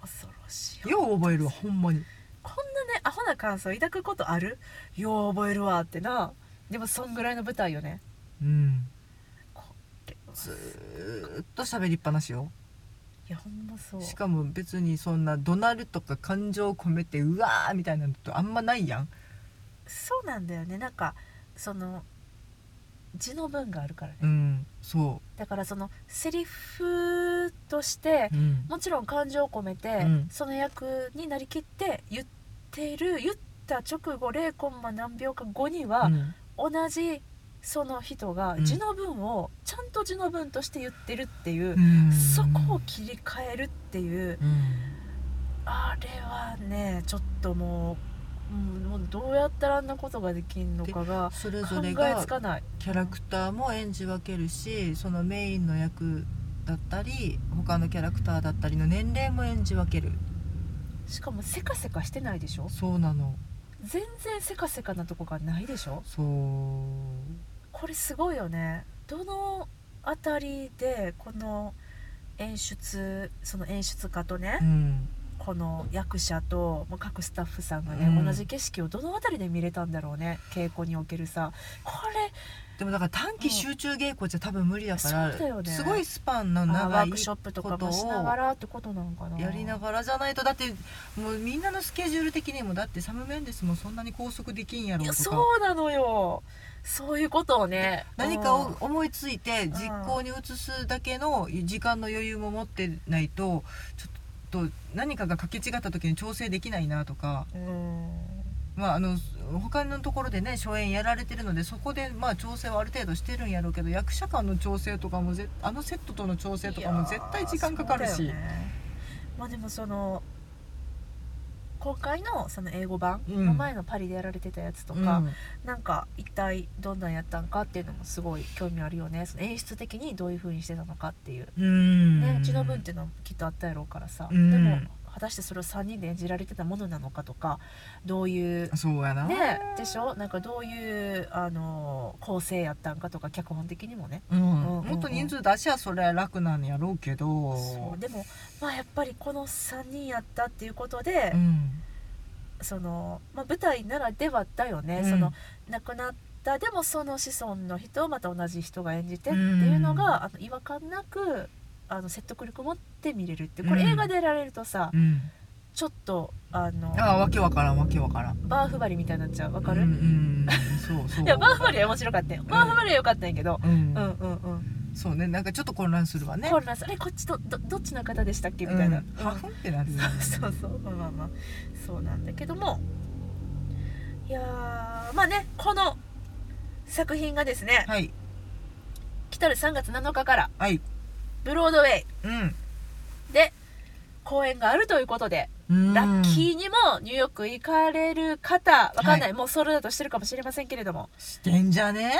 [SPEAKER 1] 恐ろしいよ
[SPEAKER 2] よう覚えるわほんまに
[SPEAKER 1] こんなねアホな感想抱くことあるよう覚えるわってなでもそんぐらいの舞台よね
[SPEAKER 2] うん
[SPEAKER 1] これは
[SPEAKER 2] ずーっと喋りっぱなしよ
[SPEAKER 1] いやほんまそう
[SPEAKER 2] しかも別にそんな怒鳴るとか感情を込めてうわーみたいなのとあんまないやん
[SPEAKER 1] そうなんだよねなんかその字の文があるからね、
[SPEAKER 2] うんそ
[SPEAKER 1] だからそのセリフとして
[SPEAKER 2] う、うん、
[SPEAKER 1] もちろん感情を込めて、
[SPEAKER 2] ん
[SPEAKER 1] その役になりきって言ってる言った直後0コンマ何秒か後には、
[SPEAKER 2] うん
[SPEAKER 1] 同じその人が
[SPEAKER 2] うん
[SPEAKER 1] 字の文をちゃんと字の文として言ってるっていう、
[SPEAKER 2] うん
[SPEAKER 1] そこを切り替えるっていう
[SPEAKER 2] うん
[SPEAKER 1] あれはねちょっともう,、うん、もうどうやったらあんなことができんのかが
[SPEAKER 2] それ
[SPEAKER 1] 考
[SPEAKER 2] ぞれ
[SPEAKER 1] え
[SPEAKER 2] が
[SPEAKER 1] つかない。
[SPEAKER 2] キャラクターも演じ分けるしそのメインの役だったり他のキャラクターだったりの年齢も演じ分ける
[SPEAKER 1] しかもせかせかしてないでしょ
[SPEAKER 2] そうなの
[SPEAKER 1] 全然せかせかなとこがないでしょ
[SPEAKER 2] そう
[SPEAKER 1] これすごいよねどのあたりでこの演出その演出家とね、
[SPEAKER 2] うん
[SPEAKER 1] この役者ともう各スタッフさんがね、
[SPEAKER 2] うん
[SPEAKER 1] 同じ景色をどのあたりで見れたんだろうね稽古におけるさこれ
[SPEAKER 2] でもだから短期集中稽古じゃ多分無理だ
[SPEAKER 1] う
[SPEAKER 2] か
[SPEAKER 1] んそうだ
[SPEAKER 2] ら、
[SPEAKER 1] よね
[SPEAKER 2] すごいスパンの
[SPEAKER 1] あワ
[SPEAKER 2] 長
[SPEAKER 1] ー
[SPEAKER 2] い
[SPEAKER 1] クショップとかもしながらってことなんかな
[SPEAKER 2] やりながらじゃないとだってもうみんなのスケジュール的にもだってサム・メンデスもそんなに拘束できんやろ
[SPEAKER 1] いうや
[SPEAKER 2] とか
[SPEAKER 1] そうなのよそういうことをね
[SPEAKER 2] 何か
[SPEAKER 1] うん
[SPEAKER 2] を思いついて実行に移すだけの時間の余裕も持ってないとちょっと何かがかけ違った時に調整できないなとか、
[SPEAKER 1] うん
[SPEAKER 2] まあ、あの他のところでね初演やられてるのでそこでまあ調整はある程度してるんやろうけど役者間の調整とかもぜあのセットとの調整とかも絶対時間かかる
[SPEAKER 1] い
[SPEAKER 2] し
[SPEAKER 1] やーそうだよねまあでもその公開のその英語版の前のパリでやられてたやつとか、なんか一体どんなんやったんかっていうのもすごい興味あるよねその演出的にどういう風にしてたのかっていう、
[SPEAKER 2] うん
[SPEAKER 1] ねうちの分っていうのはきっとあったやろうからさ、
[SPEAKER 2] うん
[SPEAKER 1] でも果たしてそれを3人で演じられてたものなのかとかどういう
[SPEAKER 2] そうやな、
[SPEAKER 1] ねでしょなんかどういうあの構成やったんかとか脚本的にもね
[SPEAKER 2] うん
[SPEAKER 1] うん
[SPEAKER 2] もっと人数出しゃそれは楽なんやろうけど
[SPEAKER 1] そうでもまあやっぱりこの3人やったっていうことで、
[SPEAKER 2] うん
[SPEAKER 1] その、まあ、舞台ならではだよね、
[SPEAKER 2] うん
[SPEAKER 1] その亡くなったでもその子孫の人をまた同じ人が演じてっていうのが、
[SPEAKER 2] うん
[SPEAKER 1] あの違和感なくあの説得力持って見れるってこれ
[SPEAKER 2] うん
[SPEAKER 1] 映画でやられるとさ、
[SPEAKER 2] うん
[SPEAKER 1] ちょっとあの
[SPEAKER 2] ああわけわからんわけわからん
[SPEAKER 1] バーフバリみたいになっちゃうわかる、
[SPEAKER 2] うんうんそうそう
[SPEAKER 1] い
[SPEAKER 2] い
[SPEAKER 1] やバーフバリは面白かったよ、バーフバリは良かったんやけど、
[SPEAKER 2] う、
[SPEAKER 1] うんん、うんうん
[SPEAKER 2] そうねなんかちょっと混乱するわね
[SPEAKER 1] 混乱するあれこっちどどどっちの方でしたっけみたいな、
[SPEAKER 2] うんハフンってなるよね
[SPEAKER 1] [LAUGHS] そうそうまあまあまあそうなんだけどもいやーまあねこの作品がですね
[SPEAKER 2] はい
[SPEAKER 1] 来たる3月7日から
[SPEAKER 2] はい
[SPEAKER 1] ブロードウェイ
[SPEAKER 2] うん
[SPEAKER 1] で公演があるということで、
[SPEAKER 2] うん
[SPEAKER 1] ラッキーにもニューヨーク行かれる方わかんない、もうソロだとしてるかもしれませんけれども
[SPEAKER 2] してんじゃね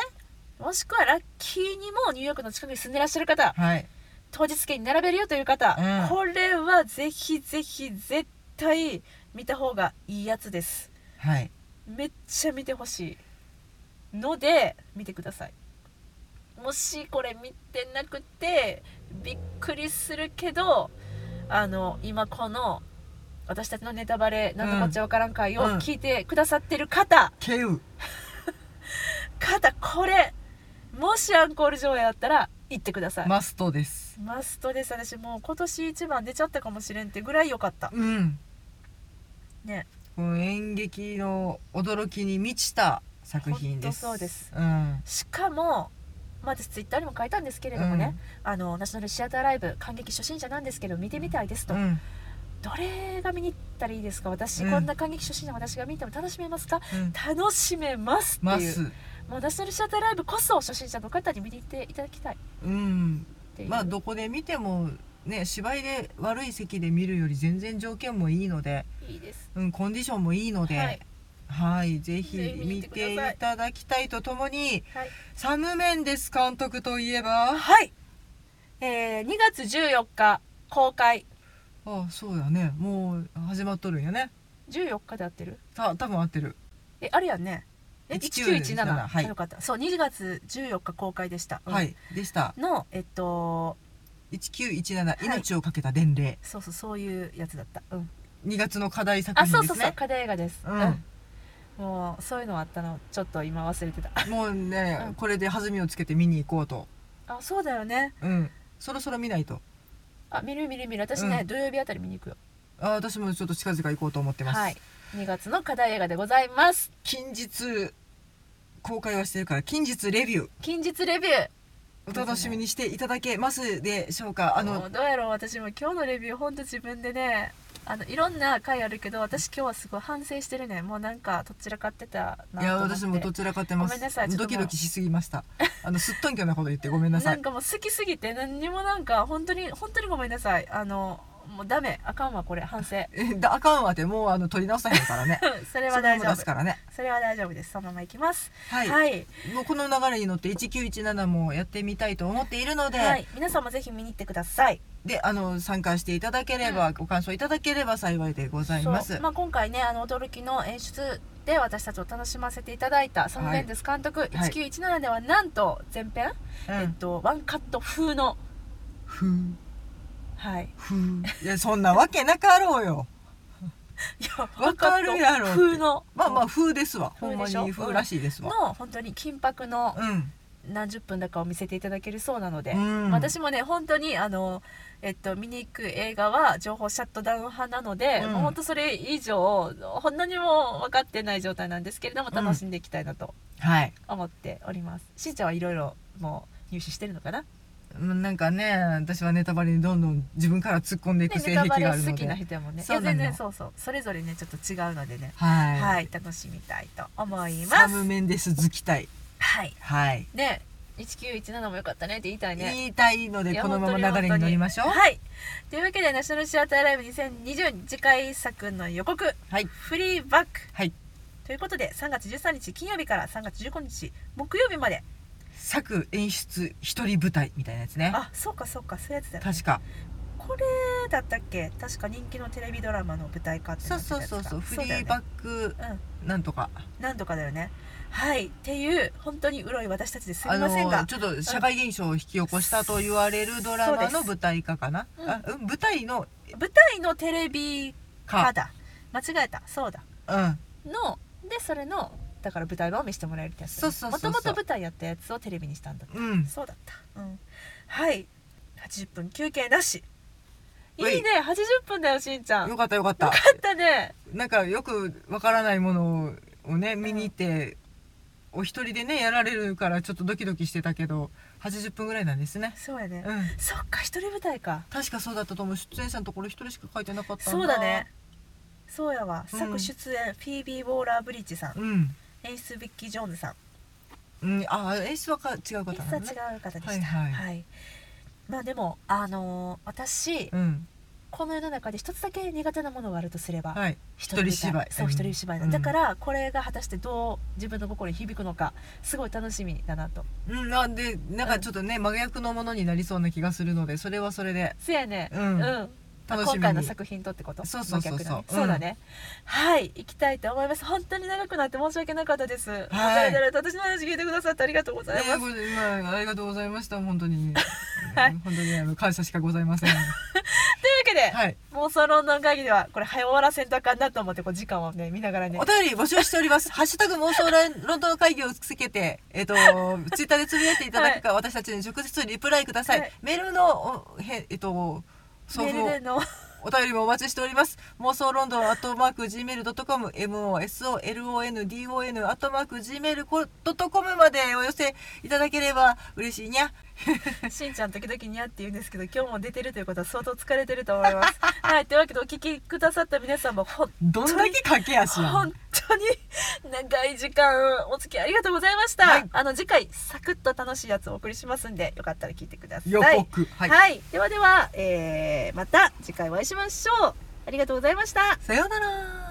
[SPEAKER 1] もしくはラッキーにもニューヨークの近くに住んでらっしゃる方
[SPEAKER 2] はい
[SPEAKER 1] 当日券に並べるよという方、
[SPEAKER 2] うん
[SPEAKER 1] これはぜひぜひ絶対見た方がいいやつです
[SPEAKER 2] はい
[SPEAKER 1] めっちゃ見てほしいので見てくださいもしこれ見てなくてびっくりするけどあの今この私たちのネタバレなんとこっちゃわからん会を
[SPEAKER 2] うん
[SPEAKER 1] 聞いてくださってる方、
[SPEAKER 2] けう
[SPEAKER 1] 方これもしアンコール上映あったら行ってください、
[SPEAKER 2] マストです
[SPEAKER 1] マストです私もう今年一番出ちゃったかもしれんってぐらい良かった
[SPEAKER 2] うん
[SPEAKER 1] ね
[SPEAKER 2] この演劇の驚きに満ちた作品です
[SPEAKER 1] ほんとそうです
[SPEAKER 2] うん
[SPEAKER 1] しかもまあ私ツイッターにも書いたんですけれどもね、あのナショナルシアターライブ感激初心者なんですけど見てみたいですと、
[SPEAKER 2] うん
[SPEAKER 1] どれが見に行ったらいいですか私、
[SPEAKER 2] うん
[SPEAKER 1] こんな感激初心者の私が見ても楽しめますか
[SPEAKER 2] うん
[SPEAKER 1] 楽しめますっ
[SPEAKER 2] ま
[SPEAKER 1] ていう
[SPEAKER 2] す
[SPEAKER 1] もうナショナルシアターライブこそ初心者の方に見に行っていただきたいっ
[SPEAKER 2] うん
[SPEAKER 1] ていう、
[SPEAKER 2] まあどこで見てもね芝居で悪い席で見るより全然条件もいいので、
[SPEAKER 1] いいです
[SPEAKER 2] うん、コンディションもいいので、
[SPEAKER 1] は
[SPEAKER 2] はいい、ぜひ
[SPEAKER 1] ぜひ見
[SPEAKER 2] 見
[SPEAKER 1] てください
[SPEAKER 2] ていただきたいとともに、
[SPEAKER 1] はい
[SPEAKER 2] サム・メンデス監督といえばあ
[SPEAKER 1] はい、えー、2月14日公開
[SPEAKER 2] そうだねもう始まっとるんやね
[SPEAKER 1] 14日で合ってる
[SPEAKER 2] た多分合ってる
[SPEAKER 1] えあるやんねえ1917
[SPEAKER 2] 1917はい
[SPEAKER 1] あよかったそう2月14日公開でした、うん
[SPEAKER 2] はいでした
[SPEAKER 1] のえっと
[SPEAKER 2] 1917
[SPEAKER 1] い
[SPEAKER 2] 命をかけた伝令、
[SPEAKER 1] そうそうそういうやつだった、うん、
[SPEAKER 2] 2月の課題作
[SPEAKER 1] あそ
[SPEAKER 2] 品
[SPEAKER 1] う
[SPEAKER 2] で
[SPEAKER 1] そ
[SPEAKER 2] す
[SPEAKER 1] うそう
[SPEAKER 2] ね
[SPEAKER 1] 課題映画です、
[SPEAKER 2] うん
[SPEAKER 1] もうそういうのあったのちょっと今忘れてた
[SPEAKER 2] もうね、
[SPEAKER 1] うん
[SPEAKER 2] これで弾みをつけて見に行こうと
[SPEAKER 1] あそうだよね
[SPEAKER 2] うんそろそろ見ないと
[SPEAKER 1] あ見る見る見る私ね、
[SPEAKER 2] うん
[SPEAKER 1] 土曜日あたり見に行くよ
[SPEAKER 2] あ私もちょっと近々行こうと思ってます、
[SPEAKER 1] はい2月の課題映画でございます
[SPEAKER 2] 近日公開はしてるから近日レビュー
[SPEAKER 1] 近日レビュー
[SPEAKER 2] お楽しみにしていただけますでしょうかあ
[SPEAKER 1] あの
[SPEAKER 2] の
[SPEAKER 1] どうやろう私も今日のレビューほんと自分でねあのいろんな回あるけど私今日はすごい反省してるねもうなんかどちらかってたない
[SPEAKER 2] や
[SPEAKER 1] と思って
[SPEAKER 2] 私もどちらかってます
[SPEAKER 1] ごめんなさいちょっとも
[SPEAKER 2] ド
[SPEAKER 1] う
[SPEAKER 2] キドキしすぎました
[SPEAKER 1] [LAUGHS]
[SPEAKER 2] あのすっとんきょなこと言ってごめんなさ
[SPEAKER 1] ないんかもう好きすぎて何にもなんか本当に本当にごめんなさいあのもうダメあかんわこれ反
[SPEAKER 2] [LAUGHS]
[SPEAKER 1] 省
[SPEAKER 2] えだあかんわってもうあの取り直さへんからね
[SPEAKER 1] [LAUGHS] それ
[SPEAKER 2] そ
[SPEAKER 1] は
[SPEAKER 2] れ
[SPEAKER 1] 大
[SPEAKER 2] も
[SPEAKER 1] 丈
[SPEAKER 2] 出
[SPEAKER 1] 夫
[SPEAKER 2] すからね
[SPEAKER 1] それは大丈夫ですそのままいきます
[SPEAKER 2] はい、
[SPEAKER 1] はい
[SPEAKER 2] もうこの流れに乗って1917もやってみたいと思っているので、
[SPEAKER 1] はい、皆さんもぜひ見に行ってください。
[SPEAKER 2] であの参加していただければ、ご鑑賞いただければ幸いでございます
[SPEAKER 1] そうまあ、今回ね、あの驚きの演出で私たちを楽しませていただいたサム・メンデス監督、1917ではなんと前編、
[SPEAKER 2] うん
[SPEAKER 1] えっと、ワンカット風の、
[SPEAKER 2] ふう
[SPEAKER 1] はい、
[SPEAKER 2] ふういやそんなわけなかろうよ
[SPEAKER 1] いや
[SPEAKER 2] わかるや
[SPEAKER 1] ワンカ
[SPEAKER 2] ろ
[SPEAKER 1] ット風の
[SPEAKER 2] まあまあ風ですわほ
[SPEAKER 1] 風
[SPEAKER 2] ん
[SPEAKER 1] で
[SPEAKER 2] ま
[SPEAKER 1] しょ
[SPEAKER 2] に風らしいですわ
[SPEAKER 1] の本当に緊迫の
[SPEAKER 2] うん
[SPEAKER 1] 何十分だかを見せていただけるそうなので、
[SPEAKER 2] うん
[SPEAKER 1] 私もね本当にあの、えっと、見に行く映画は情報シャットダウン派なので、
[SPEAKER 2] うん
[SPEAKER 1] もう本当それ以上ほんなにも分かってない状態なんですけれども楽しんでいきたいなと
[SPEAKER 2] はい
[SPEAKER 1] 思っておりますしんちゃんはいろいろもう入手してるのかな、ね、
[SPEAKER 2] うんなんかね私はネタバレにどんどん自分から突っ込んでいく性
[SPEAKER 1] ネタ
[SPEAKER 2] 癖
[SPEAKER 1] バレ
[SPEAKER 2] がある
[SPEAKER 1] 好
[SPEAKER 2] の
[SPEAKER 1] き
[SPEAKER 2] で
[SPEAKER 1] な人やもんねい
[SPEAKER 2] そ
[SPEAKER 1] や
[SPEAKER 2] うなの
[SPEAKER 1] 全然そうそうそれぞれねちょっと違うのでね
[SPEAKER 2] はい、
[SPEAKER 1] はい楽しみたいと思いま
[SPEAKER 2] サ
[SPEAKER 1] す
[SPEAKER 2] ム・メンデス好きたい
[SPEAKER 1] はい
[SPEAKER 2] はい
[SPEAKER 1] で
[SPEAKER 3] 1917もよかったねって言いたいね
[SPEAKER 2] 言いたいの
[SPEAKER 3] い
[SPEAKER 2] で
[SPEAKER 3] や
[SPEAKER 2] このま
[SPEAKER 3] 本当
[SPEAKER 2] ま
[SPEAKER 3] に
[SPEAKER 2] 流れに乗りましょう
[SPEAKER 1] はいというわけでナショナルシアターライブ2020次回作の予告
[SPEAKER 2] はい
[SPEAKER 1] フリーバック
[SPEAKER 2] はい
[SPEAKER 1] ということで3月13日金曜日から3月15日木曜日まで
[SPEAKER 2] 作演出一人舞台みたいなやつね
[SPEAKER 1] あそうかそうかそういうやつだ
[SPEAKER 2] 確か
[SPEAKER 1] これだったっけ確か人気のテレビドラマの舞台化って
[SPEAKER 2] そ
[SPEAKER 1] な
[SPEAKER 2] う
[SPEAKER 1] ってた
[SPEAKER 2] そう
[SPEAKER 1] やつ
[SPEAKER 2] そ
[SPEAKER 1] か
[SPEAKER 2] うそうフ
[SPEAKER 1] だ
[SPEAKER 2] リ
[SPEAKER 1] よね
[SPEAKER 2] ーバック
[SPEAKER 1] うん
[SPEAKER 2] なんとか
[SPEAKER 1] なんとかだよねはいっていう本当にうろい私たちです
[SPEAKER 2] あ
[SPEAKER 1] みませんが
[SPEAKER 2] のちょっと社会現象を引き起こしたと言われるドラマの舞台化かな、
[SPEAKER 3] そうで
[SPEAKER 2] あうん、舞台の
[SPEAKER 1] 舞台のテレビ化
[SPEAKER 2] か、
[SPEAKER 1] だ間違えたそうだ
[SPEAKER 2] うん、
[SPEAKER 3] のでそれのだから舞台版を見せてもらえるってやつ
[SPEAKER 2] そうそうそうそう
[SPEAKER 3] もともと舞台やったやつをテレビにしたんだ
[SPEAKER 2] うん、
[SPEAKER 1] そうだったうんはい80分休憩なし
[SPEAKER 3] いいね80分だよしんちゃんよ
[SPEAKER 2] よかったよかった
[SPEAKER 3] かったね
[SPEAKER 2] なんかよくわからないものをね見に行って、お一人でねやられるからちょっとドキドキしてたけど80分ぐらいなんですね
[SPEAKER 1] そうやね
[SPEAKER 2] うん
[SPEAKER 1] そっか一人舞台か
[SPEAKER 2] 確かそうだったと思う出演者のところ一人しか書いてなかったん
[SPEAKER 1] そうだねそうやわ
[SPEAKER 2] うん
[SPEAKER 1] 作出演フィービー・ウォーラー・ブリッジさん
[SPEAKER 2] うん、
[SPEAKER 1] 演出ビッキー・ジョーンズさん
[SPEAKER 2] うん、あ演出はか違う方
[SPEAKER 1] 演
[SPEAKER 2] な
[SPEAKER 1] 出は
[SPEAKER 2] のね
[SPEAKER 1] 違う方でした
[SPEAKER 2] はいはい
[SPEAKER 1] はいまあでもあのー私
[SPEAKER 2] うん
[SPEAKER 3] この世の中で一つだけ苦手なものがあるとすれば、
[SPEAKER 2] はい
[SPEAKER 3] 一人芝居
[SPEAKER 2] 一人芝居
[SPEAKER 3] そう
[SPEAKER 2] うん
[SPEAKER 3] 一人芝居な、
[SPEAKER 2] うん
[SPEAKER 3] だからこれが果たしてどう自分の心に響くのかすごい楽しみだなと
[SPEAKER 2] うん、なんでなんかちょっとね、真逆のものになりそうな気がするのでそれはそれで
[SPEAKER 3] せやね
[SPEAKER 2] うん
[SPEAKER 3] あ
[SPEAKER 2] 楽しみに
[SPEAKER 3] 今回の作品とってこと
[SPEAKER 2] そうそうそうそう
[SPEAKER 3] 真逆だね
[SPEAKER 2] うん
[SPEAKER 3] そうだね
[SPEAKER 1] はい行きたいと思います本当に長くなって申し訳なかったですはい
[SPEAKER 2] はい
[SPEAKER 1] だらだらと私の話聞いてくださってありがとうございます、
[SPEAKER 2] えーごめんまあありがとうございました本当に、
[SPEAKER 1] [LAUGHS] はい
[SPEAKER 2] 本当にあの感謝しかござい
[SPEAKER 1] [LAUGHS]
[SPEAKER 2] ませんは
[SPEAKER 1] というわけで、
[SPEAKER 2] い
[SPEAKER 1] 妄想ロンドン会議ではこれ早終わらせんとあかんなと思ってこう時間をね見ながらね
[SPEAKER 2] お便り募集してお
[SPEAKER 1] [LAUGHS]
[SPEAKER 2] ります。ハッシュタグ妄想ロンドン会議をつけて、えっ、と、ツイッターでつぶやいていただくか、私たちに直接リプライください。
[SPEAKER 1] はい
[SPEAKER 2] メールの、おへえっ、と、送
[SPEAKER 1] メ
[SPEAKER 2] 付
[SPEAKER 1] ールで
[SPEAKER 2] を
[SPEAKER 1] の
[SPEAKER 2] お便りもお待ちしております。妄想ロンドンアットマーク Gmail.com、MOSOLONDON アットマーク Gmail.com までお寄せいただければ嬉しいにゃ。
[SPEAKER 1] しんちゃん時々にゃって言うんですけど今日も出てるということは相当疲れてると思いますはいというわけでお聞きくださった皆さんもほん
[SPEAKER 2] どんだけ駆け足やん
[SPEAKER 1] [LAUGHS] 本。当に長い時間お付き合いありがとうございました、
[SPEAKER 2] はい
[SPEAKER 1] あの次回サクッと楽しいやつをお送りしますんでよかったら聞いてください
[SPEAKER 2] 予告。は
[SPEAKER 1] はい、
[SPEAKER 2] い。
[SPEAKER 1] ではでは、えーまた次回お会いしましょうありがとうございました
[SPEAKER 2] さようなら。